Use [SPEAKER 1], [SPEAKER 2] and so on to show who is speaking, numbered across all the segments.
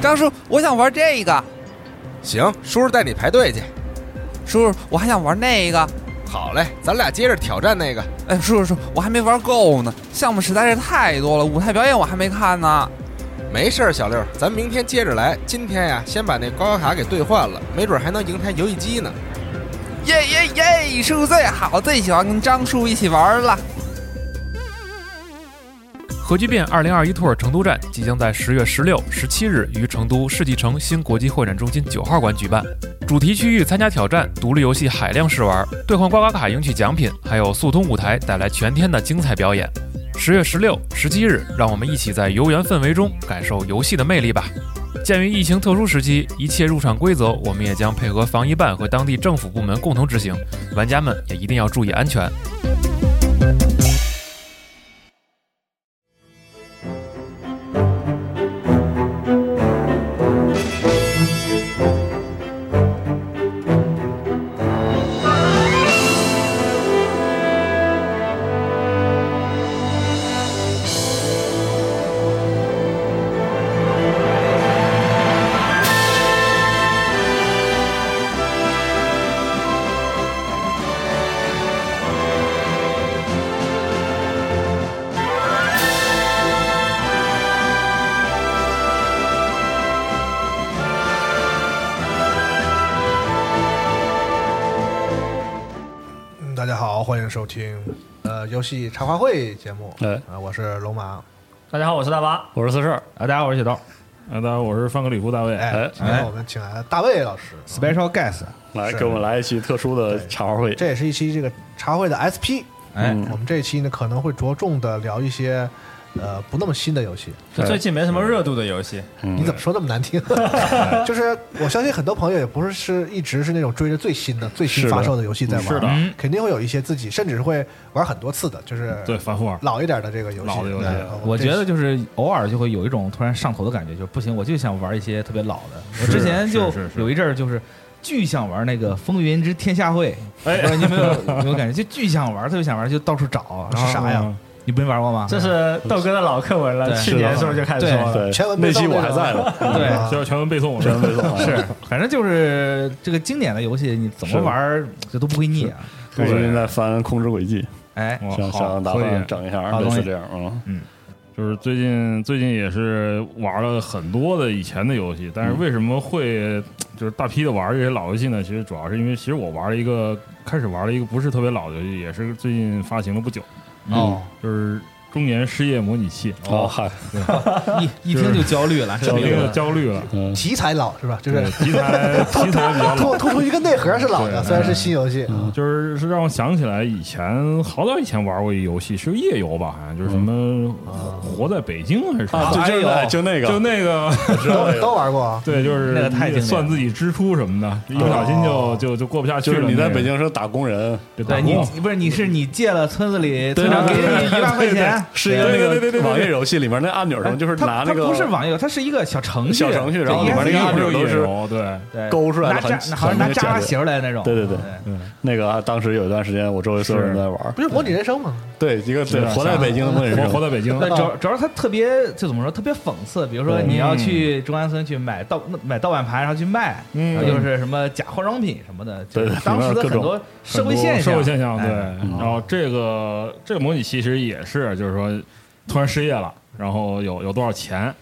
[SPEAKER 1] 张叔，我想玩这个。
[SPEAKER 2] 行，叔叔带你排队去。
[SPEAKER 1] 叔叔，我还想玩那个。
[SPEAKER 2] 好嘞，咱俩接着挑战那个。
[SPEAKER 1] 哎，叔叔叔，我还没玩够呢，项目实在是太多了，舞台表演我还没看呢。
[SPEAKER 2] 没事儿，小六，咱明天接着来。今天呀，先把那高考卡给兑换了，没准还能赢台游戏机呢。
[SPEAKER 1] 耶耶耶！叔叔最好，最喜欢跟张叔一起玩了。
[SPEAKER 3] 核聚变二零二一兔儿成都站即将在十月十六、十七日于成都世纪城新国际会展中心九号馆举办。主题区域参加挑战，独立游戏海量试玩，兑换刮刮卡赢取奖品，还有速通舞台带来全天的精彩表演。十月十六、十七日，让我们一起在游园氛围中感受游戏的魅力吧。鉴于疫情特殊时期，一切入场规则我们也将配合防疫办和当地政府部门共同执行，玩家们也一定要注意安全。
[SPEAKER 4] 嗯，大家好，欢迎收听呃游戏茶话会节目，啊、
[SPEAKER 5] 哎
[SPEAKER 4] 我是龙马，
[SPEAKER 6] 大家好，我是大巴。
[SPEAKER 5] 我是四十二，
[SPEAKER 7] 啊，大家好，我是雪豆。
[SPEAKER 5] 啊，大家好，我是范格里夫大卫，
[SPEAKER 4] 哎
[SPEAKER 5] 哎，，嗯
[SPEAKER 4] 今天我们请来了大卫老师，
[SPEAKER 7] Special Guest，
[SPEAKER 5] 来
[SPEAKER 4] 是
[SPEAKER 5] 给我们来一期特殊的茶话会，
[SPEAKER 4] 这也是一期这个茶会的 SP，
[SPEAKER 7] 哎
[SPEAKER 5] 嗯
[SPEAKER 4] 我们这一期呢可能会着重的聊一些呃不那么新的游戏，
[SPEAKER 6] 就最近没什么热度的游戏，
[SPEAKER 5] 嗯
[SPEAKER 4] 你怎么说那么难 听？ 就是我相信很多朋友也不是是一直是那种追着最新的、最新
[SPEAKER 5] 是的
[SPEAKER 4] 发售的游戏在玩，
[SPEAKER 5] 是的
[SPEAKER 3] 嗯
[SPEAKER 4] 肯定会有一些自己甚至是会玩很多次的，就是
[SPEAKER 5] 对反复玩，
[SPEAKER 4] 老一点的这个游戏。哎
[SPEAKER 5] 老的游戏
[SPEAKER 4] 对
[SPEAKER 7] 我
[SPEAKER 4] 这
[SPEAKER 7] 觉得就是偶尔就会有一种突然上头的感觉，就是不行，我就想玩一些特别老的。我之前就是
[SPEAKER 5] 是
[SPEAKER 7] 有一阵儿就是巨想玩那个《风云之天下会》，
[SPEAKER 5] 哎
[SPEAKER 7] 不知道你有没有有没有感觉？就巨想玩，特别想玩，就到处找。啊然后
[SPEAKER 4] 是啥呀？
[SPEAKER 5] 哦
[SPEAKER 7] 你没玩过吗？
[SPEAKER 6] 这是豆哥的老课文了。
[SPEAKER 7] 对
[SPEAKER 6] 去年是不是就开始说了？
[SPEAKER 5] 对，
[SPEAKER 4] 全文背诵
[SPEAKER 5] 那期我还
[SPEAKER 4] 那个
[SPEAKER 5] 在呢，
[SPEAKER 7] 对
[SPEAKER 4] 呃
[SPEAKER 5] 就是全文背诵，全文背诵，
[SPEAKER 7] 是，反正就是这个经典的游戏，你怎么
[SPEAKER 5] 是
[SPEAKER 7] 玩儿这都不会腻啊。
[SPEAKER 5] 我最近在翻《空之轨迹
[SPEAKER 7] 哎，》，
[SPEAKER 5] 想
[SPEAKER 7] 好
[SPEAKER 5] 想打
[SPEAKER 7] 所以
[SPEAKER 5] 算整一下
[SPEAKER 7] 好
[SPEAKER 5] 类
[SPEAKER 7] 东
[SPEAKER 5] 似
[SPEAKER 7] 西
[SPEAKER 5] 这样，嗯
[SPEAKER 7] 嗯。
[SPEAKER 8] 就是最近最近也是玩了很多的以前的游戏，但是
[SPEAKER 5] 嗯
[SPEAKER 8] 为什么会就是大批的玩这些老游戏呢？其实主要是因为，其实我玩了一个开始玩了一个不是特别老的游戏，也是最近发行了不久，
[SPEAKER 7] 哦，
[SPEAKER 8] 就是《中年失业模拟器》
[SPEAKER 5] 哦，，嗨，
[SPEAKER 7] 一一听就焦虑了，这
[SPEAKER 8] 有
[SPEAKER 7] 个
[SPEAKER 8] 一个焦虑了，
[SPEAKER 5] 嗯，
[SPEAKER 4] 题材老是吧？就是
[SPEAKER 8] 对，题材题材 比较老，
[SPEAKER 4] 啊突突出一个内核是老的，
[SPEAKER 8] 对嗯
[SPEAKER 4] 虽然是新游戏，
[SPEAKER 8] 就是是让我想起来以前好早以前玩过一游戏，是个夜游吧，好像就是什么活在北京还是什
[SPEAKER 5] 嗯啊，
[SPEAKER 8] 么，
[SPEAKER 5] 就就哎就那个，
[SPEAKER 8] 就 那个。
[SPEAKER 5] 知
[SPEAKER 4] 都
[SPEAKER 5] 道那个
[SPEAKER 4] 都玩过啊。
[SPEAKER 8] 对，就是
[SPEAKER 7] 那个太
[SPEAKER 8] 你
[SPEAKER 7] 经
[SPEAKER 8] 得
[SPEAKER 7] 典
[SPEAKER 8] 算
[SPEAKER 7] 了
[SPEAKER 8] 自己支出什么的，一不小心就就就过不下去
[SPEAKER 5] 哦就
[SPEAKER 8] 了
[SPEAKER 5] 是
[SPEAKER 8] 那个。
[SPEAKER 5] 你在北京是打工人，
[SPEAKER 7] 对
[SPEAKER 8] 对打
[SPEAKER 7] 你
[SPEAKER 8] 工，
[SPEAKER 7] 不是你是你借了村子里
[SPEAKER 5] 对
[SPEAKER 7] 村长给
[SPEAKER 5] 对
[SPEAKER 7] 你
[SPEAKER 5] 对
[SPEAKER 7] 一万块钱，
[SPEAKER 5] 是一个
[SPEAKER 8] 对对对
[SPEAKER 5] 那
[SPEAKER 8] 对
[SPEAKER 5] 个
[SPEAKER 8] 对对
[SPEAKER 5] 网页游戏里面那按钮什么，就是
[SPEAKER 7] 哎它
[SPEAKER 5] 拿那个
[SPEAKER 7] 它不是网页，它是一个小程序，
[SPEAKER 5] 小程序，然后里面那个
[SPEAKER 7] 应该
[SPEAKER 5] 按
[SPEAKER 7] 是
[SPEAKER 5] 钮都是
[SPEAKER 8] 哦，对，
[SPEAKER 7] 对
[SPEAKER 5] 勾出来
[SPEAKER 7] 拿
[SPEAKER 5] 的很
[SPEAKER 7] 扎，好像拿扎拉鞋儿来那种。嗯
[SPEAKER 5] 对对对
[SPEAKER 8] 对
[SPEAKER 5] 那个啊，当时有一段时间我周围所有人都在玩儿，
[SPEAKER 4] 不是模拟人生吗？
[SPEAKER 5] 对，一个对
[SPEAKER 8] 是啊
[SPEAKER 5] 活在北京的梦
[SPEAKER 8] 活
[SPEAKER 5] 人
[SPEAKER 8] 活在北京，啊
[SPEAKER 7] 对，主要主要是它特别，就怎么说，特别讽刺。比如说，
[SPEAKER 5] 对
[SPEAKER 7] 你要去中关村去买盗买盗版盘，然后去卖，然后就是什么假化妆品什么的，就是
[SPEAKER 5] 对
[SPEAKER 7] 当时的
[SPEAKER 5] 里面各
[SPEAKER 7] 很
[SPEAKER 5] 种
[SPEAKER 7] 多社
[SPEAKER 8] 很
[SPEAKER 7] 会
[SPEAKER 8] 多
[SPEAKER 7] 现
[SPEAKER 8] 社
[SPEAKER 7] 象。
[SPEAKER 8] 会现象，对。
[SPEAKER 7] 哎
[SPEAKER 8] 然后这个这个模拟器其实也是，就是说突然失业了，然后有有多少钱，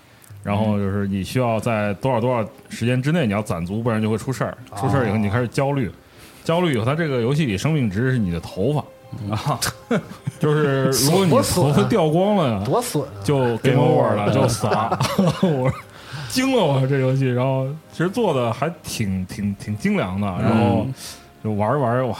[SPEAKER 8] 然后就是你需要在多少多少时间之内你要攒足，不然就会出事儿。出事儿以后你开始焦虑，焦虑以后，它这个游戏里生命值是你的头发。
[SPEAKER 7] 嗯
[SPEAKER 8] 啊， 就是如果你
[SPEAKER 4] 多损
[SPEAKER 8] 头
[SPEAKER 4] 啊
[SPEAKER 8] 发掉光了，
[SPEAKER 4] 多损啊！
[SPEAKER 8] 嗯就 game over 了，就死了。 我惊了，我说这游戏，然后其实做的还挺挺挺精良的，然后就玩着玩着哇，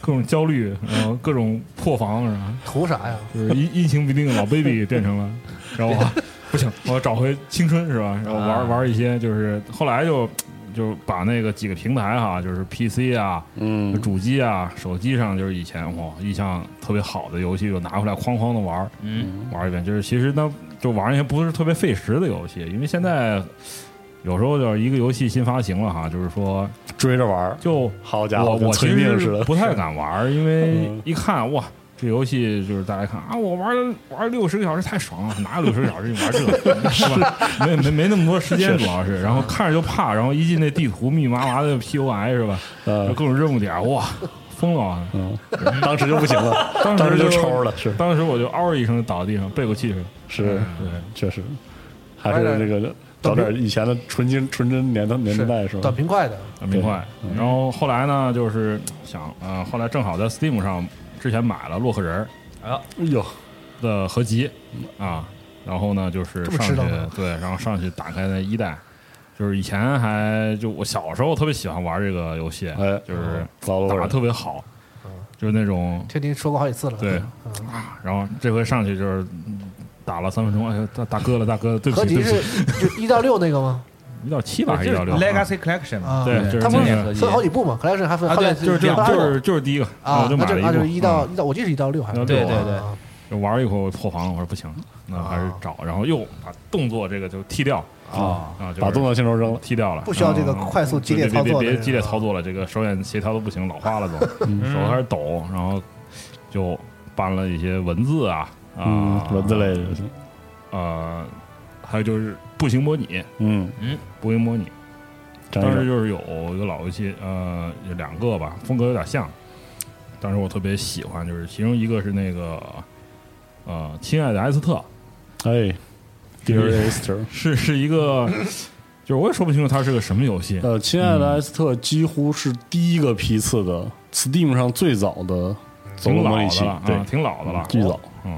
[SPEAKER 8] 各种焦虑，然后各种破防，然后
[SPEAKER 4] 图啥呀？
[SPEAKER 8] 就是阴阴晴不定的老 baby 变成了，然后我不行，我要找回青春是吧？然后玩玩一些，就是后来就就把那个几个平台哈，就是 PC 啊，
[SPEAKER 5] 嗯，
[SPEAKER 8] 主机啊、手机上，就是以前哇印象特别好的游戏，就拿回来哐哐的玩儿，
[SPEAKER 7] 嗯，
[SPEAKER 8] 玩一遍。就是其实呢，就玩一些不是特别费时的游戏，因为现在有时候就是一个游戏新发行了哈，就是说
[SPEAKER 5] 追着玩儿，
[SPEAKER 8] 就
[SPEAKER 5] 好家伙，
[SPEAKER 8] 我
[SPEAKER 5] 跟
[SPEAKER 8] 我其
[SPEAKER 5] 催命似
[SPEAKER 8] 实
[SPEAKER 5] 的，
[SPEAKER 8] 不太敢玩儿，因为
[SPEAKER 5] 嗯
[SPEAKER 8] 一看哇，这游戏就是大家看啊，我玩了玩六十个小时太爽了，哪有六十个小时你玩这个 是吧？没没没那么多时间，主要是，然后看着就怕，然后一进那地图密密麻麻的 PUI 是吧？就
[SPEAKER 5] 呃，
[SPEAKER 8] 各种任务点儿，哇，疯了啊！
[SPEAKER 5] 嗯，当时就不行了，
[SPEAKER 8] 当
[SPEAKER 5] 当时
[SPEAKER 8] 时
[SPEAKER 5] 就抽了，是
[SPEAKER 8] 当时我就嗷一声倒地上，背过气去了。
[SPEAKER 5] 是，
[SPEAKER 8] 对，
[SPEAKER 5] 确实，还是
[SPEAKER 8] 哎
[SPEAKER 5] 这个找点以前的纯真纯真年代年代是吧
[SPEAKER 4] 短？平快的，
[SPEAKER 8] 很明快。
[SPEAKER 5] 嗯
[SPEAKER 8] 然后后来呢，就是想，呃，后来正好在 Steam 上之前买了洛克人儿
[SPEAKER 5] 哎呦，
[SPEAKER 8] 的合集啊，然后呢就是
[SPEAKER 4] 这么
[SPEAKER 8] 上去
[SPEAKER 4] 吃到的
[SPEAKER 8] 对，然后上去打开那一代，就是以前还就我小时候特别喜欢玩这个游戏，
[SPEAKER 5] 哎，
[SPEAKER 8] 就是
[SPEAKER 5] 糟
[SPEAKER 4] 嗯
[SPEAKER 8] 打
[SPEAKER 5] 了，
[SPEAKER 8] 的特别好，就是那种
[SPEAKER 4] 听您说过好几次了。
[SPEAKER 8] 对啊，然后这回上去就是嗯打了三分钟，哎呦大大哥了，大哥了，对不
[SPEAKER 4] 合
[SPEAKER 8] 起，对
[SPEAKER 4] 集
[SPEAKER 8] 不起
[SPEAKER 4] 是，就一到六那个吗？
[SPEAKER 8] 一到七吧，还
[SPEAKER 7] 对
[SPEAKER 8] 是一
[SPEAKER 7] 就是
[SPEAKER 8] 到
[SPEAKER 5] 嗯
[SPEAKER 8] 六？
[SPEAKER 7] Legacy Collection 嘛，
[SPEAKER 4] 啊，
[SPEAKER 8] 对，就是
[SPEAKER 4] 他不
[SPEAKER 8] 那
[SPEAKER 4] 是
[SPEAKER 8] 个
[SPEAKER 4] 分好几部嘛，collection 还分
[SPEAKER 7] 啊
[SPEAKER 4] 好
[SPEAKER 7] 对
[SPEAKER 4] 几
[SPEAKER 8] 就是这样，
[SPEAKER 4] 分好几
[SPEAKER 8] 就
[SPEAKER 4] 部
[SPEAKER 8] 是就是第一个，
[SPEAKER 4] 啊
[SPEAKER 8] 我，
[SPEAKER 4] 那
[SPEAKER 8] 就买
[SPEAKER 4] 就
[SPEAKER 8] 了
[SPEAKER 4] 啊就是
[SPEAKER 8] 一
[SPEAKER 4] 一
[SPEAKER 8] 部
[SPEAKER 4] 到
[SPEAKER 8] 嗯
[SPEAKER 4] 一到，我记得是一到六还是
[SPEAKER 8] 一到六
[SPEAKER 7] 对对对
[SPEAKER 4] 啊
[SPEAKER 8] 就玩了一会儿，我破防了，我说不行，那还是找，然后又把动作这个就剃掉
[SPEAKER 5] 啊，
[SPEAKER 8] 啊，就是
[SPEAKER 5] 把动作性都扔了，
[SPEAKER 8] 剃掉了，
[SPEAKER 4] 不需要这个
[SPEAKER 8] 嗯
[SPEAKER 4] 快速激烈
[SPEAKER 8] 别
[SPEAKER 4] 操
[SPEAKER 8] 别
[SPEAKER 4] 作的这
[SPEAKER 8] 别别
[SPEAKER 4] 个嗯
[SPEAKER 8] 激烈操作了，这个手眼协调都不行，老花了都， 手开始抖，然后就搬了一些文字啊
[SPEAKER 5] 嗯
[SPEAKER 8] 啊，
[SPEAKER 5] 文字类的游戏，
[SPEAKER 8] 呃，还有就是步行模拟，
[SPEAKER 5] 嗯，
[SPEAKER 8] 步行模拟，
[SPEAKER 5] 真
[SPEAKER 8] 当时
[SPEAKER 5] 是
[SPEAKER 8] 就是有一个老游戏，呃，有两个吧，风格有点像。当时我特别喜欢，就是其中一个是那个，呃，亲爱的埃斯特，
[SPEAKER 5] 哎，Dear Esther，
[SPEAKER 8] 是是一个， 就是我也说不清楚它是个什么游戏。
[SPEAKER 5] 呃，亲爱的
[SPEAKER 8] 嗯
[SPEAKER 5] 埃斯特几乎是第一个批次的 Steam 上最早的走
[SPEAKER 8] 嗯挺
[SPEAKER 5] 路模
[SPEAKER 8] 老
[SPEAKER 5] 拟
[SPEAKER 8] 的
[SPEAKER 5] 器
[SPEAKER 8] 了，啊，
[SPEAKER 5] 对，
[SPEAKER 8] 挺老的了，
[SPEAKER 5] 巨早，
[SPEAKER 8] 嗯，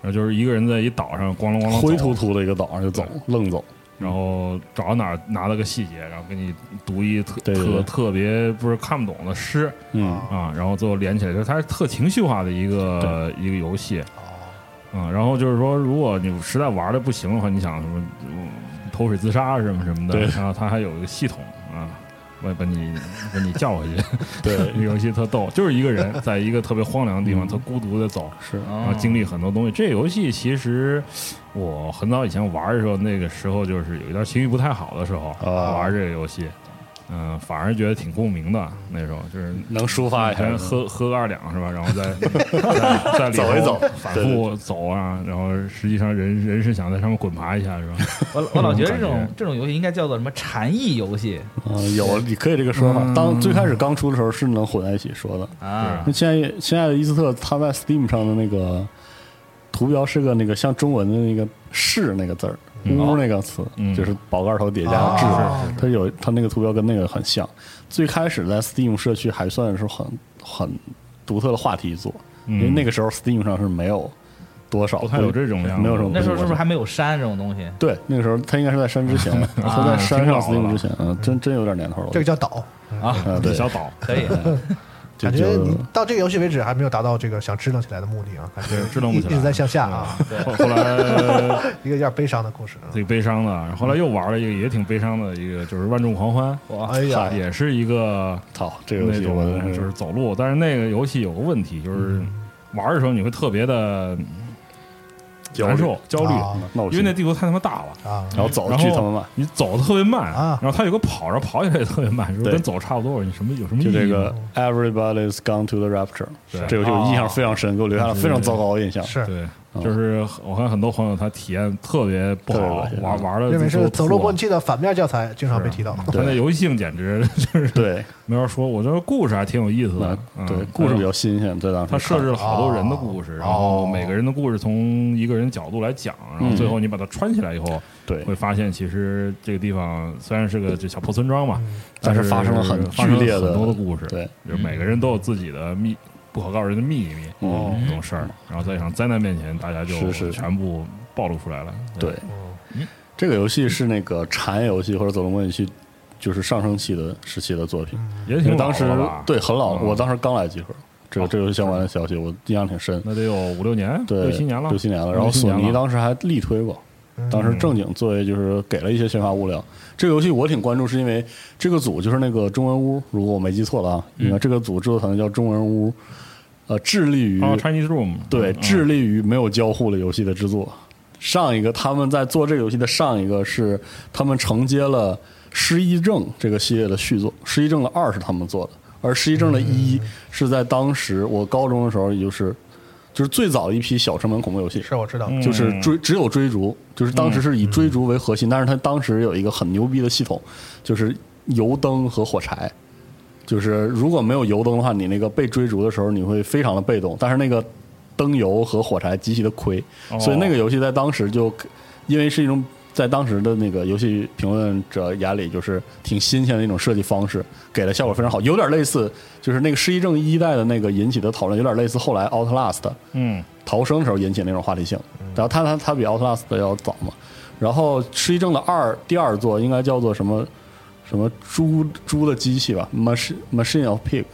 [SPEAKER 8] 然后就是一个人在一岛上咣啷咣啷
[SPEAKER 5] 灰
[SPEAKER 8] 走
[SPEAKER 5] 秃
[SPEAKER 8] 啊
[SPEAKER 5] 秃的一个岛上就走，愣走，
[SPEAKER 8] 然后找到哪儿拿了个细节，然后给你读一特
[SPEAKER 5] 对对对
[SPEAKER 8] 特特别不是看不懂的诗
[SPEAKER 5] 嗯，
[SPEAKER 8] 啊，然后最后连起来，就是它是特情绪化的一个一个游戏。
[SPEAKER 5] 哦
[SPEAKER 8] 嗯，然后就是说，如果你实在玩的不行的话，你想什么嗯投水自杀什么什么的，
[SPEAKER 5] 对
[SPEAKER 8] 然后它还有一个系统啊，我也把你把你叫回去。
[SPEAKER 5] 对，
[SPEAKER 8] 那游戏特逗，就是一个人在一个特别荒凉的
[SPEAKER 5] 嗯
[SPEAKER 8] 地方，特孤独的走，
[SPEAKER 5] 是
[SPEAKER 8] 然后经历很多东西。这游戏其实我很早以前玩的时候，那个时候就是有一段情绪不太好的时候、
[SPEAKER 5] 啊
[SPEAKER 8] 玩这个游戏，嗯、反而觉得挺共鸣的。那时候就是
[SPEAKER 5] 能抒发一
[SPEAKER 8] 以前
[SPEAKER 5] 下，
[SPEAKER 8] 喝喝个二两是吧？然后再 再再
[SPEAKER 5] 走一
[SPEAKER 8] 里头
[SPEAKER 5] 走
[SPEAKER 8] 反
[SPEAKER 5] 对对
[SPEAKER 8] 复走啊，然后实际上人人是想在上面滚爬一下是吧？
[SPEAKER 7] 我我老觉得这
[SPEAKER 8] 嗯
[SPEAKER 7] 种
[SPEAKER 8] 感觉
[SPEAKER 7] 这种游戏应该叫做什么禅意游戏
[SPEAKER 5] 啊，有你可以这个说法。
[SPEAKER 8] 嗯
[SPEAKER 5] 当最开始刚出的时候是能混在一起说的。
[SPEAKER 7] 啊
[SPEAKER 5] 那亲爱亲爱的伊斯特，他在 Steam 上的那个图标是个那个像中文的那个“是”那个字儿，
[SPEAKER 8] 嗯
[SPEAKER 5] 屋那个词，
[SPEAKER 8] 嗯啊
[SPEAKER 5] 就是宝盖头叠
[SPEAKER 4] 啊
[SPEAKER 5] 加制，它有它那个图标跟那个很像。最开始在 Steam 社区还算是很很独特的话题做，因为
[SPEAKER 8] 嗯
[SPEAKER 5] 那个时候 Steam 上是没有多少
[SPEAKER 8] 不太有这种量
[SPEAKER 5] 没有什么
[SPEAKER 7] 那时候是不是还没有山这种东西？
[SPEAKER 5] 对那个时候他应该是在山之 前，
[SPEAKER 8] 啊
[SPEAKER 5] 他在山上 Steam 之前，嗯，真真有点年头了。
[SPEAKER 4] 这个叫岛，
[SPEAKER 5] 啊，对，
[SPEAKER 8] 小岛
[SPEAKER 7] 可以，
[SPEAKER 5] 就
[SPEAKER 4] 感觉
[SPEAKER 5] 就
[SPEAKER 4] 你到这个游戏为止还没有达到这个想支棱起来的目的啊，感觉
[SPEAKER 8] 对支棱
[SPEAKER 4] 一
[SPEAKER 8] 不起来
[SPEAKER 4] 一直在向下啊，
[SPEAKER 8] 后后来。
[SPEAKER 4] 一个有点悲伤的故事啊。
[SPEAKER 8] 挺悲伤的。然后后来又玩了一个也挺悲伤的一个，就是万众狂欢，
[SPEAKER 4] 哎呀，
[SPEAKER 8] 也是一个
[SPEAKER 5] 操，这个游
[SPEAKER 8] 那
[SPEAKER 5] 戏我嗯真
[SPEAKER 8] 种就是走路，但是那个游戏有个问题，就是玩的时候你会特别的难受、焦虑，
[SPEAKER 4] 啊
[SPEAKER 5] 闹
[SPEAKER 8] 因
[SPEAKER 5] 心
[SPEAKER 8] 为那地图太他妈大了。
[SPEAKER 4] 啊，
[SPEAKER 5] 然后走
[SPEAKER 8] 然
[SPEAKER 5] 巨他妈
[SPEAKER 8] 后
[SPEAKER 5] 慢，
[SPEAKER 8] 你走的特别慢
[SPEAKER 4] 啊
[SPEAKER 8] 然后它有个跑，然后跑起来也特别慢，就是
[SPEAKER 5] 对
[SPEAKER 8] 跟走差不多。你什么有什么意
[SPEAKER 5] 就这
[SPEAKER 8] 义
[SPEAKER 5] 个
[SPEAKER 8] 吗？
[SPEAKER 5] Everybody's Gone to the Rapture，
[SPEAKER 8] 是
[SPEAKER 5] 这游戏我
[SPEAKER 8] 啊
[SPEAKER 5] 印象非常深，给我留下了非常糟糕的印象。
[SPEAKER 4] 是
[SPEAKER 8] 对，
[SPEAKER 5] 嗯
[SPEAKER 8] 就是我看很多朋友他体验特别不
[SPEAKER 5] 特别
[SPEAKER 8] 好
[SPEAKER 5] 恶，心
[SPEAKER 8] 玩玩了
[SPEAKER 4] 认为是走路模拟
[SPEAKER 8] 器，
[SPEAKER 4] 器的反面教材，经常被提到。
[SPEAKER 8] 他那游戏性简直 就是
[SPEAKER 5] 对，
[SPEAKER 8] 没法说。我觉得故事还挺有意思
[SPEAKER 5] 那
[SPEAKER 8] 的，嗯
[SPEAKER 5] 对故事
[SPEAKER 8] 它
[SPEAKER 5] 比较新鲜，在当时
[SPEAKER 8] 他设置了好多人的故事，然后
[SPEAKER 4] 哦
[SPEAKER 8] 每个人的故事从一个人角度来讲，然
[SPEAKER 5] 嗯
[SPEAKER 8] 后最后你把它穿起来以后，
[SPEAKER 5] 对
[SPEAKER 8] 会发现其实这个地方虽然是个这小破村庄嘛，
[SPEAKER 5] 但
[SPEAKER 8] 但
[SPEAKER 5] 是
[SPEAKER 8] 是
[SPEAKER 5] 发生了很
[SPEAKER 8] 发生
[SPEAKER 5] 剧烈
[SPEAKER 8] 了
[SPEAKER 5] 的
[SPEAKER 8] 很多的故事，
[SPEAKER 5] 对，
[SPEAKER 8] 就是嗯每个人都有自己的秘不可告人的秘密，
[SPEAKER 5] 嗯
[SPEAKER 8] 这种事儿，然后在一场灾难面前，大家就是
[SPEAKER 5] 是
[SPEAKER 8] 全部暴露出来了，
[SPEAKER 5] 对，
[SPEAKER 8] 嗯
[SPEAKER 5] 这个游戏是那个禅游戏或者走路模拟器，就是上升期的时期的作品。
[SPEAKER 8] 嗯也
[SPEAKER 5] 因
[SPEAKER 8] 挺
[SPEAKER 5] 为当时
[SPEAKER 8] 老的吧
[SPEAKER 5] 对很老，
[SPEAKER 8] 嗯哦
[SPEAKER 5] 我当时刚来集合，这个这游戏相关的消息我印象挺深。
[SPEAKER 8] 那得有五六年，
[SPEAKER 5] 对，
[SPEAKER 8] 哎六七年了，
[SPEAKER 5] 六七年了。然后索尼当时还力推过，当时正经作为就是给了一些宣发物料。这个游戏我挺关注，是因为这个组就是那个中文屋，如果我没记错了啊，应该这个组制作团队叫中文屋，呃，致力于
[SPEAKER 8] 啊，Chinese Room，
[SPEAKER 5] 对
[SPEAKER 8] 嗯
[SPEAKER 5] 致力于没有交互的游戏的制作。上一个他们在做这个游戏的上一个是他们承接了《失忆症》这个系列的续作，《失忆
[SPEAKER 8] 嗯
[SPEAKER 5] 症》的二是他们做的，而《失忆症》的一是在当时我高中的时候，也就是就是最早一批小成本恐怖游戏，
[SPEAKER 4] 是我知道，
[SPEAKER 8] 嗯
[SPEAKER 5] 就是追只有追逐，就是当时是以追逐为核心，但是它当时有一个很牛逼的系统，就是油灯和火柴。就是如果没有油灯的话，你那个被追逐的时候你会非常的被动，但是那个灯油和火柴极其的亏，
[SPEAKER 8] 哦
[SPEAKER 5] 所以那个游戏在当时就因为是一种在当时的那个游戏评论者眼里就是挺新鲜的一种设计方式，给的效果非常好，有点类似就是那个失忆症一代的那个引起的讨论，有点类似后来 Outlast
[SPEAKER 8] 嗯
[SPEAKER 5] 逃生的时候引起那种话题性。然后它它它比 Outlast 要早嘛。然后失忆症的二第二座应该叫做什么什么猪猪的机器吧，Machine Machine of Pig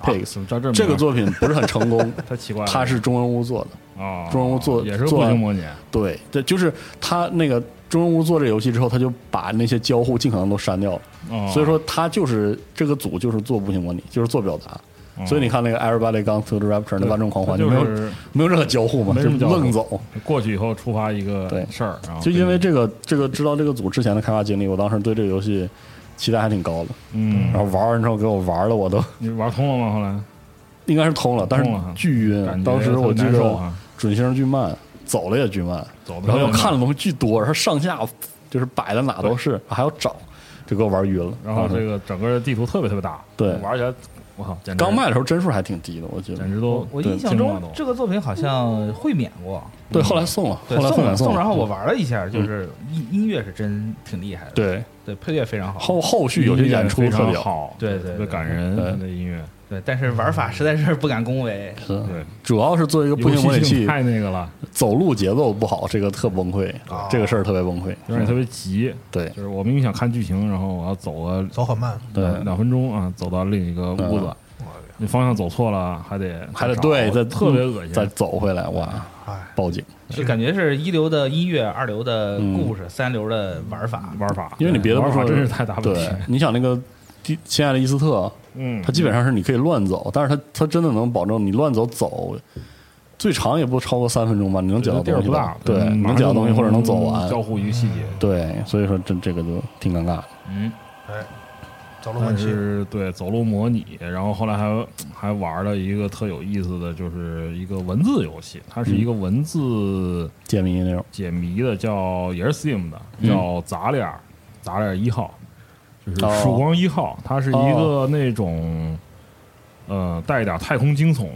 [SPEAKER 8] 啊
[SPEAKER 5] Pigs、
[SPEAKER 8] 怎么叫这
[SPEAKER 5] 这个
[SPEAKER 8] 名儿
[SPEAKER 5] 作品不是很成 功，
[SPEAKER 8] 太奇怪了，
[SPEAKER 5] 它是中文屋做的。
[SPEAKER 8] 哦，
[SPEAKER 5] 中文屋做
[SPEAKER 8] 也是个
[SPEAKER 5] 做
[SPEAKER 8] 步
[SPEAKER 5] 完
[SPEAKER 8] 行模拟，
[SPEAKER 5] 对，这就是他那个中文屋做这游戏之后，他就把那些交互尽可能都删掉了。
[SPEAKER 8] 哦
[SPEAKER 5] 所以说他就是这个组就是做步行模拟，就是做表达。
[SPEAKER 8] 哦
[SPEAKER 5] 所以你看那个 Everybody Gone to the Rapture 那万众狂欢，
[SPEAKER 8] 它就
[SPEAKER 5] 没有
[SPEAKER 8] 是
[SPEAKER 5] 没有任何交互嘛，
[SPEAKER 8] 没
[SPEAKER 5] 就
[SPEAKER 8] 什么交互
[SPEAKER 5] 愣走。
[SPEAKER 8] 过去以后触发一个
[SPEAKER 5] 对
[SPEAKER 8] 事儿，然后
[SPEAKER 5] 就因为
[SPEAKER 8] 这，
[SPEAKER 5] 这个这个知道这个组之前的开发经历，我当时对这个游戏期待还挺高的。
[SPEAKER 8] 嗯
[SPEAKER 5] 然，后玩完之后给我玩的我都
[SPEAKER 8] 你玩通了吗？后来
[SPEAKER 5] 应该是通了，但是
[SPEAKER 8] 通了哈
[SPEAKER 5] 巨
[SPEAKER 8] 感
[SPEAKER 5] 晕。
[SPEAKER 8] 觉
[SPEAKER 5] 当时我
[SPEAKER 8] 很
[SPEAKER 5] 记
[SPEAKER 8] 难受
[SPEAKER 5] 得
[SPEAKER 8] 啊，
[SPEAKER 5] 准星巨慢，走了也巨慢，
[SPEAKER 8] 走的
[SPEAKER 5] 然后
[SPEAKER 8] 特别慢
[SPEAKER 5] 看的东西巨多，然后上下就是摆的哪都是，还要找，就给我玩晕了。
[SPEAKER 8] 然后
[SPEAKER 5] 当时
[SPEAKER 8] 这个整个地图特别特别大，
[SPEAKER 5] 嗯对
[SPEAKER 8] 玩起来我靠，简直
[SPEAKER 5] 刚卖的时候帧数还挺低的，我记得
[SPEAKER 8] 简。直都
[SPEAKER 7] 我我
[SPEAKER 5] 对
[SPEAKER 7] 印象
[SPEAKER 8] 惊
[SPEAKER 7] 中
[SPEAKER 8] 了都
[SPEAKER 7] 这个作品好像会免过，
[SPEAKER 5] 对，后来送了，
[SPEAKER 7] 对
[SPEAKER 5] 后来
[SPEAKER 7] 送
[SPEAKER 5] 了
[SPEAKER 7] 了
[SPEAKER 5] 送了。
[SPEAKER 7] 送
[SPEAKER 5] 嗯
[SPEAKER 7] 了，然后我玩了一下，就是音音乐是真挺厉害的，
[SPEAKER 5] 对
[SPEAKER 7] 对，配乐非常好，
[SPEAKER 5] 后后续有些演出
[SPEAKER 8] 音乐非
[SPEAKER 5] 特
[SPEAKER 8] 常
[SPEAKER 5] 别好，
[SPEAKER 8] 好，
[SPEAKER 7] 对对
[SPEAKER 8] 特
[SPEAKER 7] 对
[SPEAKER 8] 别感人，
[SPEAKER 5] 对
[SPEAKER 8] 他的音乐，
[SPEAKER 7] 对，但是玩法实在是不敢恭维，
[SPEAKER 5] 是
[SPEAKER 8] 对，
[SPEAKER 5] 主要是做一个步
[SPEAKER 8] 游
[SPEAKER 5] 行模拟
[SPEAKER 8] 戏性
[SPEAKER 5] 器，
[SPEAKER 8] 太那个了，
[SPEAKER 5] 走路节奏不好，这个特崩溃，这个事儿特别崩溃。嗯
[SPEAKER 8] 就啊让你特别急，
[SPEAKER 5] 对
[SPEAKER 8] 就是我明明想看剧情，然后我要走个
[SPEAKER 4] 走很慢，
[SPEAKER 5] 对，
[SPEAKER 8] 两分钟啊，走到另一个屋子
[SPEAKER 5] 嗯，
[SPEAKER 8] 你方向走错了，还得
[SPEAKER 5] 还得
[SPEAKER 8] 找
[SPEAKER 5] 对，再
[SPEAKER 8] 特别恶心，
[SPEAKER 5] 再走回来，哇
[SPEAKER 4] 哎，
[SPEAKER 5] 报警，
[SPEAKER 7] 就感觉是一流的音乐，二流的故事，三流的玩法，
[SPEAKER 8] 玩法，
[SPEAKER 5] 因为你别的不
[SPEAKER 8] 玩法
[SPEAKER 5] 说，
[SPEAKER 8] 真是太大问题
[SPEAKER 5] 对，，你想那个第《亲爱的伊斯特》，
[SPEAKER 8] 嗯，
[SPEAKER 5] 它基本上是你可以乱走，但是它它真的能保证你乱走走，最长也不超过三分钟吧，你能
[SPEAKER 8] 这
[SPEAKER 5] 捡到
[SPEAKER 8] 地
[SPEAKER 5] 东
[SPEAKER 8] 儿
[SPEAKER 5] 西
[SPEAKER 8] 不
[SPEAKER 5] 吧
[SPEAKER 8] 大，？嗯
[SPEAKER 5] 对，你能
[SPEAKER 8] 马上
[SPEAKER 5] 捡到
[SPEAKER 8] 就
[SPEAKER 5] 东西或者能走完。
[SPEAKER 8] 交互一个细节，
[SPEAKER 5] 对，所以说这这个就挺尴尬的。
[SPEAKER 8] 嗯，
[SPEAKER 4] 走路
[SPEAKER 8] 但
[SPEAKER 4] 很奇，
[SPEAKER 8] 是对走路模拟，然后后来还还玩了一个特有意思的，就是一个文字游戏，它是
[SPEAKER 5] 嗯
[SPEAKER 8] 一个文字
[SPEAKER 5] 解谜那种，
[SPEAKER 8] 解谜的，叫也是 Steam 的，
[SPEAKER 5] 嗯
[SPEAKER 8] 叫杂脸儿，杂脸儿一号，就是
[SPEAKER 5] 哦
[SPEAKER 8] 曙光一号，它是一个
[SPEAKER 5] 哦
[SPEAKER 8] 那种呃带一点太空惊悚，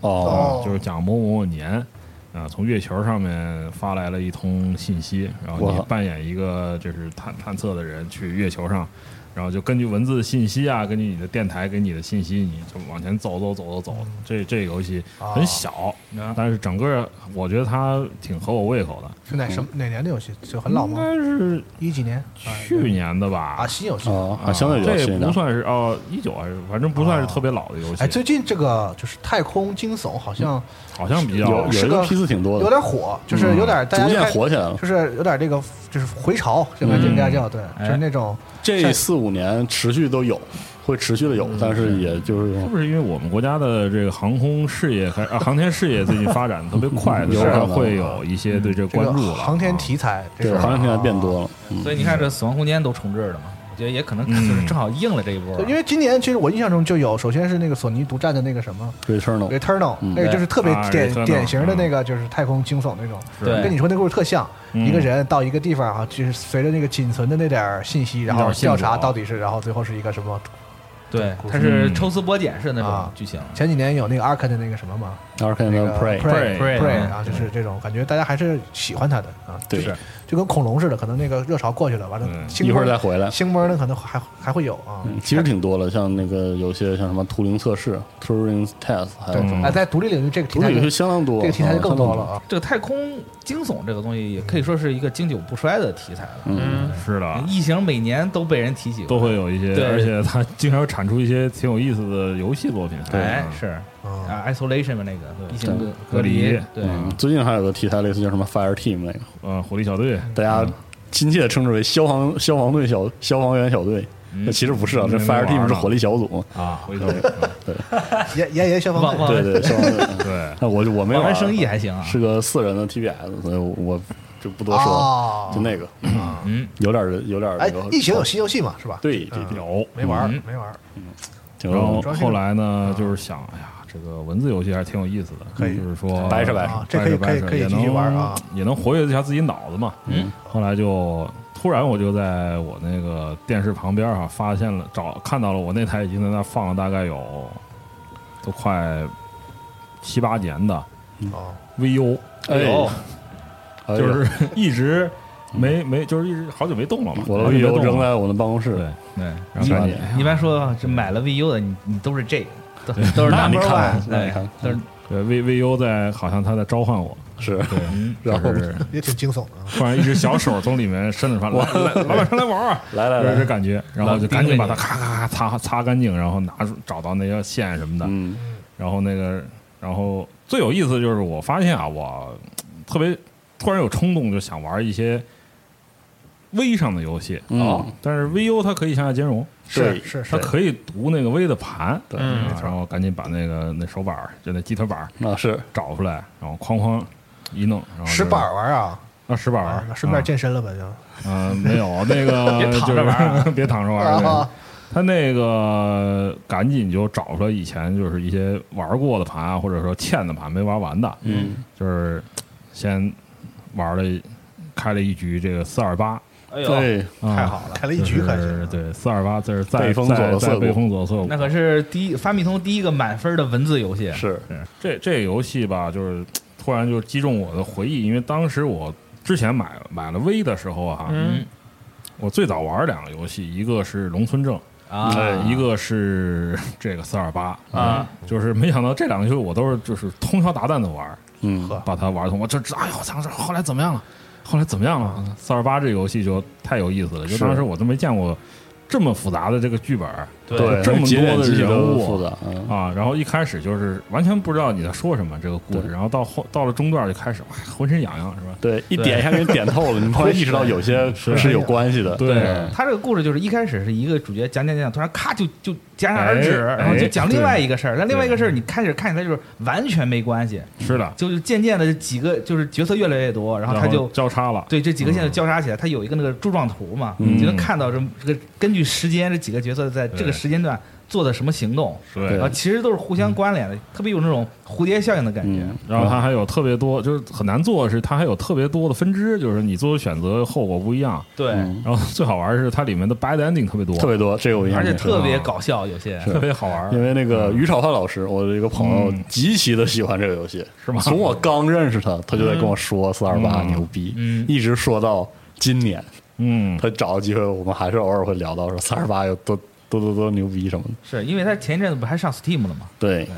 [SPEAKER 5] 哦，
[SPEAKER 8] 就是讲某某某年，啊、从月球上面发来了一通信息，然后你
[SPEAKER 5] 哇
[SPEAKER 8] 扮演一个就是探探测的人去月球上，然后就根据文字信息啊，根据你的电台给你的信息，你就往前走走走走走。这这个游戏
[SPEAKER 5] 啊
[SPEAKER 8] 很小，但是整个我觉得它挺合我胃口的，
[SPEAKER 4] 是哪什么哪年的游戏？就很老
[SPEAKER 8] 应
[SPEAKER 4] 吗？
[SPEAKER 8] 该是
[SPEAKER 4] 一几年？
[SPEAKER 5] 哎
[SPEAKER 8] 去年的
[SPEAKER 4] 啊，
[SPEAKER 8] 吧。啊
[SPEAKER 4] 新游戏。
[SPEAKER 5] 哦，还相对比较
[SPEAKER 8] 这
[SPEAKER 5] 新
[SPEAKER 8] 不
[SPEAKER 5] 的。啊
[SPEAKER 8] 算是哦，一九还是反正不算是特别老的游
[SPEAKER 4] 哎，
[SPEAKER 8] 戏，
[SPEAKER 4] 最近这个就是太空惊悚，好像
[SPEAKER 8] 好像比较
[SPEAKER 5] 有有
[SPEAKER 4] 是
[SPEAKER 5] 一
[SPEAKER 4] 个
[SPEAKER 5] 个批次挺多
[SPEAKER 4] 有
[SPEAKER 5] 的，
[SPEAKER 4] 点火，就是有点大家
[SPEAKER 5] 嗯逐渐
[SPEAKER 4] 开
[SPEAKER 5] 火起来了。
[SPEAKER 4] 就是有点这个就是回潮，应该应该叫对，就是那种
[SPEAKER 5] 这四五年持续都有，会持续的
[SPEAKER 4] 嗯
[SPEAKER 5] 有，但是也就是
[SPEAKER 8] 是不是因为我们国家的这个航空事业还啊航天事业最近发展得特别快，
[SPEAKER 5] 有
[SPEAKER 8] 所以
[SPEAKER 5] 可
[SPEAKER 8] 还
[SPEAKER 5] 能
[SPEAKER 8] 会有一些对这个
[SPEAKER 4] 这个
[SPEAKER 8] 关注了。啊
[SPEAKER 4] 航天题材，这啊
[SPEAKER 5] 对
[SPEAKER 4] 是
[SPEAKER 5] 好像现在变多了。嗯
[SPEAKER 7] 所以你看这《死亡空间》都重置了嘛，我觉得也可能就是正好应了这一波
[SPEAKER 4] 对，，因为今年其实我印象中就有，首先是那个索尼独占的那个什么
[SPEAKER 5] Returnal，
[SPEAKER 4] Returnal，
[SPEAKER 5] 嗯
[SPEAKER 4] 那个就是特别
[SPEAKER 8] 啊
[SPEAKER 4] 典
[SPEAKER 8] Returnal，
[SPEAKER 4] 典型的那个就是太空惊悚那种，
[SPEAKER 7] 对
[SPEAKER 4] 跟你说那故事特像，
[SPEAKER 8] 嗯
[SPEAKER 4] 一个人到一个地方啊，就是随着那个仅存的那点儿信息，然后
[SPEAKER 8] 线
[SPEAKER 4] 调
[SPEAKER 8] 索
[SPEAKER 4] 查到底是，然后最后是一个什么？
[SPEAKER 7] 对，
[SPEAKER 8] 嗯
[SPEAKER 7] 它是抽丝剥茧式的那种
[SPEAKER 4] 啊
[SPEAKER 7] 剧情。
[SPEAKER 4] 前几年有那个 Ark 的那个什么嘛那
[SPEAKER 5] Arcane
[SPEAKER 4] 个
[SPEAKER 5] 呃 Prey，
[SPEAKER 8] Prey，
[SPEAKER 4] Prey
[SPEAKER 7] Prey，
[SPEAKER 4] Prey
[SPEAKER 7] 嗯
[SPEAKER 4] 啊，就是这种感觉，大家还是喜欢它的啊，
[SPEAKER 5] 对
[SPEAKER 4] 就是就跟恐龙似的，可能那个热潮过去了，完了
[SPEAKER 8] 嗯
[SPEAKER 4] 星
[SPEAKER 5] 一会儿
[SPEAKER 4] 波
[SPEAKER 5] 再回来。
[SPEAKER 4] 星波呢可能还还会有啊，
[SPEAKER 5] 嗯，其实挺多了，像那个有些像什么图灵测试 （Turing Test），还有
[SPEAKER 4] 对
[SPEAKER 5] 什么，
[SPEAKER 4] 哎，在独立领域这个题
[SPEAKER 5] 图
[SPEAKER 4] 材
[SPEAKER 5] 灵
[SPEAKER 4] 就
[SPEAKER 5] 游戏相当多，
[SPEAKER 4] 这个题材就
[SPEAKER 5] 嗯
[SPEAKER 4] 更多了。啊。
[SPEAKER 7] 这个太空惊悚这个东西，也可以说是一个经久不衰的题材了。
[SPEAKER 5] 相当多嗯，
[SPEAKER 8] 是的，
[SPEAKER 7] 异形每年都被人提起过，
[SPEAKER 8] 都会有一些，
[SPEAKER 7] 对
[SPEAKER 8] 而且它经常产出一些挺有意思的游戏作品。
[SPEAKER 7] 哎
[SPEAKER 8] 嗯，
[SPEAKER 7] 是
[SPEAKER 4] 嗯
[SPEAKER 7] 啊，isolation 嘛，那个异形
[SPEAKER 5] 对
[SPEAKER 7] 隔隔离，对，
[SPEAKER 5] 嗯，最近还有个题材类似叫什么 Fire Team 那个，
[SPEAKER 8] 呃，火力小队，
[SPEAKER 4] 嗯
[SPEAKER 5] 大家亲切地称之为消防消防队小消防员小队，那其实不是啊，这
[SPEAKER 8] 嗯
[SPEAKER 5] Fire
[SPEAKER 8] 那
[SPEAKER 5] Team
[SPEAKER 8] 玩意
[SPEAKER 5] 是
[SPEAKER 8] 儿
[SPEAKER 5] 火力小组，
[SPEAKER 8] 啊，火力小队，嗯
[SPEAKER 4] 炎炎炎消防
[SPEAKER 7] 忘
[SPEAKER 4] 队
[SPEAKER 7] 忘
[SPEAKER 5] 对对，消防队。 嗯
[SPEAKER 8] 对，
[SPEAKER 5] 那我就我没
[SPEAKER 7] 忘
[SPEAKER 5] 玩
[SPEAKER 7] 完
[SPEAKER 5] 儿
[SPEAKER 7] 生意还行啊，
[SPEAKER 5] 是个四人的 TBS，所以我就不多说了，
[SPEAKER 4] 啊
[SPEAKER 5] 就，那个，
[SPEAKER 7] 嗯，
[SPEAKER 5] 有点儿有点儿
[SPEAKER 4] 哎
[SPEAKER 5] 那个，
[SPEAKER 4] 异形有新游戏嘛，是吧？
[SPEAKER 5] 对，这
[SPEAKER 4] 嗯
[SPEAKER 5] 挺
[SPEAKER 8] 有
[SPEAKER 4] 没玩儿
[SPEAKER 7] 嗯，
[SPEAKER 4] 没玩儿。
[SPEAKER 5] 挺
[SPEAKER 8] 然后
[SPEAKER 5] 有
[SPEAKER 8] 后来呢，就是想，哎呀，这个文字游戏还是挺有意思的，
[SPEAKER 5] 可以
[SPEAKER 8] 就是说
[SPEAKER 5] 掰扯掰扯
[SPEAKER 4] 啊，这可以可以可以继续玩啊，
[SPEAKER 8] 也能活跃一下自己脑子嘛。
[SPEAKER 5] 嗯，
[SPEAKER 8] 后来就突然我就在我那个电视旁边哈、发现了找看到了我那台已经在那放了大概有都快七八年的
[SPEAKER 4] 哦
[SPEAKER 8] VU，
[SPEAKER 5] 哎呦，嗯哎呦嗯
[SPEAKER 8] 就是一直没没就是一直好久没动了嘛，
[SPEAKER 5] 我
[SPEAKER 8] 好
[SPEAKER 5] 都
[SPEAKER 8] 久没动
[SPEAKER 5] 都扔
[SPEAKER 8] 了。
[SPEAKER 5] 在我嗯的办公室，
[SPEAKER 8] 对对，然后
[SPEAKER 5] 一八
[SPEAKER 8] 赶紧
[SPEAKER 5] 年，
[SPEAKER 7] 一般说这买了 VU 的，你你都是这个，都都是
[SPEAKER 5] 那你
[SPEAKER 7] number
[SPEAKER 5] 看
[SPEAKER 7] one，，
[SPEAKER 5] 那你
[SPEAKER 7] 对，
[SPEAKER 5] 看
[SPEAKER 7] 都是
[SPEAKER 8] 对 V V U 在好像他在召唤我，
[SPEAKER 5] 是，
[SPEAKER 8] 对，
[SPEAKER 5] 嗯然后
[SPEAKER 8] 就是
[SPEAKER 4] 也挺惊悚的啊。
[SPEAKER 8] 突然一只小手从里面伸了出来，来来，老板上来玩啊玩，
[SPEAKER 5] 来来
[SPEAKER 8] 就是这
[SPEAKER 5] 来，
[SPEAKER 8] 感觉，然后就赶紧把它咔咔咔擦擦干净，然后拿出找到那个线什么的，
[SPEAKER 5] 嗯，
[SPEAKER 8] 然后那个，然后最有意思就是我发现啊，我嗯特别突然有冲动，就想玩一些 V 上的游戏啊、
[SPEAKER 5] 嗯
[SPEAKER 8] 但是 VU 它可以向下兼容，
[SPEAKER 5] 对
[SPEAKER 4] 是
[SPEAKER 8] 它
[SPEAKER 4] 是，
[SPEAKER 8] 可以读那个 V 的盘，
[SPEAKER 5] 对嗯
[SPEAKER 8] 啊然后赶紧把那个那手板儿就那鸡腿板儿
[SPEAKER 5] 那是
[SPEAKER 8] 找出来，然后哐哐一弄，然后
[SPEAKER 4] 石板
[SPEAKER 8] 板
[SPEAKER 4] 玩啊，
[SPEAKER 8] 啊石板儿
[SPEAKER 4] 啊，顺便健身了呗就。
[SPEAKER 8] 啊、呃没有那个
[SPEAKER 7] 别躺着玩儿
[SPEAKER 8] 就是 别躺着玩儿。对他那个赶紧就找出来以前就是一些玩过的盘啊，或者说欠的盘没玩完的，
[SPEAKER 5] 嗯，
[SPEAKER 8] 就是先玩了开了一局这个四二八，
[SPEAKER 7] 哎呦，
[SPEAKER 5] 对，
[SPEAKER 8] 太
[SPEAKER 4] 嗯好了，开了一局可
[SPEAKER 8] 是
[SPEAKER 4] 是。
[SPEAKER 8] 对四二八，这是在
[SPEAKER 5] 被封锁的
[SPEAKER 8] 在
[SPEAKER 5] 涩
[SPEAKER 8] 在
[SPEAKER 5] 谷
[SPEAKER 8] 被封锁的涩谷
[SPEAKER 7] 那可是第一发米通第一个满分的文字游戏，
[SPEAKER 5] 是
[SPEAKER 8] 是这这游戏吧，就是突然就击中我的回忆，因为当时我之前买买了 V 的时候啊，
[SPEAKER 7] 嗯
[SPEAKER 8] 我最早玩两个游戏，一个是农村证，
[SPEAKER 7] 啊，
[SPEAKER 8] 哎一个是 这个四二八嗯
[SPEAKER 7] 啊，
[SPEAKER 8] 就是没想到这两个游戏我都是就是通宵达旦的玩，
[SPEAKER 5] 嗯，
[SPEAKER 4] 呵
[SPEAKER 8] 把它玩通。我这这哎呦，我操！这后来怎么样了？后来怎么样了？四二八这游戏就太有意思了，就是当时我都没见过这么复杂的这个剧本
[SPEAKER 5] 对，
[SPEAKER 8] 这么多
[SPEAKER 5] 节点
[SPEAKER 8] 的
[SPEAKER 5] 记忆
[SPEAKER 8] 人
[SPEAKER 5] 都
[SPEAKER 8] 物
[SPEAKER 5] 复杂，嗯，
[SPEAKER 8] 啊。然后一开始就是完全不知道你在说什么这个故事，
[SPEAKER 5] 对
[SPEAKER 8] 然后到后到了中段就开始，哎，浑身痒痒是吧？
[SPEAKER 5] 对，一点一下给你点透了，你突然意识到有些是有关系的，
[SPEAKER 8] 对
[SPEAKER 5] 嗯
[SPEAKER 7] 他这个故事就是一开始是一个主角讲讲讲，突然咔就就戛然而止，
[SPEAKER 8] 哎
[SPEAKER 7] 然后就讲
[SPEAKER 8] 哎
[SPEAKER 7] 另外一个事儿。那另外一个
[SPEAKER 8] 对
[SPEAKER 7] 事儿，你开始看起来就是完全没关系，
[SPEAKER 8] 是的，
[SPEAKER 7] 就是渐渐的几个就是角色越来越多，然后啊他就
[SPEAKER 8] 交叉了。
[SPEAKER 7] 对这几个线就交叉起来。他有一个那个柱状图嘛，
[SPEAKER 5] 嗯
[SPEAKER 7] 你就能看到这这个根据时间这几个角色在这个
[SPEAKER 8] 对
[SPEAKER 7] 时间段做的什么行动，
[SPEAKER 8] 对
[SPEAKER 7] 然后其实都是互相关联的，特别有那种蝴蝶效应的感觉。
[SPEAKER 5] 嗯，
[SPEAKER 8] 然后它还有特别多，就是很难做的是，它还有特别多的分支，就是你做的选择后果不一样。
[SPEAKER 7] 对，
[SPEAKER 5] 嗯
[SPEAKER 8] 然后最好玩的是它里面的 bad ending 特别多，
[SPEAKER 5] 特别多，这个我印象
[SPEAKER 7] 而且
[SPEAKER 5] 挺深
[SPEAKER 7] 特别搞笑，有些
[SPEAKER 8] 特别好玩
[SPEAKER 5] 因为那个于炒饭老师，我的一个朋友
[SPEAKER 8] 嗯
[SPEAKER 5] 极其的喜欢这个游戏，
[SPEAKER 8] 是吗
[SPEAKER 5] 从我刚认识他，他就在跟我说四二八牛逼，
[SPEAKER 7] 嗯
[SPEAKER 5] 一直说到今年，
[SPEAKER 8] 嗯，
[SPEAKER 5] 他找个机会，我们还是偶尔会聊到说四二八有多多多多牛逼什么的。
[SPEAKER 7] 是因为他前一阵子不还上 Steam 了吗？
[SPEAKER 5] 对，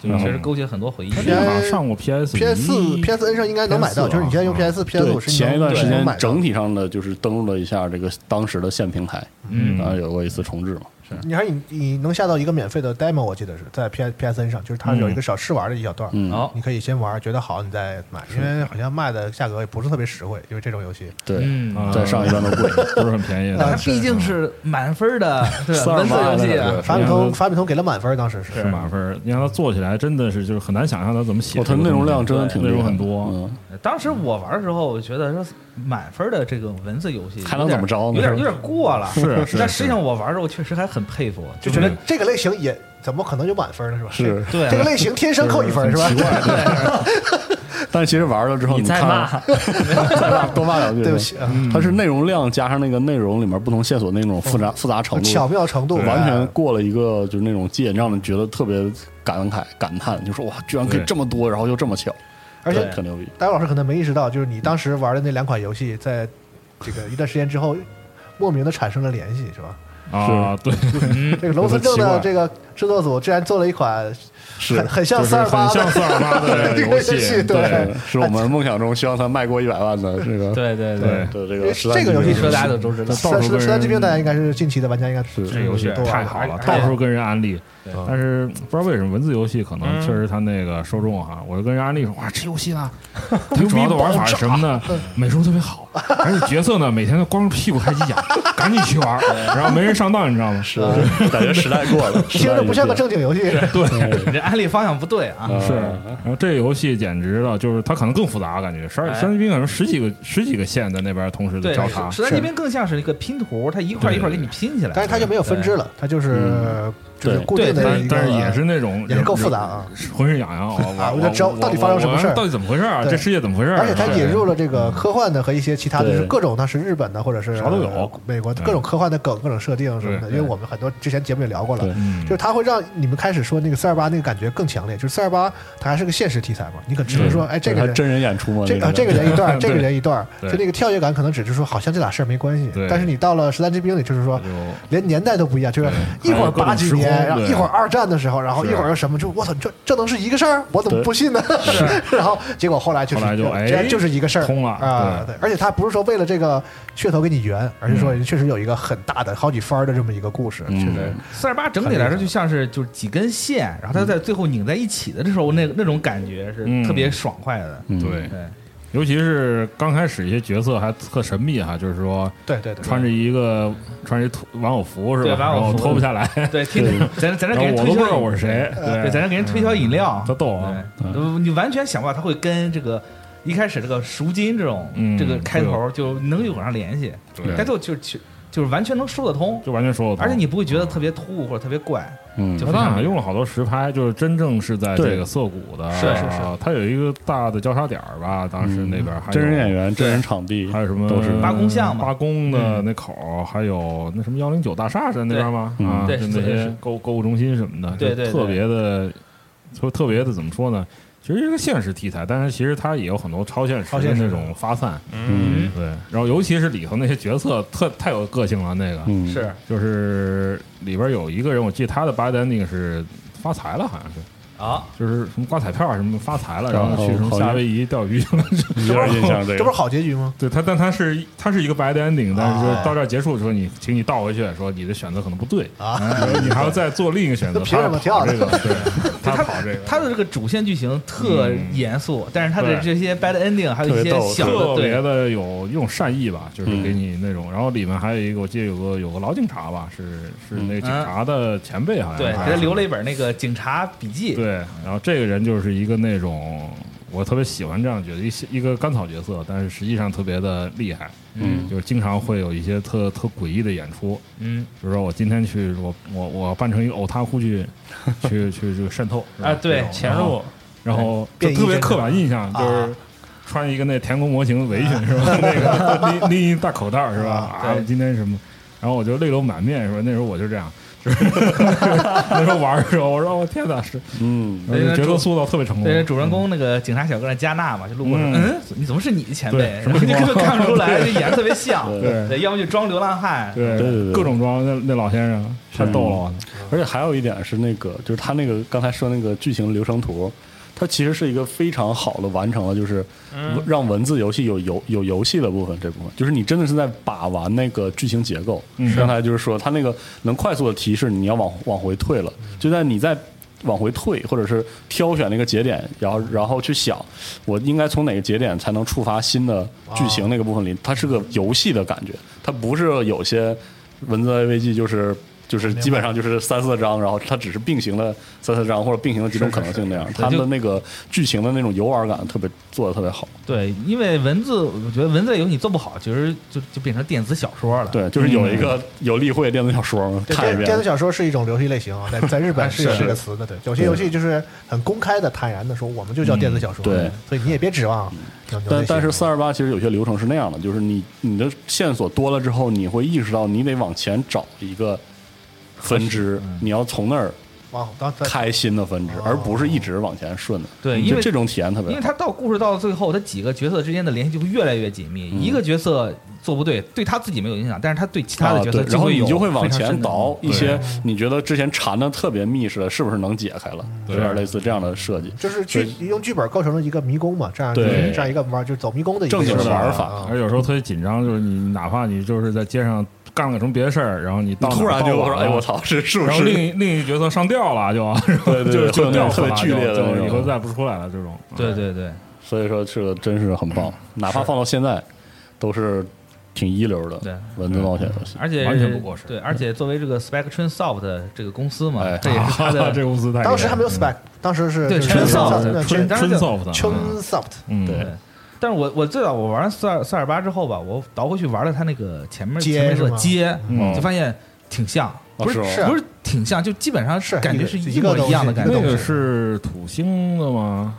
[SPEAKER 7] 就确实勾起了很多回忆。
[SPEAKER 8] 他这个好像上过 PS
[SPEAKER 4] PS 四、PSN 上应该能买到，
[SPEAKER 8] PS4
[SPEAKER 4] 就是你现在用 PS 4 PS
[SPEAKER 5] 对，
[SPEAKER 4] 五是
[SPEAKER 5] 前一段时
[SPEAKER 4] 能
[SPEAKER 5] 间
[SPEAKER 4] 买到
[SPEAKER 5] 整体上的就是登录了一下这个当时的现平台，
[SPEAKER 7] 嗯
[SPEAKER 5] 然后有过一次重置嘛。
[SPEAKER 4] 你还你你能下到一个免费的 demo，我记得是在 P P S N 上，就是它有一个小试玩的一小段儿，
[SPEAKER 5] 嗯
[SPEAKER 7] 好
[SPEAKER 4] 你可以先玩，觉得好你再买，因为好像卖的价格也不是特别实惠，因为这种游戏
[SPEAKER 5] 对，
[SPEAKER 7] 嗯，
[SPEAKER 8] 啊
[SPEAKER 5] 在上一段都啊贵。
[SPEAKER 8] 不是很便宜
[SPEAKER 7] 那它
[SPEAKER 8] 的，
[SPEAKER 7] 毕竟是满分 的是吧
[SPEAKER 5] 四二
[SPEAKER 7] 文字
[SPEAKER 5] 八
[SPEAKER 7] 游戏
[SPEAKER 5] 那
[SPEAKER 7] 啊
[SPEAKER 5] 个，
[SPEAKER 4] 法米
[SPEAKER 8] 因为
[SPEAKER 4] 通
[SPEAKER 8] 它
[SPEAKER 4] 法米通给了满分，当时
[SPEAKER 8] 是
[SPEAKER 4] 是
[SPEAKER 8] 满分。你让它做起来真的是就是很难想象它怎么写
[SPEAKER 5] 我
[SPEAKER 8] 这
[SPEAKER 5] 哦它
[SPEAKER 8] 个东西。
[SPEAKER 5] 内容量真的挺
[SPEAKER 8] 内
[SPEAKER 5] 厉害
[SPEAKER 8] 容
[SPEAKER 5] 的
[SPEAKER 8] 很多，
[SPEAKER 5] 嗯，
[SPEAKER 7] 当时我玩的时候，我觉得说满分的这个文字游戏
[SPEAKER 5] 还能
[SPEAKER 7] 有点
[SPEAKER 5] 怎么着呢
[SPEAKER 7] 有点有点过了。
[SPEAKER 8] 是是
[SPEAKER 7] 但
[SPEAKER 8] 是
[SPEAKER 7] 实际上我玩的时候，我确实还很佩服，
[SPEAKER 4] 就
[SPEAKER 7] 就
[SPEAKER 4] 觉
[SPEAKER 7] 是
[SPEAKER 4] 得这个类型也怎么可能有满分呢？是吧？
[SPEAKER 5] 是
[SPEAKER 4] 这
[SPEAKER 7] 对啊
[SPEAKER 4] 这个类型天生扣一分是吧？
[SPEAKER 5] 但是其实玩了之后，
[SPEAKER 6] 你
[SPEAKER 5] 你
[SPEAKER 6] 再
[SPEAKER 5] 看，
[SPEAKER 6] 骂
[SPEAKER 5] 再骂多骂两句 吧。
[SPEAKER 4] 对不起啊，
[SPEAKER 5] 它是内容量加上那个内容里面不同线索那种复杂复杂程度，
[SPEAKER 4] 嗯巧妙程度啊
[SPEAKER 5] 完全过了一个就是那种界，让你觉得特别感慨感叹，就说哇，居然可以这么多，然后又这么巧，
[SPEAKER 4] 而且
[SPEAKER 5] 很牛逼。
[SPEAKER 4] 大姚老师可能没意识到，就是你当时玩的那两款游戏，在这个一段时间之后，莫名的产生了联系，是吧？
[SPEAKER 8] 啊，对，
[SPEAKER 4] 这个龙村正的这个制作组竟然做了一款
[SPEAKER 5] 是
[SPEAKER 4] 很很像
[SPEAKER 8] 就是
[SPEAKER 4] 三二
[SPEAKER 8] 很
[SPEAKER 4] 八
[SPEAKER 8] 像
[SPEAKER 4] 的
[SPEAKER 8] 四二八的游
[SPEAKER 4] 这个游
[SPEAKER 8] 戏
[SPEAKER 4] 戏，
[SPEAKER 8] 对
[SPEAKER 4] 对
[SPEAKER 5] 是我们梦想中希望它卖过一百万的这个
[SPEAKER 7] 对对
[SPEAKER 8] 对，
[SPEAKER 5] 的这
[SPEAKER 4] 因为
[SPEAKER 5] 个时代
[SPEAKER 4] 这个游戏
[SPEAKER 7] 说大家都都知道，
[SPEAKER 8] 到处
[SPEAKER 4] 三十
[SPEAKER 8] 跟人
[SPEAKER 4] 十代之兵，大家应该是近期的玩家，应该是
[SPEAKER 7] 这游戏
[SPEAKER 4] 多啊哎
[SPEAKER 8] 太
[SPEAKER 4] 玩
[SPEAKER 8] 好了，
[SPEAKER 4] 而且
[SPEAKER 8] 到处跟人安利
[SPEAKER 7] 对。
[SPEAKER 8] 但是不知道为什么文字游戏可能确实它那个受众哈，我就跟人安利说哇，这游戏呢，它主要的玩法是什么呢？美术特别好，而且角色呢每天都光着屁股开机甲，赶紧去玩，然后没人上当，你知道吗？
[SPEAKER 5] 是感觉时代过了，
[SPEAKER 4] 听着不像个正经游戏，
[SPEAKER 7] 你这安利方向不对啊。
[SPEAKER 8] 是，
[SPEAKER 5] 嗯
[SPEAKER 8] 然后这游戏简直了，就是它可能更复杂，感觉十二
[SPEAKER 7] 哎
[SPEAKER 8] 三级兵可能十几个十几个线在那边同时
[SPEAKER 7] 对
[SPEAKER 8] 的交叉，
[SPEAKER 7] 十三级兵更像是一个拼图，它一块一块给你拼起来。
[SPEAKER 4] 但是它就没有分支了，它就是就是
[SPEAKER 5] 对
[SPEAKER 4] 固
[SPEAKER 6] 对
[SPEAKER 4] 定的一
[SPEAKER 8] 但
[SPEAKER 4] 个，
[SPEAKER 8] 但是也是那种
[SPEAKER 4] 也是够复杂啊。
[SPEAKER 8] 浑身痒 痒啊！
[SPEAKER 4] 啊
[SPEAKER 8] 我
[SPEAKER 4] 我就知道到底发生什么事儿
[SPEAKER 8] 我到底怎么回事儿啊？
[SPEAKER 4] 对
[SPEAKER 8] 这世界怎么回事儿啊？
[SPEAKER 4] 而且它
[SPEAKER 8] 对
[SPEAKER 4] 引入了这个科幻的和一些其他的，
[SPEAKER 5] 对
[SPEAKER 4] 就是各种，它是日本的或者是
[SPEAKER 8] 啥都有
[SPEAKER 4] 呃美国的
[SPEAKER 8] 对
[SPEAKER 4] 各种科幻的梗、各种设定什么的。
[SPEAKER 8] 对
[SPEAKER 4] 因为我们很多之前节目也聊过了，
[SPEAKER 5] 对
[SPEAKER 8] 嗯
[SPEAKER 4] 就是它会让你们开始说那个四二八那个感觉更强烈，就是四二八它还是个现实题材嘛，你可只能说，哎，这个
[SPEAKER 5] 还
[SPEAKER 4] 人
[SPEAKER 5] 真人演出嘛，
[SPEAKER 4] 这
[SPEAKER 5] 那
[SPEAKER 4] 啊，
[SPEAKER 5] 种
[SPEAKER 4] 这个人一段儿，这个
[SPEAKER 8] 对
[SPEAKER 4] 人一段儿，
[SPEAKER 8] 对
[SPEAKER 4] 所以那个跳跃感可能只是说好像这俩事儿没关系
[SPEAKER 8] 对，
[SPEAKER 4] 但是你到了十三之兵里，就是说
[SPEAKER 8] 就
[SPEAKER 4] 连年代都不一样，就是一会
[SPEAKER 8] 还
[SPEAKER 4] 儿
[SPEAKER 8] 有各种
[SPEAKER 4] 八几
[SPEAKER 8] 时空
[SPEAKER 4] 年，然后
[SPEAKER 8] 对
[SPEAKER 4] 一会儿二战的时候，然后
[SPEAKER 8] 是
[SPEAKER 4] 一会儿又什么，就我操，这这能是一个事儿？我怎么
[SPEAKER 5] 对
[SPEAKER 4] 不信呢？ 然后结果后来就是
[SPEAKER 8] 后来就哎
[SPEAKER 4] 这就是一个事儿
[SPEAKER 8] 通了
[SPEAKER 4] 啊，对，而且他不是说为了这个噱头给你圆，而是说
[SPEAKER 8] 嗯
[SPEAKER 4] 人确实有一个很大的好几番儿的这么一个故事，
[SPEAKER 5] 嗯
[SPEAKER 4] 确实
[SPEAKER 7] 四十八整体来说就像是就是几根线，然后它在最后拧在一起的时候，那那种感觉是
[SPEAKER 8] 嗯
[SPEAKER 7] 特别爽快的。
[SPEAKER 5] 嗯
[SPEAKER 8] 对
[SPEAKER 7] 对，
[SPEAKER 8] 尤其是刚开始一些角色还特神秘哈，就是说
[SPEAKER 4] 对对对，
[SPEAKER 8] 穿着一个穿着一兔玩偶服是
[SPEAKER 7] 对
[SPEAKER 8] 吧？
[SPEAKER 7] 玩偶
[SPEAKER 8] 然后
[SPEAKER 7] 服
[SPEAKER 8] 脱不下来，
[SPEAKER 7] 对，听咱咱这
[SPEAKER 8] 嗯然
[SPEAKER 7] 给人
[SPEAKER 8] 后我
[SPEAKER 7] 推销
[SPEAKER 8] 都不知道
[SPEAKER 7] 饮
[SPEAKER 8] 我是谁，
[SPEAKER 7] 对，咱这给人推销饮料，
[SPEAKER 8] 特逗啊！
[SPEAKER 7] 对，呃你完全想不到他会跟这个一开始这个赎金这种、
[SPEAKER 8] 嗯
[SPEAKER 7] 这个开头就能有上联系，
[SPEAKER 8] 对
[SPEAKER 7] 但就就就就是完全能说得通，
[SPEAKER 8] 就完全说得通
[SPEAKER 7] 而且你不会觉得特别突兀或者特别怪，
[SPEAKER 5] 嗯
[SPEAKER 7] 就
[SPEAKER 8] 他
[SPEAKER 7] 非
[SPEAKER 8] 当
[SPEAKER 7] 常
[SPEAKER 8] 场用了好多实拍，就是真正是在
[SPEAKER 5] 对
[SPEAKER 8] 这个涩谷的，啊
[SPEAKER 7] 是是嗯是，
[SPEAKER 8] 它有一个大的交叉点儿吧，当时那边还有
[SPEAKER 5] 嗯真人演员、真人场地
[SPEAKER 8] 还有什么
[SPEAKER 5] 都是
[SPEAKER 7] 八公巷嘛
[SPEAKER 8] 八公的那口儿，还有那什么幺零九大厦是在那边吗？
[SPEAKER 5] 对
[SPEAKER 8] 啊，
[SPEAKER 5] 嗯
[SPEAKER 7] 对
[SPEAKER 8] 就是那
[SPEAKER 7] 的
[SPEAKER 8] 些
[SPEAKER 7] 是
[SPEAKER 8] 购购物中心什么的，
[SPEAKER 7] 对
[SPEAKER 8] 就
[SPEAKER 7] 对对
[SPEAKER 8] 特别的，就特别的怎么说呢？其实是个现实题材，但是其实它也有很多超现实
[SPEAKER 4] 超
[SPEAKER 8] 的
[SPEAKER 4] 现实
[SPEAKER 8] 那种发散，
[SPEAKER 5] 嗯
[SPEAKER 8] 对。然后尤其是里头那些角色特太有个性了，那个
[SPEAKER 5] 嗯
[SPEAKER 7] 是
[SPEAKER 8] 就是里边有一个人，我记得他的 bad ending 是发财了，好像是。
[SPEAKER 7] 啊，
[SPEAKER 8] 就是什么刮彩票啊，什么发财了，
[SPEAKER 5] 然
[SPEAKER 8] 然
[SPEAKER 5] 后
[SPEAKER 8] 后去什么夏威夷钓鱼去了。
[SPEAKER 5] 有点印象
[SPEAKER 4] 这
[SPEAKER 5] 个
[SPEAKER 4] 不是好结局吗？
[SPEAKER 8] 对他，但他是他是一个 bad ending，但是就是
[SPEAKER 4] 啊
[SPEAKER 8] 到这儿结束的时候，你请你倒回去说你的选择可能不对
[SPEAKER 4] 啊，
[SPEAKER 8] 然后你还要再做另一个选择。
[SPEAKER 4] 那 凭什么
[SPEAKER 8] 他要
[SPEAKER 4] 跳
[SPEAKER 8] 跑
[SPEAKER 4] 呢
[SPEAKER 8] 这个？ 对，他跑这个，
[SPEAKER 7] 他的这个主线剧情特
[SPEAKER 8] 嗯
[SPEAKER 7] 严肃，但是他的
[SPEAKER 8] 对
[SPEAKER 7] 这些 bad ending 还有一
[SPEAKER 5] 特别
[SPEAKER 7] 些
[SPEAKER 5] 逗
[SPEAKER 7] 小
[SPEAKER 8] 特
[SPEAKER 7] 的对。
[SPEAKER 8] 别的有用善意吧，就是
[SPEAKER 5] 嗯
[SPEAKER 8] 给你那种。然后里面还有一个，我记得有个有个老警察吧，是是那
[SPEAKER 4] 啊
[SPEAKER 8] 个警察的前辈，好像
[SPEAKER 7] 嗯对，
[SPEAKER 8] 还
[SPEAKER 7] 给他
[SPEAKER 8] 是
[SPEAKER 7] 留了一本那个警察笔记，
[SPEAKER 8] 对，然后这个人就是一个那种我特别喜欢这样角色，一些一个甘草角色，但是实际上特别的厉害，
[SPEAKER 5] 嗯
[SPEAKER 8] 就是经常会有一些特特诡异的演出，
[SPEAKER 7] 嗯
[SPEAKER 8] 比如说我今天去我我我扮成一个偶他 哭去去去去渗透
[SPEAKER 7] 啊，对，
[SPEAKER 8] 潜入，然后就
[SPEAKER 4] 变异
[SPEAKER 8] 特别
[SPEAKER 4] 真的
[SPEAKER 8] 刻板印象就是。
[SPEAKER 7] 啊
[SPEAKER 8] 穿一个那田宫模型围裙 是吧？那个拎拎一大口袋是吧？啊
[SPEAKER 7] 对，
[SPEAKER 8] 今天什么？然后我就泪流满面说，那时候我就这样，就是 那时候玩的时候，我说我天哪，是
[SPEAKER 5] 嗯
[SPEAKER 8] 而且角色塑造特别成功。
[SPEAKER 7] 对，主人公那个警察小哥那加纳嘛，就路过说：“
[SPEAKER 8] 嗯
[SPEAKER 7] 嗯，你怎么是你的前
[SPEAKER 8] 对
[SPEAKER 7] 辈？”然
[SPEAKER 8] 什么
[SPEAKER 7] 后你
[SPEAKER 8] 情
[SPEAKER 7] 根
[SPEAKER 8] 况
[SPEAKER 7] 本看不出来，就演得特别像。
[SPEAKER 8] 对
[SPEAKER 7] 对，要么就装流浪汉，
[SPEAKER 8] 对
[SPEAKER 5] 对对对嗯
[SPEAKER 8] 各种装那那老先生太逗了，我操！
[SPEAKER 5] 而且还有一点是那个，就是他那个刚才说那个剧情流程图，它其实是一个非常好的完成了，就是让文字游戏有游有游戏的部分这部分，就是你真的是在把玩那个剧情结构。刚才就是说，它那个能快速的提示你要往往回退了，就在你在。往回退，或者是挑选那个节点，然后然后去想，我应该从哪个节点才能触发新的剧情那个部分里，它是个游戏的感觉，它不是有些文字 AVG 就是就是基本上就是三四章，然后它只是并行了三四章或者并行了几种可能性那样，它的那个剧情的那种游玩感特别做的特别好，
[SPEAKER 7] 对，因为文字，我觉得文字游戏你做不好，其实就就变成电子小说了。
[SPEAKER 5] 对，就是有一个有例会电子小说嘛
[SPEAKER 4] 对
[SPEAKER 5] 看一
[SPEAKER 4] 电电子
[SPEAKER 5] 遍，
[SPEAKER 4] 小说是一种游戏类型啊， 在在日本
[SPEAKER 8] 哎
[SPEAKER 7] 啊
[SPEAKER 4] 是有
[SPEAKER 7] 是
[SPEAKER 4] 这个词的。对，有些游戏就是很公开的、坦然的说，我们就叫电子小说。
[SPEAKER 5] 嗯对，
[SPEAKER 4] 所以你也别指
[SPEAKER 8] 嗯
[SPEAKER 4] 望有牛
[SPEAKER 5] 但但是
[SPEAKER 4] 四
[SPEAKER 5] 四二八其实有些流程是那样的，就是你你的线索多了之后，你会意识到你得往前找一个分支，
[SPEAKER 4] 嗯
[SPEAKER 5] 你要从那儿
[SPEAKER 4] 往当咱
[SPEAKER 5] 开新的分支，而不是一直往前顺的。
[SPEAKER 7] 对因
[SPEAKER 5] 就
[SPEAKER 7] 为
[SPEAKER 5] 这种体验特别好
[SPEAKER 7] 因为。他到故事到最后，他几个角色之间的联系就会越来越紧密。
[SPEAKER 5] 嗯
[SPEAKER 7] 一个角色做不对，对他自己没有影响，但是他对其他
[SPEAKER 5] 啊，
[SPEAKER 7] 的角
[SPEAKER 5] 对，
[SPEAKER 7] 色
[SPEAKER 5] 然后
[SPEAKER 7] 会有
[SPEAKER 5] 你就会
[SPEAKER 7] 非
[SPEAKER 5] 往
[SPEAKER 7] 常
[SPEAKER 5] 前
[SPEAKER 7] 深的嗯
[SPEAKER 5] 倒一
[SPEAKER 8] 对
[SPEAKER 5] 些你觉得之前缠的特别密似的，是不是能解开了？有点类似这样的设计，
[SPEAKER 4] 就是剧用剧本构成了一个迷宫嘛，这样
[SPEAKER 5] 对
[SPEAKER 4] 这样一个玩就是走迷宫的一个
[SPEAKER 5] 正经
[SPEAKER 4] 游戏
[SPEAKER 5] 的玩
[SPEAKER 4] 啊
[SPEAKER 5] 法。
[SPEAKER 8] 而且有时候特别紧张，就是你哪怕你就是在街上干了个什么别的事儿，然后你到
[SPEAKER 5] 突然就
[SPEAKER 8] 我
[SPEAKER 5] 说：“哎，我！操，是是不
[SPEAKER 8] 然后另
[SPEAKER 5] 是
[SPEAKER 8] 一另一角色上吊 了，就
[SPEAKER 5] 对对对会有那
[SPEAKER 8] 就就
[SPEAKER 5] 种
[SPEAKER 8] 掉
[SPEAKER 5] 特别
[SPEAKER 8] 了
[SPEAKER 5] 剧烈的
[SPEAKER 8] 就
[SPEAKER 5] 那
[SPEAKER 8] 就
[SPEAKER 5] 种
[SPEAKER 8] 以后再不出来了这种。
[SPEAKER 7] 对对对，？”
[SPEAKER 5] 所以说这个真是很棒，哪怕放到现在都是挺一流
[SPEAKER 7] 对
[SPEAKER 5] 的文字冒险游戏。
[SPEAKER 7] 而且
[SPEAKER 8] 完全不过时
[SPEAKER 7] 对，而且作为这个 Spectrum Soft 这个公司嘛
[SPEAKER 5] 哎，
[SPEAKER 7] 这也是他的
[SPEAKER 8] 这公司太
[SPEAKER 4] 当时还没有
[SPEAKER 8] 嗯
[SPEAKER 4] spec，当时是
[SPEAKER 7] 对
[SPEAKER 4] 就是
[SPEAKER 7] 纯 soft，
[SPEAKER 4] 纯
[SPEAKER 8] 春
[SPEAKER 4] 纯
[SPEAKER 7] 当时
[SPEAKER 8] 春
[SPEAKER 7] 就
[SPEAKER 8] soft 的
[SPEAKER 4] 纯 soft
[SPEAKER 8] 嗯
[SPEAKER 5] 啊对
[SPEAKER 7] 但是我我最早我玩四二四二八之后吧，我倒回去玩了它那个前面
[SPEAKER 4] 街
[SPEAKER 7] 前面那
[SPEAKER 4] 是
[SPEAKER 7] 个
[SPEAKER 4] 吗
[SPEAKER 7] 街，
[SPEAKER 8] 嗯
[SPEAKER 7] 就发现挺像，
[SPEAKER 5] 不是吗
[SPEAKER 4] 是啊
[SPEAKER 7] 不是挺像，就基本上
[SPEAKER 4] 是
[SPEAKER 7] 感觉
[SPEAKER 4] 一个
[SPEAKER 7] 是
[SPEAKER 4] 一
[SPEAKER 7] 一
[SPEAKER 4] 个
[SPEAKER 7] 模
[SPEAKER 4] 东
[SPEAKER 7] 一样的
[SPEAKER 4] 西
[SPEAKER 7] 感
[SPEAKER 4] 一
[SPEAKER 7] 觉
[SPEAKER 8] 那
[SPEAKER 4] 个。
[SPEAKER 8] 个是土星的吗？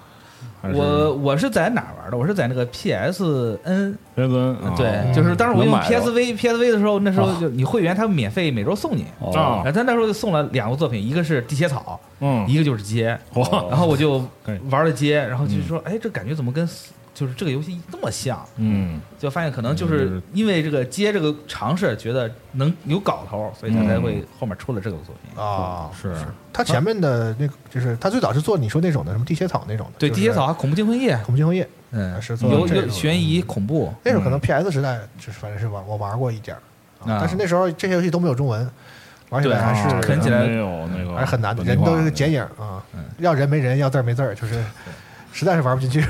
[SPEAKER 8] 还是
[SPEAKER 7] 我我是在哪儿玩的？我是在那个 PSN，
[SPEAKER 8] 伦敦啊
[SPEAKER 7] 对，就是当时我用
[SPEAKER 5] 能买到
[SPEAKER 7] PSV PSV 的时候，那时候
[SPEAKER 5] 啊
[SPEAKER 7] 就你会员他免费每周送你，
[SPEAKER 5] 哦
[SPEAKER 8] 啊
[SPEAKER 7] 然后他那时候就送了两个作品，一个是地切草，
[SPEAKER 8] 嗯，哦
[SPEAKER 7] 一个就是街，
[SPEAKER 8] 哇，
[SPEAKER 7] 然后我就
[SPEAKER 8] 可以
[SPEAKER 7] 玩了街，然后就说，哎，这感觉怎么跟就是这个游戏这么像？
[SPEAKER 8] 嗯，
[SPEAKER 7] 就发现可能就
[SPEAKER 8] 嗯就是
[SPEAKER 7] 是因为这个接这个尝试，觉得能有搞头，所以他
[SPEAKER 8] 嗯
[SPEAKER 7] 才会后面出了这个作品。
[SPEAKER 4] 啊，
[SPEAKER 8] 是
[SPEAKER 4] 他前面的那个就是他最早是做你说那种的什么地切草那种的，
[SPEAKER 7] 对，
[SPEAKER 4] 就
[SPEAKER 7] 地
[SPEAKER 4] 是
[SPEAKER 7] 铁草、还恐怖惊魂夜，
[SPEAKER 4] 恐怖惊魂夜，
[SPEAKER 7] 嗯，
[SPEAKER 4] 是做
[SPEAKER 7] 有
[SPEAKER 4] 这
[SPEAKER 7] 有
[SPEAKER 4] 种
[SPEAKER 7] 悬疑恐怖，
[SPEAKER 4] 那时候可能 PS 时代就是反正是玩我玩过一点儿，
[SPEAKER 7] 啊
[SPEAKER 4] 啊但是那时候这些游戏都没有中文，玩起来
[SPEAKER 7] 对
[SPEAKER 4] 还
[SPEAKER 8] 啊
[SPEAKER 4] 是
[SPEAKER 7] 啃起来
[SPEAKER 8] 没有那个，
[SPEAKER 4] 还是很难的，人都是
[SPEAKER 8] 简
[SPEAKER 4] 剪影啊，要人没人，要字儿没字儿，就是实在是玩不进去。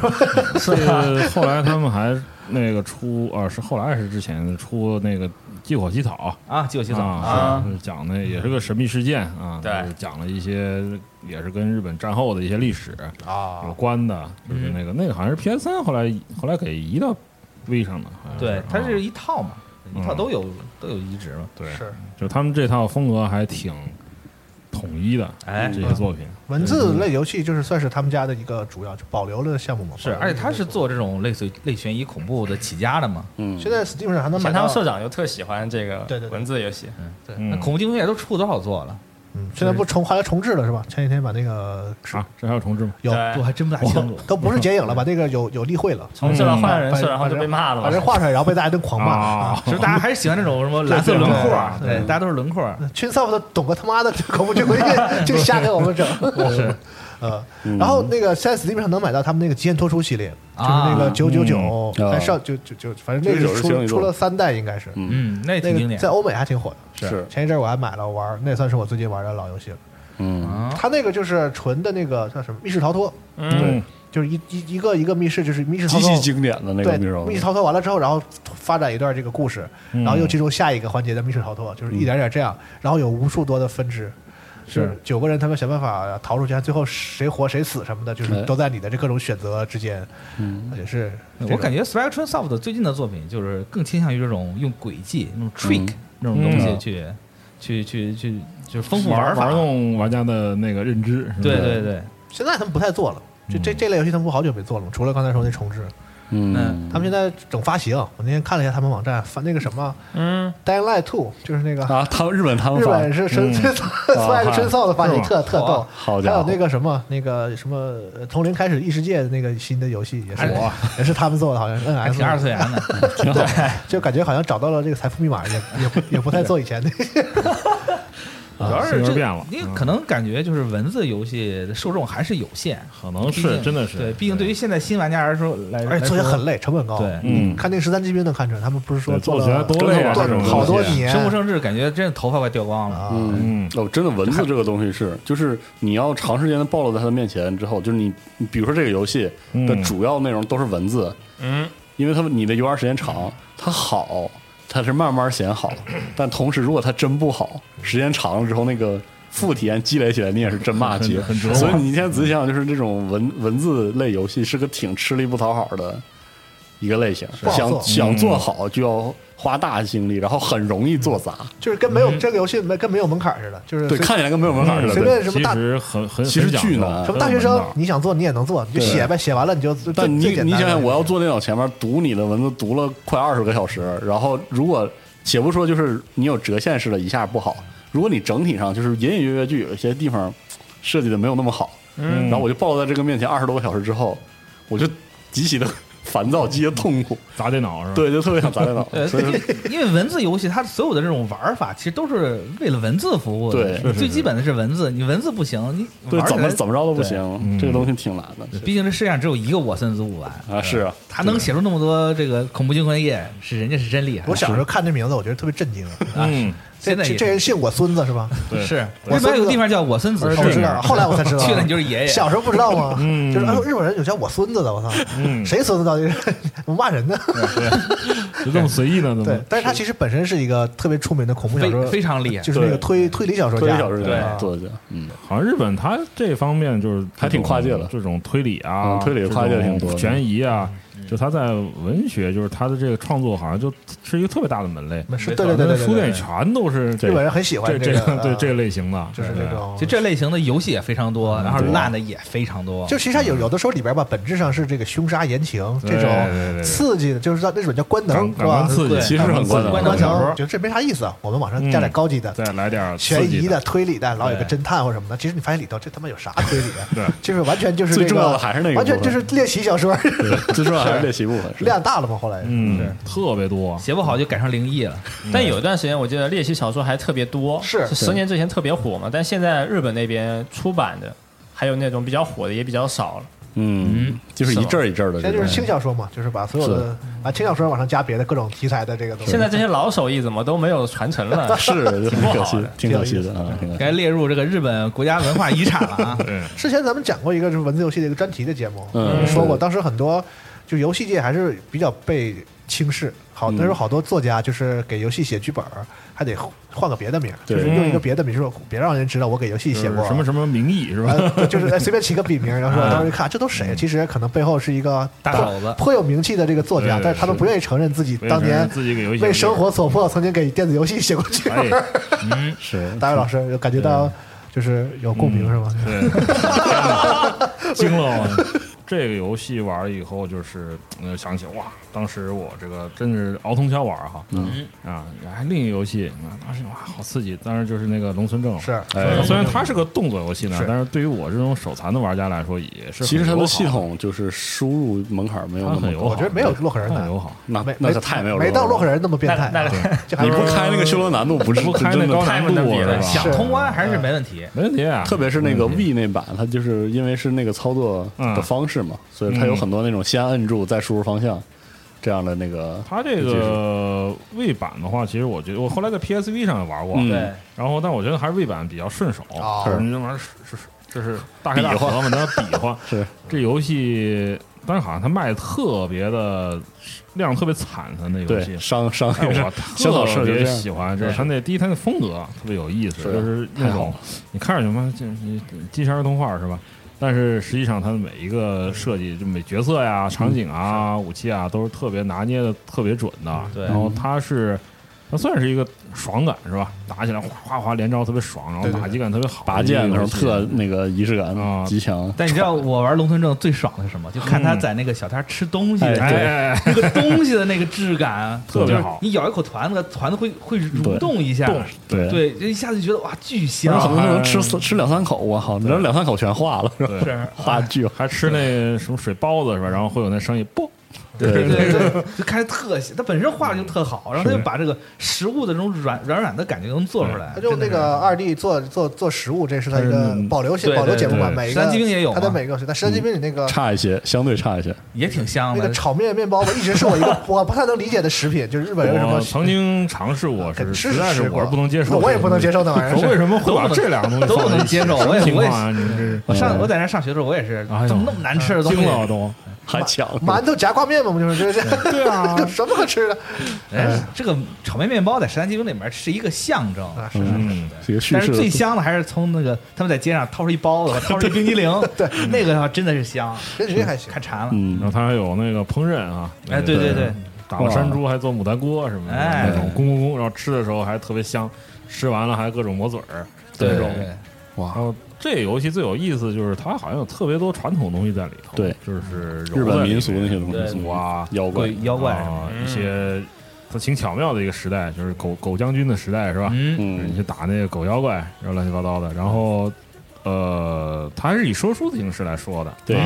[SPEAKER 8] 是 后来他们还那个出啊，是后来还是之前出那个《忌火奇草》
[SPEAKER 7] 啊，就有洗澡，
[SPEAKER 8] 啊，是是讲的也是个神秘事件啊，
[SPEAKER 6] 对
[SPEAKER 8] 就是讲了一些也是跟日本战后的一些历史有
[SPEAKER 4] 啊，
[SPEAKER 8] 关的，
[SPEAKER 7] 嗯
[SPEAKER 8] 就是那个那个好像是 PS 三后来后来给移到 V 上的，好像
[SPEAKER 7] 对，它
[SPEAKER 8] 啊
[SPEAKER 7] 是一套嘛，一套
[SPEAKER 8] 嗯
[SPEAKER 7] 都有都有移植嘛，
[SPEAKER 8] 对，
[SPEAKER 4] 是
[SPEAKER 8] 就他们这套风格还挺统一的，
[SPEAKER 7] 哎
[SPEAKER 8] 这些作品
[SPEAKER 4] 文字类游戏就是算是他们家的一个主要，就保留了项目嘛。
[SPEAKER 7] 是，
[SPEAKER 4] 保
[SPEAKER 8] 嗯
[SPEAKER 4] 留了
[SPEAKER 7] 而且他是做这种类似于类悬疑恐怖的起家的嘛，
[SPEAKER 5] 嗯，
[SPEAKER 4] 现在 Steam 上还能买
[SPEAKER 6] 像他
[SPEAKER 4] 到
[SPEAKER 6] 们，社长就特喜欢这个
[SPEAKER 4] 对对对
[SPEAKER 6] 文字游戏，
[SPEAKER 7] 那
[SPEAKER 8] 嗯
[SPEAKER 7] 恐怖惊魂夜都出多少座了？
[SPEAKER 4] 嗯，现在不重后来重置了是吧？前几天把那个
[SPEAKER 8] 啊，这还有重置吗？
[SPEAKER 4] 有
[SPEAKER 6] 对
[SPEAKER 7] 我还真不大清楚。
[SPEAKER 4] 都不是剪影 了，把那个有有例会了，
[SPEAKER 6] 重置了换人
[SPEAKER 4] 嗯把
[SPEAKER 6] 设，然后就
[SPEAKER 4] 把
[SPEAKER 6] 被骂了
[SPEAKER 4] 把人
[SPEAKER 6] 嘛。
[SPEAKER 4] 画出来，然后被大家都狂骂。啊
[SPEAKER 8] 啊，
[SPEAKER 7] 其实大家还是喜欢那种什么蓝色
[SPEAKER 4] 对
[SPEAKER 7] 轮
[SPEAKER 4] 对
[SPEAKER 7] 廓儿，
[SPEAKER 4] 对对
[SPEAKER 7] 对，
[SPEAKER 8] 嗯
[SPEAKER 7] 大家都是轮廓儿。
[SPEAKER 4] Chinsoft 懂啊个他妈的恐怖这魂夜，就瞎给我 们整。 是，呃，然后那个现在 Steam 上能买到他们那个极限脱出系列，就是那个
[SPEAKER 7] 啊
[SPEAKER 4] 九九九，
[SPEAKER 5] 嗯
[SPEAKER 4] 还上就就就，反正那个
[SPEAKER 5] 999是情
[SPEAKER 4] 出
[SPEAKER 5] 侣
[SPEAKER 4] 出了
[SPEAKER 5] 座
[SPEAKER 4] 三代应该是。
[SPEAKER 5] 嗯
[SPEAKER 7] 嗯，那也
[SPEAKER 4] 那
[SPEAKER 7] 挺经
[SPEAKER 4] 个
[SPEAKER 7] 典
[SPEAKER 4] 在欧美还挺火的，
[SPEAKER 5] 是
[SPEAKER 4] 前一阵儿我还买了玩儿，那也算是我最近玩的老游戏了。
[SPEAKER 5] 嗯
[SPEAKER 7] 啊。
[SPEAKER 4] 它那个就是纯的那个叫什么密室逃脱，
[SPEAKER 8] 嗯，
[SPEAKER 4] 就是一一一个一个密室，就是密室逃
[SPEAKER 5] 极
[SPEAKER 4] 脱
[SPEAKER 5] 其经典的那个
[SPEAKER 4] 对
[SPEAKER 5] 密室
[SPEAKER 4] 密室逃脱完了之后，然后发展一段这个故事，
[SPEAKER 8] 嗯
[SPEAKER 4] 然后又进入下一个环节的密室逃脱，就是一点点这样，然后有无数多的分支。就是九个人，他们想办法逃出去，最后谁活谁死什么的，就是
[SPEAKER 5] 哎
[SPEAKER 4] 都在你的这各种选择之间，
[SPEAKER 5] 嗯
[SPEAKER 4] 也是这
[SPEAKER 7] 我
[SPEAKER 4] 种
[SPEAKER 7] 感觉 Spectrum Soft 最近的作品就是更倾向于这种用诡计、那种 trick
[SPEAKER 5] 嗯
[SPEAKER 7] 那种东西
[SPEAKER 5] 嗯
[SPEAKER 7] 去去去去，就是丰富
[SPEAKER 8] 玩
[SPEAKER 7] 法
[SPEAKER 8] 玩。弄玩家的那个认知，是吧
[SPEAKER 7] 对对对，
[SPEAKER 4] 现在他们不太做了，这这这类游戏他们不好久没做了吗？除了刚才说那重置，
[SPEAKER 5] 嗯
[SPEAKER 7] 嗯，
[SPEAKER 4] 他们现在整发行。我那天看了一下他们网站，发那个什么
[SPEAKER 6] 嗯，
[SPEAKER 4] 《Dying Light Two》，就是那个
[SPEAKER 5] 啊，他们日本他们
[SPEAKER 4] 日
[SPEAKER 5] 发
[SPEAKER 4] 本是神 Swag 真造的发
[SPEAKER 8] 嗯啊是
[SPEAKER 4] 行，
[SPEAKER 8] 吗
[SPEAKER 4] 特特逗。
[SPEAKER 5] 好
[SPEAKER 4] 还
[SPEAKER 5] 家
[SPEAKER 4] 有
[SPEAKER 5] 伙，
[SPEAKER 4] 那个什么，那个什么，呃从零开始异世界的那个新的游戏也是，也是他们做的，好像是
[SPEAKER 7] 哎还
[SPEAKER 4] NS
[SPEAKER 7] 挺 二次元的。
[SPEAKER 5] 挺好，
[SPEAKER 4] 就感觉好像找到了这个财富密码，也也不也不太做以前的。
[SPEAKER 7] 主要啊是
[SPEAKER 8] 性格
[SPEAKER 7] 这
[SPEAKER 8] 变了
[SPEAKER 7] 因为
[SPEAKER 8] 嗯
[SPEAKER 7] 可能感觉就是文字游戏的受众还是有限，
[SPEAKER 8] 可能
[SPEAKER 7] 毕
[SPEAKER 8] 是
[SPEAKER 7] 竟
[SPEAKER 8] 真的是
[SPEAKER 7] 对，毕竟对于现在新玩家来说来，
[SPEAKER 4] 而且做也
[SPEAKER 7] 来说
[SPEAKER 4] 很累，成本高。
[SPEAKER 7] 对，
[SPEAKER 8] 嗯
[SPEAKER 4] 看那个十三级兵能看出来，他们不是说
[SPEAKER 8] 对做
[SPEAKER 4] 了
[SPEAKER 8] 起来多累啊
[SPEAKER 4] 做
[SPEAKER 8] 这种
[SPEAKER 4] 好多
[SPEAKER 8] 东西
[SPEAKER 4] 年，
[SPEAKER 7] 生不生智，感觉真的头发快掉光了。
[SPEAKER 4] 啊，
[SPEAKER 5] 嗯
[SPEAKER 8] 嗯，
[SPEAKER 5] 哦，真的文字这个东西是，就是你要长时间的暴露在他的面前之后，就是你，你比如说这个游戏的
[SPEAKER 8] 嗯
[SPEAKER 5] 主要内容都是文字，
[SPEAKER 6] 嗯，
[SPEAKER 5] 因为他们你的游玩时间长，它好，它是慢慢显 好，但同时如果它真不好，时间长了之后那个。负体验积累起来，你也是真骂街，
[SPEAKER 8] 很折磨
[SPEAKER 5] 所以你一天仔细想想，就是这种文文字类游戏是个挺吃力不讨好的一个类型。
[SPEAKER 4] 不好
[SPEAKER 5] 想
[SPEAKER 4] 做
[SPEAKER 5] 想
[SPEAKER 8] 嗯
[SPEAKER 5] 做好，就要花大精力，然后很容易做砸。
[SPEAKER 4] 就是跟没
[SPEAKER 7] 嗯
[SPEAKER 4] 有这个游戏没跟没有门槛似的，就是
[SPEAKER 5] 对，
[SPEAKER 4] 随
[SPEAKER 5] 看起来跟没有门
[SPEAKER 8] 嗯
[SPEAKER 5] 槛似的。
[SPEAKER 4] 嗯随
[SPEAKER 5] 对。
[SPEAKER 4] 便什么大
[SPEAKER 8] 其实很很
[SPEAKER 5] 其实巨难
[SPEAKER 8] 啊
[SPEAKER 4] 什么大学生，
[SPEAKER 8] 你
[SPEAKER 4] 你想做你也能做，你就
[SPEAKER 5] 对
[SPEAKER 4] 写呗，写完了你就。
[SPEAKER 5] 但
[SPEAKER 4] 最
[SPEAKER 5] 你你想想，我
[SPEAKER 4] 最简单的
[SPEAKER 5] 要，坐电脑前面读你的文字，读了快二十个小时，然后如果且不说就是你有折线式的一下不好，如果你整体上就是隐隐约约就有一些地方设计的没有那么好，
[SPEAKER 8] 嗯
[SPEAKER 7] 嗯
[SPEAKER 5] 然后我就抱在这个面前二十多个小时之后，我就极其的 烦躁，极其的痛苦，
[SPEAKER 8] 砸电脑是吧？
[SPEAKER 5] 对，就特别想砸电脑，
[SPEAKER 7] 对
[SPEAKER 5] 所以 说
[SPEAKER 7] 呃因为文字游戏它所有的这种玩法，其实都是为了文字服务的。
[SPEAKER 5] 对是
[SPEAKER 7] 你最基本的是文字，你文字不行，你
[SPEAKER 5] 对
[SPEAKER 7] 玩起
[SPEAKER 5] 怎么
[SPEAKER 7] 来
[SPEAKER 5] 怎么着都不
[SPEAKER 7] 对
[SPEAKER 5] 行，这个东西挺难的
[SPEAKER 7] 毕竟这世界上只有一个我孙子武完，
[SPEAKER 5] 啊，是啊，
[SPEAKER 7] 他能写出那么多这个恐怖惊魂夜，是人家是真厉害。
[SPEAKER 4] 我小时候看这名字，我觉得特别震惊。
[SPEAKER 8] 嗯，
[SPEAKER 4] 这
[SPEAKER 7] 现在
[SPEAKER 4] 这
[SPEAKER 7] 也
[SPEAKER 4] 这人姓我孙子是吧？
[SPEAKER 8] 对
[SPEAKER 7] 是
[SPEAKER 4] 我
[SPEAKER 7] 日
[SPEAKER 4] 孙
[SPEAKER 7] 本
[SPEAKER 4] 子
[SPEAKER 7] 有个地方叫我孙子
[SPEAKER 4] 我
[SPEAKER 7] 后
[SPEAKER 4] 是知
[SPEAKER 7] 面，
[SPEAKER 4] 道，后来我才知道。
[SPEAKER 7] 去了你就是爷爷。
[SPEAKER 4] 小时候不知道吗？
[SPEAKER 8] 嗯
[SPEAKER 4] 就是哎呦日本人有叫我孙子的，我操，
[SPEAKER 8] 嗯
[SPEAKER 4] 谁孙子到底是 怎么骂人呢？
[SPEAKER 8] 就这么随意呢？怎
[SPEAKER 4] 对
[SPEAKER 8] 么，？
[SPEAKER 4] 但是他其实本身是一个特别出名的恐怖小说
[SPEAKER 7] 非，非常厉害，
[SPEAKER 4] 就是那个
[SPEAKER 5] 对
[SPEAKER 4] 推推理小说
[SPEAKER 5] 推
[SPEAKER 4] 家，
[SPEAKER 5] 理小说
[SPEAKER 4] 啊
[SPEAKER 5] 家做的，嗯，
[SPEAKER 8] 好像日本它这方面就是这种
[SPEAKER 5] 还挺跨界的
[SPEAKER 8] 这种推理啊
[SPEAKER 5] 嗯，推理跨界挺多的
[SPEAKER 8] 这种悬疑啊，就他在文学，就是他的这个创作，好像就是一个特别大的门类。
[SPEAKER 4] 是对对对对对，
[SPEAKER 8] 书店
[SPEAKER 4] 对
[SPEAKER 8] 全都是
[SPEAKER 4] 日
[SPEAKER 8] 这
[SPEAKER 4] 本人很喜
[SPEAKER 8] 这
[SPEAKER 4] 欢
[SPEAKER 8] 这
[SPEAKER 4] 个
[SPEAKER 8] 个，对
[SPEAKER 4] 啊
[SPEAKER 8] 这类型的，
[SPEAKER 4] 就是
[SPEAKER 8] 对
[SPEAKER 4] 这种
[SPEAKER 7] 其实。这类型的游戏也非常多，然后烂的也非常多。
[SPEAKER 4] 就其实它有有的时候里边吧，本质上是这个凶杀言情这
[SPEAKER 8] 对对
[SPEAKER 4] 种
[SPEAKER 8] 对对
[SPEAKER 4] 刺激的，就是让那种叫官能
[SPEAKER 8] 感
[SPEAKER 4] 是
[SPEAKER 8] 感
[SPEAKER 4] 吧
[SPEAKER 8] 官？刺激，
[SPEAKER 7] 对
[SPEAKER 5] 其实很关
[SPEAKER 8] 感
[SPEAKER 4] 官
[SPEAKER 5] 键
[SPEAKER 8] 官
[SPEAKER 4] 能
[SPEAKER 8] 能小
[SPEAKER 4] 型，
[SPEAKER 8] 说，
[SPEAKER 4] 觉得这没啥意思啊。我们往上加点高级的，
[SPEAKER 8] 再来点儿刺
[SPEAKER 4] 悬
[SPEAKER 8] 激
[SPEAKER 4] 疑
[SPEAKER 8] 的
[SPEAKER 4] 的、推理的，老有个
[SPEAKER 7] 对
[SPEAKER 4] 侦探或什么的。其实你发现里头这他妈有啥推理啊？
[SPEAKER 8] 对
[SPEAKER 4] 就是完全就是
[SPEAKER 5] 最
[SPEAKER 4] 这个
[SPEAKER 5] 重要的还是那个
[SPEAKER 4] 完全
[SPEAKER 5] 部
[SPEAKER 4] 就
[SPEAKER 5] 分
[SPEAKER 4] 是练习小说，
[SPEAKER 5] 对最重要还是练习部分。是
[SPEAKER 4] 量大了嘛。后来，
[SPEAKER 8] 嗯，特别多。
[SPEAKER 7] 写不好就赶上灵异了，
[SPEAKER 5] 嗯
[SPEAKER 6] 但有一段时间，我记得猎奇小说还特别多，
[SPEAKER 4] 是
[SPEAKER 6] 十年之前特别火嘛。但现在日本那边出版的，还有那种比较火的也比较少了。
[SPEAKER 5] 嗯，就是一阵儿一阵儿的
[SPEAKER 4] 现在
[SPEAKER 5] 这
[SPEAKER 4] 就是
[SPEAKER 5] 种。
[SPEAKER 4] 轻小说嘛，就是把所有的啊轻小说往上加别的各种题材的这个东西。
[SPEAKER 6] 现在这些老手艺怎么都没有传承了？
[SPEAKER 5] 是， 就 很
[SPEAKER 6] 挺不
[SPEAKER 5] 可
[SPEAKER 6] 好
[SPEAKER 5] 惜
[SPEAKER 6] 的，
[SPEAKER 5] 挺可惜的啊，
[SPEAKER 4] 嗯
[SPEAKER 5] 挺可惜。
[SPEAKER 7] 该列入这个日本国家文化遗产了 啊！
[SPEAKER 4] 之前咱们讲过一个就是文字游戏的一个专题的节目，
[SPEAKER 5] 嗯
[SPEAKER 4] 说过
[SPEAKER 5] 是
[SPEAKER 4] 当时很多就游戏界还是比较被轻视，好
[SPEAKER 8] 嗯
[SPEAKER 4] 那时候好多作家就是给游戏写剧本儿还得换个别的名儿，就
[SPEAKER 5] 对
[SPEAKER 4] 是用一个别的名儿说别让人知道我给游戏
[SPEAKER 8] 就是
[SPEAKER 4] 写过
[SPEAKER 8] 什么嗯什么名义是吧？
[SPEAKER 4] 呃，对就是哎随便起个笔名， 然后说当时一看这都谁？其实可能背后是一个
[SPEAKER 7] 大
[SPEAKER 4] 颇
[SPEAKER 7] 手子
[SPEAKER 4] 颇有名气的这个作家，
[SPEAKER 8] 对
[SPEAKER 4] 但是他们
[SPEAKER 8] 是
[SPEAKER 4] 不愿意承认自己当年
[SPEAKER 8] 自己给游戏
[SPEAKER 4] 为生活所迫，曾经给电子游戏写过剧
[SPEAKER 8] 哎嗯
[SPEAKER 4] 本。
[SPEAKER 5] 是，
[SPEAKER 4] 大卫老师有感觉到就是有共鸣是吗？
[SPEAKER 8] 对，惊了我！这个游戏玩了以后，就是呃想起哇，当时我这个真是熬通宵玩儿哈，
[SPEAKER 5] 嗯
[SPEAKER 8] 啊，还另一个游戏啊，当时哇好刺激，当时就是那个《龙村证》
[SPEAKER 4] 是，
[SPEAKER 5] 哎，
[SPEAKER 8] 虽然它是个动作游戏呢
[SPEAKER 4] 是，
[SPEAKER 8] 但是对于我这种手残的玩家来说，也是
[SPEAKER 5] 其实它
[SPEAKER 8] 很友
[SPEAKER 5] 的
[SPEAKER 8] 好
[SPEAKER 5] 系统就是输入门槛没有
[SPEAKER 8] 它
[SPEAKER 5] 那
[SPEAKER 8] 很
[SPEAKER 5] 么
[SPEAKER 8] 友
[SPEAKER 5] 高，
[SPEAKER 8] 好，
[SPEAKER 4] 我觉得没有洛克人
[SPEAKER 8] 它很
[SPEAKER 4] 难，
[SPEAKER 8] 友好。
[SPEAKER 5] 那
[SPEAKER 4] 没
[SPEAKER 5] 那
[SPEAKER 4] 没
[SPEAKER 5] 就太没有
[SPEAKER 4] 没到洛克人那么变态。
[SPEAKER 6] 那那
[SPEAKER 4] 对 这还
[SPEAKER 5] 你
[SPEAKER 4] 是
[SPEAKER 5] 不开那个修罗难度，不是
[SPEAKER 8] 不开那高
[SPEAKER 6] 太
[SPEAKER 8] 难
[SPEAKER 6] 不能
[SPEAKER 8] 度
[SPEAKER 6] 比
[SPEAKER 8] 是
[SPEAKER 6] 了
[SPEAKER 8] 吧？
[SPEAKER 7] 想通关还是没问题。
[SPEAKER 8] 没问题啊，
[SPEAKER 5] 啊特别是那个
[SPEAKER 8] 没
[SPEAKER 4] 嗯
[SPEAKER 8] 问
[SPEAKER 5] V
[SPEAKER 8] 题
[SPEAKER 5] 那版，它就是因为是那个操作
[SPEAKER 8] 嗯
[SPEAKER 5] 的方式嘛，所以它有很多那种先摁住再输入方向这样的那个。
[SPEAKER 8] 它这个魏版的话，其实我觉得我后来在 PSV 上也玩过，啊
[SPEAKER 5] 嗯
[SPEAKER 6] 对，
[SPEAKER 8] 然后但我觉得还是魏版比较顺手，
[SPEAKER 4] 哦
[SPEAKER 8] 就是你那玩意儿是是是就是大开大合嘛，在那比 划
[SPEAKER 5] 是
[SPEAKER 8] 这游戏，但是好像它卖得特别的量特别惨的那游戏
[SPEAKER 5] 对，。商商
[SPEAKER 8] 哎，
[SPEAKER 5] 业
[SPEAKER 8] 我
[SPEAKER 5] 上小草社
[SPEAKER 8] 特
[SPEAKER 5] 就
[SPEAKER 8] 别
[SPEAKER 5] 这样
[SPEAKER 8] 喜欢，就是它那第一，它那风格啊特别有意思，
[SPEAKER 5] 是
[SPEAKER 8] 就是那
[SPEAKER 5] 太好
[SPEAKER 8] 种
[SPEAKER 5] 了
[SPEAKER 8] 你看着什么就是机器儿童画是吧？但是实际上它的每一个设计，就每角色呀、场景啊、武器啊，都是特别拿捏的特别准的。
[SPEAKER 7] 对
[SPEAKER 8] 然后它是。它算是一个爽感是吧？打起来哗哗哗连招特别爽，然后
[SPEAKER 4] 对对对
[SPEAKER 8] 打击感特别好。
[SPEAKER 5] 拔剑的时候特
[SPEAKER 8] 嗯
[SPEAKER 5] 那个仪式感
[SPEAKER 8] 啊
[SPEAKER 5] 极强，
[SPEAKER 7] 但你知道我玩龙村证最爽的是什么？就看他在那个小摊吃东西的时候，
[SPEAKER 8] 嗯哎哎哎
[SPEAKER 7] 那个东西的那个质感啊
[SPEAKER 8] 特别好
[SPEAKER 7] 就是你咬一口团子，团子会会蠕动一下，
[SPEAKER 8] 动
[SPEAKER 5] 对，
[SPEAKER 7] 对，就一下子觉得哇，巨
[SPEAKER 5] 然后
[SPEAKER 7] 香，
[SPEAKER 5] 很多人吃四吃两三口，我靠，你这两三口全化了，是吧？
[SPEAKER 7] 是
[SPEAKER 5] 化巨好，
[SPEAKER 8] 还吃那什么水包子是吧？然后会有那声音啵，
[SPEAKER 5] 对
[SPEAKER 7] 对对对，就看着特香，它本身画的就特好，然后他就把这个食物的这种软软软的感觉能做出来，
[SPEAKER 4] 他就那个二 D 做做做食物，这是他一
[SPEAKER 8] 它
[SPEAKER 4] 个
[SPEAKER 8] 是
[SPEAKER 4] 保留性
[SPEAKER 7] 对
[SPEAKER 4] 保留节目吧，
[SPEAKER 8] 对
[SPEAKER 4] 每一
[SPEAKER 7] 山
[SPEAKER 4] 个
[SPEAKER 7] 鸡兵也有
[SPEAKER 4] 他的
[SPEAKER 7] 嘛
[SPEAKER 4] 每个，但山鸡兵里那个
[SPEAKER 5] 差一些，相对差一些。
[SPEAKER 7] 也挺香
[SPEAKER 4] 那个
[SPEAKER 7] 的。
[SPEAKER 4] 炒面面包吧，一直是我一个我不太能理解的食品，就是呃日本人什么
[SPEAKER 8] 我曾经尝试过，
[SPEAKER 4] 肯
[SPEAKER 8] 是
[SPEAKER 4] 吃
[SPEAKER 8] 实在是
[SPEAKER 4] 吃
[SPEAKER 8] 我
[SPEAKER 4] 过
[SPEAKER 8] 是不能接受，
[SPEAKER 4] 我也不能接受那玩意儿
[SPEAKER 8] 说为什么会把这两个东西
[SPEAKER 7] 哎都不
[SPEAKER 8] 放在
[SPEAKER 7] 能
[SPEAKER 8] 一起
[SPEAKER 7] 接受
[SPEAKER 8] 什
[SPEAKER 7] 我
[SPEAKER 8] 么
[SPEAKER 7] 也
[SPEAKER 8] 情
[SPEAKER 7] 我也
[SPEAKER 8] 况啊？你们
[SPEAKER 7] 我上我在那上学的时候，我也是
[SPEAKER 8] 哎呦
[SPEAKER 7] 怎么那么难吃的
[SPEAKER 8] 这
[SPEAKER 7] 东西
[SPEAKER 8] 惊？了都，
[SPEAKER 5] 还抢
[SPEAKER 4] 馒头夹挂面嘛，不 就是这这
[SPEAKER 8] 对啊，
[SPEAKER 4] 有什么可吃的？
[SPEAKER 7] 哎，这个炒面面包在十三鸡兵里面是一个象征，
[SPEAKER 4] 啊是
[SPEAKER 8] 嗯，
[SPEAKER 5] 这个叙
[SPEAKER 7] 但是
[SPEAKER 5] 事
[SPEAKER 7] 最香的还是从那个他们在街上掏出一包子，掏出一冰激凌，对，那个啊真的是香，
[SPEAKER 4] 跟谁还行
[SPEAKER 7] 看馋了。
[SPEAKER 5] 嗯
[SPEAKER 8] 然，后它还有那个烹饪啊，
[SPEAKER 7] 哎，对对对，
[SPEAKER 8] 打了山猪还做牡丹锅什么的，
[SPEAKER 7] 哎
[SPEAKER 8] 那种咕咕咕，然后吃的时候还特别香，吃完了还各种抹嘴儿，
[SPEAKER 7] 对
[SPEAKER 8] 那
[SPEAKER 7] 对
[SPEAKER 8] 种。
[SPEAKER 7] 对
[SPEAKER 8] 然后这游戏最有意思就是它好像有特别多传统东西在里头，
[SPEAKER 5] 对，
[SPEAKER 8] 就是
[SPEAKER 5] 日本民俗那些东
[SPEAKER 7] 对
[SPEAKER 5] 西，嗯
[SPEAKER 8] 俗啊，
[SPEAKER 5] 妖怪
[SPEAKER 7] 鬼妖怪什么嗯
[SPEAKER 8] 啊，一些它挺巧妙的一个时代，就是狗狗将军的时代是吧？
[SPEAKER 7] 嗯，
[SPEAKER 5] 嗯
[SPEAKER 8] 你去打那个狗妖怪，然后乱七八糟的，然后呃，它是以说书的形式来说的，啊
[SPEAKER 5] 对，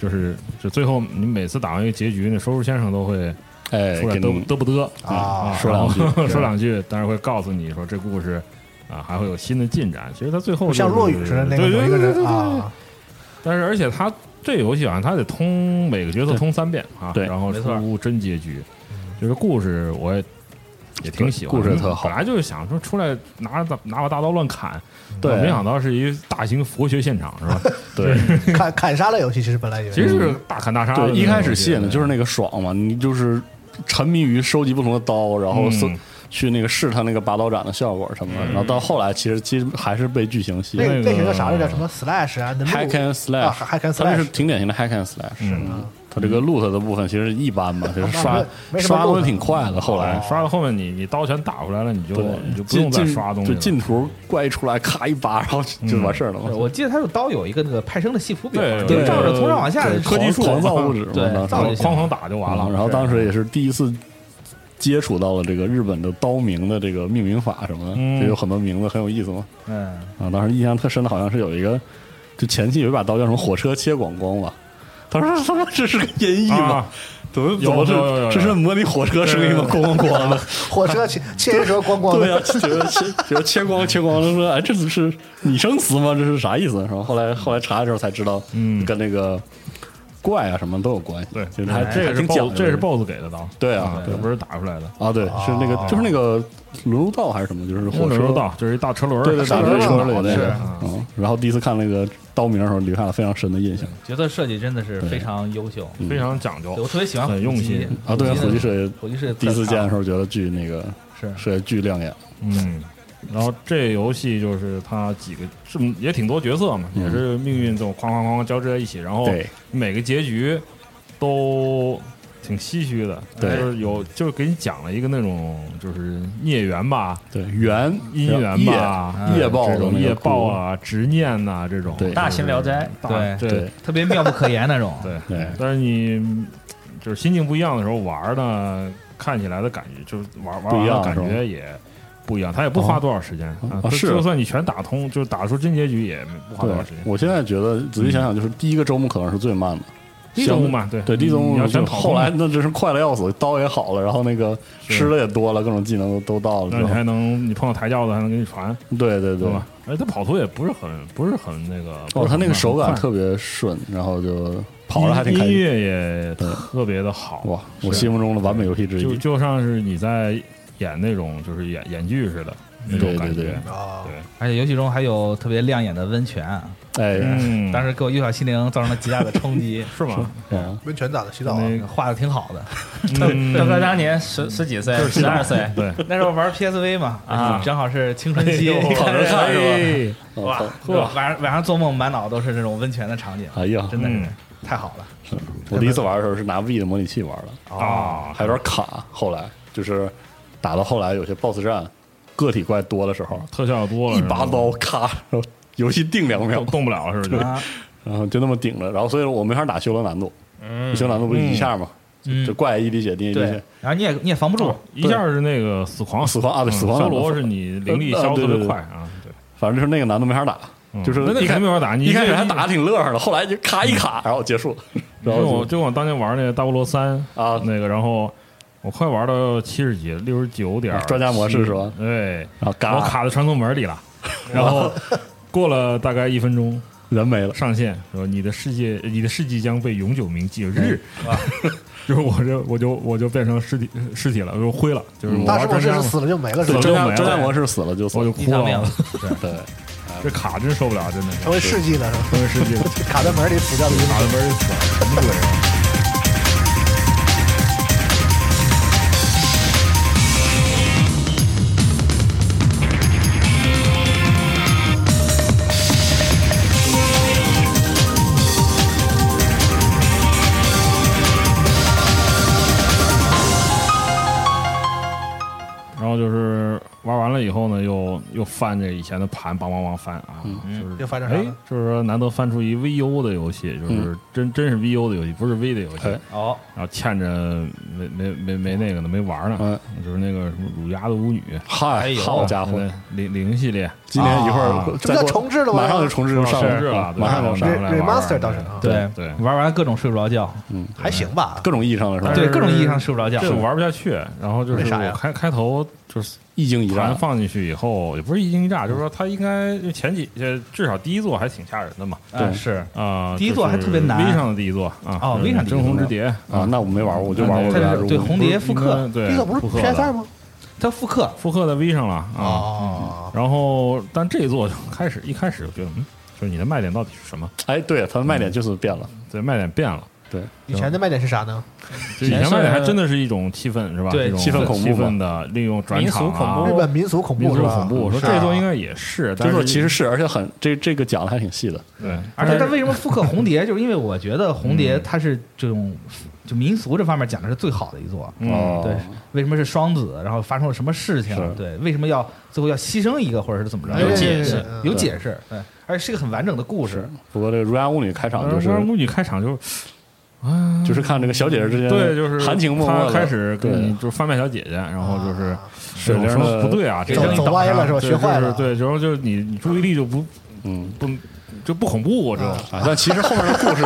[SPEAKER 8] 就是就最后你每次打完一个结局，那说书先生都会
[SPEAKER 5] 哎，
[SPEAKER 8] 出来
[SPEAKER 5] 给
[SPEAKER 8] 嘚
[SPEAKER 5] 你
[SPEAKER 8] 嘚不嘚嗯
[SPEAKER 4] 啊，
[SPEAKER 5] 说 两句
[SPEAKER 8] 然后
[SPEAKER 5] 是
[SPEAKER 8] 说两句，但是会告诉你说这故事。啊，还会有新的进展。其实它最后
[SPEAKER 4] 不
[SPEAKER 8] 就是
[SPEAKER 4] 像落雨似的那个
[SPEAKER 8] 对对
[SPEAKER 4] 有
[SPEAKER 8] 对
[SPEAKER 4] 一个
[SPEAKER 8] 对
[SPEAKER 4] 人
[SPEAKER 8] 对对
[SPEAKER 4] 啊，
[SPEAKER 8] 但是而且它这游戏好像它得通每个角色
[SPEAKER 5] 对
[SPEAKER 8] 通三遍啊，
[SPEAKER 5] 对
[SPEAKER 8] 然后
[SPEAKER 7] 没错
[SPEAKER 8] 出真结局。就是故事我也也挺喜欢的，
[SPEAKER 5] 故事也特好
[SPEAKER 8] 本来就是想说出来拿着大拿把大刀乱砍，
[SPEAKER 5] 对
[SPEAKER 8] 啊没想到是一大型佛学现场是 吧？
[SPEAKER 5] 对
[SPEAKER 4] 砍砍杀类游戏其实本来以为
[SPEAKER 8] 其实就是大砍大杀的那
[SPEAKER 5] 对，
[SPEAKER 8] 种。
[SPEAKER 5] 一开始吸引的就是
[SPEAKER 8] 那
[SPEAKER 5] 那个爽嘛，你就是沉迷于收集不同的刀，然后搜
[SPEAKER 8] 嗯
[SPEAKER 5] 去那个试探那个拔刀斩的效果什么的，然后到后来其实其实还是被剧情吸
[SPEAKER 4] 那
[SPEAKER 5] 引。
[SPEAKER 4] 个
[SPEAKER 8] 那个
[SPEAKER 4] 类型叫啥来着？什么 slash 啊
[SPEAKER 5] Hack and slash，
[SPEAKER 4] 啊，hack and
[SPEAKER 5] 他们
[SPEAKER 4] slash
[SPEAKER 5] 是挺典型的 hack and slash，嗯它这个 loot 的部分其实一般吧，
[SPEAKER 4] 啊
[SPEAKER 5] 就是
[SPEAKER 4] 那
[SPEAKER 5] 刷
[SPEAKER 4] 没没什么
[SPEAKER 5] 刷
[SPEAKER 4] loot
[SPEAKER 5] 东西挺快的。后来
[SPEAKER 8] 啊刷到后面你你刀全打回来了，你就
[SPEAKER 5] 对，
[SPEAKER 8] 你就不
[SPEAKER 5] 进
[SPEAKER 8] 用再
[SPEAKER 5] 进
[SPEAKER 8] 刷东西
[SPEAKER 5] 就
[SPEAKER 8] 了。
[SPEAKER 5] 进图怪一出来，咔一拔，然后就完事儿了嘛
[SPEAKER 7] 是。我记得它有刀有一个那个派生的系谱表，
[SPEAKER 8] 对
[SPEAKER 7] 你
[SPEAKER 8] 嗯对
[SPEAKER 7] 照着从上往下
[SPEAKER 5] 嗯对
[SPEAKER 7] 就
[SPEAKER 8] 科
[SPEAKER 5] 狂
[SPEAKER 8] 技树
[SPEAKER 5] 狂造物 质嘛，
[SPEAKER 7] 对
[SPEAKER 5] 当时
[SPEAKER 7] 造
[SPEAKER 8] 然后
[SPEAKER 7] 就行
[SPEAKER 8] 哐哐打就完了。
[SPEAKER 5] 然后
[SPEAKER 8] 是
[SPEAKER 5] 当时也是第一次接触到了这个日本的刀名的这个命名法什么的，
[SPEAKER 8] 嗯
[SPEAKER 5] 就有很多名字很有意思嘛。
[SPEAKER 7] 嗯，
[SPEAKER 5] 啊，当时印象特深的好像是有一个，就前期有一把刀叫什么火车切广光吧。他说：“ 他妈这是个音译吗
[SPEAKER 8] 啊？
[SPEAKER 5] 怎么 怎
[SPEAKER 8] 有
[SPEAKER 5] 么
[SPEAKER 8] 有有有
[SPEAKER 5] 是这是模拟火车声音吗？咣咣咣的，
[SPEAKER 4] 火车 切切人舌咣咣
[SPEAKER 5] 对呀、啊
[SPEAKER 4] 的，
[SPEAKER 5] 觉得切觉得切光切光，就说哎，这是拟声词吗？这是啥意思？然后后来后来查的时候才知道，
[SPEAKER 8] 嗯
[SPEAKER 5] 跟那个怪啊什么都有关系。
[SPEAKER 8] 对，哎
[SPEAKER 5] 就是还
[SPEAKER 8] 这
[SPEAKER 5] 还
[SPEAKER 8] 个是
[SPEAKER 5] 挺讲究的
[SPEAKER 8] BOSS，这是 BOSS 给的刀。
[SPEAKER 5] 对啊
[SPEAKER 8] 这不是打出来的。
[SPEAKER 5] 啊，对，是那个就是那个轮毂道还是什么，就是火
[SPEAKER 8] 火
[SPEAKER 5] 车
[SPEAKER 8] 车。道就是一大哦车轮儿，
[SPEAKER 5] 对对，
[SPEAKER 8] 大
[SPEAKER 5] 打
[SPEAKER 8] 车
[SPEAKER 5] 轮
[SPEAKER 8] 轮
[SPEAKER 5] 车
[SPEAKER 8] 儿
[SPEAKER 5] 里那
[SPEAKER 8] 是
[SPEAKER 5] 个，嗯，然后第一次看那个刀名的时候，留下了非常深的印象
[SPEAKER 7] 角色设计真的是非常优秀，
[SPEAKER 5] 嗯
[SPEAKER 8] 非常讲
[SPEAKER 7] 对
[SPEAKER 8] 究
[SPEAKER 7] 我。特别喜欢
[SPEAKER 8] 很用
[SPEAKER 7] 虎
[SPEAKER 8] 心
[SPEAKER 7] 击
[SPEAKER 5] 啊。对，火
[SPEAKER 7] 虎击
[SPEAKER 5] 炬
[SPEAKER 7] 的
[SPEAKER 5] 射
[SPEAKER 7] 虎击是
[SPEAKER 5] 第一次
[SPEAKER 7] 特
[SPEAKER 5] 见
[SPEAKER 7] 好
[SPEAKER 5] 的时候，觉得巨那个
[SPEAKER 7] 是
[SPEAKER 5] 是巨亮眼，
[SPEAKER 8] 嗯，然后这游戏就是它几个是也挺多角色嘛，
[SPEAKER 5] 嗯
[SPEAKER 8] 也是命运这种哐哐哐哐交织在一起，然后
[SPEAKER 5] 对
[SPEAKER 8] 每个结局都挺唏嘘的，
[SPEAKER 5] 对
[SPEAKER 8] 就是有就是给你讲了一个那种就是孽缘吧、
[SPEAKER 5] 对，缘
[SPEAKER 8] 姻缘吧、哎
[SPEAKER 5] 夜夜啊暴
[SPEAKER 8] 这
[SPEAKER 5] 的那
[SPEAKER 8] 种
[SPEAKER 5] 个
[SPEAKER 8] 业报
[SPEAKER 5] 哭，
[SPEAKER 8] 啊、执念呐、这种
[SPEAKER 5] 对
[SPEAKER 6] 大型聊斋，
[SPEAKER 7] 对
[SPEAKER 8] 对，
[SPEAKER 5] 对
[SPEAKER 7] 特别妙不可言那种
[SPEAKER 8] 对
[SPEAKER 5] 对
[SPEAKER 8] 但是你嗯就是心境不一样的时候玩儿呢，看起来的感觉就是玩玩
[SPEAKER 5] 不一
[SPEAKER 8] 完
[SPEAKER 5] 样
[SPEAKER 8] 了感
[SPEAKER 5] 是吧
[SPEAKER 8] 觉也不一样，它也不花多少时间
[SPEAKER 5] 哦
[SPEAKER 8] 啊
[SPEAKER 5] 啊
[SPEAKER 8] 就是就算你全打通，就是打出真结局也不花多少时
[SPEAKER 5] 对，
[SPEAKER 8] 间。
[SPEAKER 5] 我现在觉得仔细想想，就是第一个周末可能是最慢的。
[SPEAKER 8] 地
[SPEAKER 5] 相
[SPEAKER 8] 中嘛，对
[SPEAKER 5] 对，地
[SPEAKER 8] 嗯你要
[SPEAKER 5] 宗
[SPEAKER 8] 全
[SPEAKER 5] 就
[SPEAKER 8] 跑
[SPEAKER 5] 后
[SPEAKER 8] 通
[SPEAKER 5] 来
[SPEAKER 8] 了，
[SPEAKER 5] 那真是快乐要死，刀也好了，然后那个吃的也多了，各种技能都都到了
[SPEAKER 8] 那
[SPEAKER 5] 之
[SPEAKER 8] 你
[SPEAKER 5] 后。
[SPEAKER 8] 还能你碰到抬轿子还能给你传，
[SPEAKER 5] 对对对
[SPEAKER 8] 对吧？？而且它嗯哎跑图也不是很不是很那个，
[SPEAKER 5] 哦，
[SPEAKER 8] 不是
[SPEAKER 5] 他
[SPEAKER 8] 很
[SPEAKER 5] 那个
[SPEAKER 8] 慢
[SPEAKER 5] 手感
[SPEAKER 8] 很快
[SPEAKER 5] 特别顺，然后就跑着还挺
[SPEAKER 8] 音
[SPEAKER 5] 开
[SPEAKER 8] 音
[SPEAKER 5] 心。
[SPEAKER 8] 乐也
[SPEAKER 5] 对
[SPEAKER 8] 特别的好
[SPEAKER 5] 哇，我心目中的完美游戏之
[SPEAKER 8] 就
[SPEAKER 5] 一。
[SPEAKER 8] 就像是你在演那种就是演演剧似的那种
[SPEAKER 5] 对
[SPEAKER 8] 感
[SPEAKER 5] 对
[SPEAKER 8] 觉。嗯
[SPEAKER 4] 啊，
[SPEAKER 7] 而且游戏中还有特别亮眼的温泉，
[SPEAKER 5] 哎，
[SPEAKER 8] 嗯，，
[SPEAKER 7] 当时给我幼小心灵造成了极大的冲击
[SPEAKER 8] 是吗？
[SPEAKER 5] 嗯
[SPEAKER 4] 温泉咋的？洗澡啊？
[SPEAKER 8] 那
[SPEAKER 7] 嗯画的挺好的，
[SPEAKER 8] 嗯
[SPEAKER 6] 豆哥当年十十几岁，十二岁，
[SPEAKER 8] 对，
[SPEAKER 7] 那时候玩 PSV 嘛，
[SPEAKER 6] 啊
[SPEAKER 7] 正好是青春期，
[SPEAKER 8] 跑
[SPEAKER 7] 着看是吧？
[SPEAKER 5] 哦
[SPEAKER 7] 哇，晚上晚上做梦满脑都是这种温泉的场景，
[SPEAKER 5] 哎呀，
[SPEAKER 7] 真的是
[SPEAKER 8] 嗯
[SPEAKER 7] 太好了。
[SPEAKER 5] 是我第一次玩的时候是拿 V 的模拟器玩的，
[SPEAKER 8] 啊，
[SPEAKER 5] 还有点卡。后来就是打到后来有些 BOSS 战，个体怪多的时候，
[SPEAKER 8] 特效多了，
[SPEAKER 5] 一拔刀咔，然后游戏定两秒
[SPEAKER 8] 动，动不了是吧？
[SPEAKER 7] 啊，
[SPEAKER 5] 然后就那么顶着，然后所以我没法打修罗难度，
[SPEAKER 6] 嗯，
[SPEAKER 5] 修罗难度不是一下嘛，
[SPEAKER 7] 嗯
[SPEAKER 5] 就，怪一滴血滴一滴
[SPEAKER 7] 对
[SPEAKER 5] 血，，
[SPEAKER 7] 然后你也你也防不住，
[SPEAKER 8] 一下是那个死狂
[SPEAKER 5] 死狂啊对
[SPEAKER 8] 嗯
[SPEAKER 5] 死狂
[SPEAKER 8] 修
[SPEAKER 5] 两个
[SPEAKER 8] 罗
[SPEAKER 5] 死
[SPEAKER 8] 是
[SPEAKER 5] 狂
[SPEAKER 8] 你灵力
[SPEAKER 5] 呃
[SPEAKER 8] 消
[SPEAKER 5] 呃对
[SPEAKER 8] 特别
[SPEAKER 5] 对
[SPEAKER 8] 快啊，对，
[SPEAKER 5] 反正就是那个难度没法打，
[SPEAKER 8] 嗯
[SPEAKER 5] 就是
[SPEAKER 8] 那那
[SPEAKER 5] 一开
[SPEAKER 8] 肯定没法打，你
[SPEAKER 5] 一开始还
[SPEAKER 8] 这
[SPEAKER 5] 打得挺乐呵的，后来就咔一卡，然后结束了，然
[SPEAKER 8] 就
[SPEAKER 5] 后
[SPEAKER 8] 我
[SPEAKER 5] 就
[SPEAKER 8] 就我当年玩那个大菠萝三
[SPEAKER 5] 啊
[SPEAKER 8] 那个，然后我快玩到七十几，六十九点儿
[SPEAKER 5] 啊专家模式是吧
[SPEAKER 8] 对，
[SPEAKER 5] 然后
[SPEAKER 8] 我
[SPEAKER 5] 嘎，
[SPEAKER 8] 卡在传送 门里了，然后过了大概一分钟
[SPEAKER 5] 人没了，
[SPEAKER 8] 上线，说你的世界，你的事迹将被永久铭记。日， 就是我这我就我就变成尸体尸体了，我就灰了，就是我
[SPEAKER 4] 大师
[SPEAKER 8] 玩
[SPEAKER 4] 傅
[SPEAKER 8] 专
[SPEAKER 4] 这
[SPEAKER 8] 家
[SPEAKER 4] 是
[SPEAKER 8] 嘛，
[SPEAKER 4] 死了就没了是
[SPEAKER 5] 对
[SPEAKER 4] 吧？
[SPEAKER 5] 专
[SPEAKER 8] 就
[SPEAKER 5] 家
[SPEAKER 8] 没了
[SPEAKER 5] 专家模式死了就死
[SPEAKER 8] 我
[SPEAKER 5] 了，
[SPEAKER 8] 就
[SPEAKER 7] 地
[SPEAKER 8] 哭
[SPEAKER 7] 上命
[SPEAKER 8] 了，
[SPEAKER 5] 对，
[SPEAKER 8] 这卡真受不了，真的是
[SPEAKER 4] 成为事迹了是吧？
[SPEAKER 8] 成为世界了。
[SPEAKER 4] 卡在门里死掉的
[SPEAKER 8] 打的门儿死了，什么鬼啊？然后就是玩完了以后呢，又又翻这以前的盘，梆梆梆翻啊，
[SPEAKER 5] 嗯
[SPEAKER 8] 就是
[SPEAKER 4] 又翻着啥
[SPEAKER 8] 哎
[SPEAKER 4] 了？，
[SPEAKER 8] 就是说难得翻出一 VU 的游戏，就是真、真是 VU 的游戏，不是 V 的游戏。
[SPEAKER 5] 嗯哎
[SPEAKER 7] 哦，
[SPEAKER 8] 然后欠着没没没没那个呢，没玩呢，就是那个什么乳牙的巫女，
[SPEAKER 7] 哎
[SPEAKER 5] 嗨，
[SPEAKER 7] 呦
[SPEAKER 5] 哎好家伙，
[SPEAKER 8] 对零零系列
[SPEAKER 5] 今年一会
[SPEAKER 8] 嗯啊
[SPEAKER 5] 儿
[SPEAKER 4] 这不叫
[SPEAKER 5] 再过
[SPEAKER 4] 重置了吗
[SPEAKER 5] 马上就重置
[SPEAKER 8] 是
[SPEAKER 5] 上
[SPEAKER 8] 是
[SPEAKER 5] 了啊
[SPEAKER 8] 了，，
[SPEAKER 5] 马上就
[SPEAKER 8] 上
[SPEAKER 5] 上了，
[SPEAKER 8] 来玩
[SPEAKER 4] Remaster 倒是啊
[SPEAKER 8] 对
[SPEAKER 7] 对
[SPEAKER 8] 对，
[SPEAKER 7] 玩完各种睡不着觉，
[SPEAKER 5] 嗯，
[SPEAKER 4] 还行吧，
[SPEAKER 5] 各种意义上的是吧？
[SPEAKER 7] 对，各种意义上睡不着觉，
[SPEAKER 8] 这玩不下去。然后就是
[SPEAKER 4] 为啥呀
[SPEAKER 8] 我开开头就是
[SPEAKER 5] 一惊一
[SPEAKER 8] 盘
[SPEAKER 5] 乍，
[SPEAKER 8] 放进去以后，也不是一惊一乍，就是说它应该前几呃至少第一座还挺吓人的嘛，
[SPEAKER 7] 啊是
[SPEAKER 8] 啊，
[SPEAKER 7] 第一座还特别难
[SPEAKER 8] 就是 V 上的第一座啊，
[SPEAKER 7] 哦，V 上第一座
[SPEAKER 8] 真红之蝶
[SPEAKER 5] 啊，那我没玩过，我就玩过
[SPEAKER 8] 对
[SPEAKER 5] 这俩
[SPEAKER 7] 它是
[SPEAKER 5] 如
[SPEAKER 7] 对
[SPEAKER 5] 果
[SPEAKER 7] 红蝶复刻，
[SPEAKER 8] 应该对，
[SPEAKER 4] 这个不是
[SPEAKER 8] 复刻
[SPEAKER 4] PS 二
[SPEAKER 8] 的
[SPEAKER 4] 吗？
[SPEAKER 7] 它复刻，
[SPEAKER 8] 复刻在 V 上了啊。
[SPEAKER 4] 哦，
[SPEAKER 8] 然后，但这一座就开始一开始我觉得，嗯，就是你的卖点到底是什么？嗯
[SPEAKER 5] 哎，对，它的卖点就是变了，
[SPEAKER 8] 对，卖点变了。
[SPEAKER 5] 对，
[SPEAKER 4] 以前的卖点是啥呢？
[SPEAKER 8] 就以前卖点还真的是一种气氛是吧？
[SPEAKER 6] 对
[SPEAKER 8] 这种
[SPEAKER 5] 气氛恐怖
[SPEAKER 8] 气
[SPEAKER 5] 嘛
[SPEAKER 8] 氛的利用转
[SPEAKER 6] 民
[SPEAKER 8] 场
[SPEAKER 6] 俗
[SPEAKER 8] 啊
[SPEAKER 6] 恐
[SPEAKER 4] 日
[SPEAKER 6] 怖
[SPEAKER 4] 本民俗恐
[SPEAKER 8] 民
[SPEAKER 4] 怖是
[SPEAKER 8] 族
[SPEAKER 4] 吧？
[SPEAKER 8] 恐怖，我说
[SPEAKER 4] 是啊
[SPEAKER 8] 这座应该也是，但
[SPEAKER 5] 这
[SPEAKER 8] 是
[SPEAKER 5] 座其实是，而且很这这个讲的还挺细的，
[SPEAKER 8] 对，
[SPEAKER 7] 而且他为什么复 刻红蝶，就是因为我觉得红蝶它是这种就民俗这方面讲的是最好的一座。
[SPEAKER 8] 嗯，
[SPEAKER 5] 哦
[SPEAKER 7] 对，为什么是双子？然后发生了什么
[SPEAKER 5] 是
[SPEAKER 7] 事情？对，为什么要最后要牺牲一个，或者是怎么着？
[SPEAKER 4] 哎
[SPEAKER 6] 有解释
[SPEAKER 4] 嗯
[SPEAKER 7] 有解释。对，而且是一个很完整的故事。
[SPEAKER 5] 不过这个儒雅巫女开场
[SPEAKER 8] 当
[SPEAKER 5] 就
[SPEAKER 8] 时
[SPEAKER 5] 是
[SPEAKER 8] 母女开场就
[SPEAKER 5] 就是看这个小姐姐之间
[SPEAKER 8] 对，就是
[SPEAKER 5] 含情脉脉
[SPEAKER 8] 她
[SPEAKER 5] 的
[SPEAKER 8] 开始跟你
[SPEAKER 5] 对
[SPEAKER 8] 就是翻卖小姐姐，然后就是
[SPEAKER 5] 水
[SPEAKER 8] 我
[SPEAKER 5] 灵
[SPEAKER 8] 说
[SPEAKER 5] 的
[SPEAKER 8] 不，对啊，这
[SPEAKER 4] 走
[SPEAKER 8] 个
[SPEAKER 4] 走歪了是吧？
[SPEAKER 8] 对
[SPEAKER 4] 学坏了，
[SPEAKER 8] 就是对，然后就是你你注意力就不
[SPEAKER 5] 嗯
[SPEAKER 8] 不就不恐怖，我这种
[SPEAKER 5] 啊，但其实后面的故事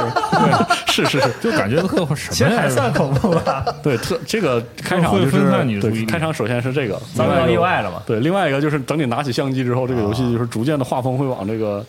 [SPEAKER 5] 是是是，
[SPEAKER 8] 就感觉特什
[SPEAKER 7] 其
[SPEAKER 8] 么
[SPEAKER 7] 实
[SPEAKER 8] 呀
[SPEAKER 7] 还？算恐怖吧，
[SPEAKER 5] 对特这个开场
[SPEAKER 8] 会
[SPEAKER 5] 就是
[SPEAKER 8] 分散你的注意
[SPEAKER 5] 对
[SPEAKER 8] 力
[SPEAKER 5] 开场首先是这个，
[SPEAKER 6] 遭
[SPEAKER 5] 另外一
[SPEAKER 6] 遇到
[SPEAKER 5] 个
[SPEAKER 6] 意外了嘛？
[SPEAKER 5] 对，另外一个就是等你拿起相机之后，这个游
[SPEAKER 8] 啊
[SPEAKER 5] 戏就是逐渐的画风会往这个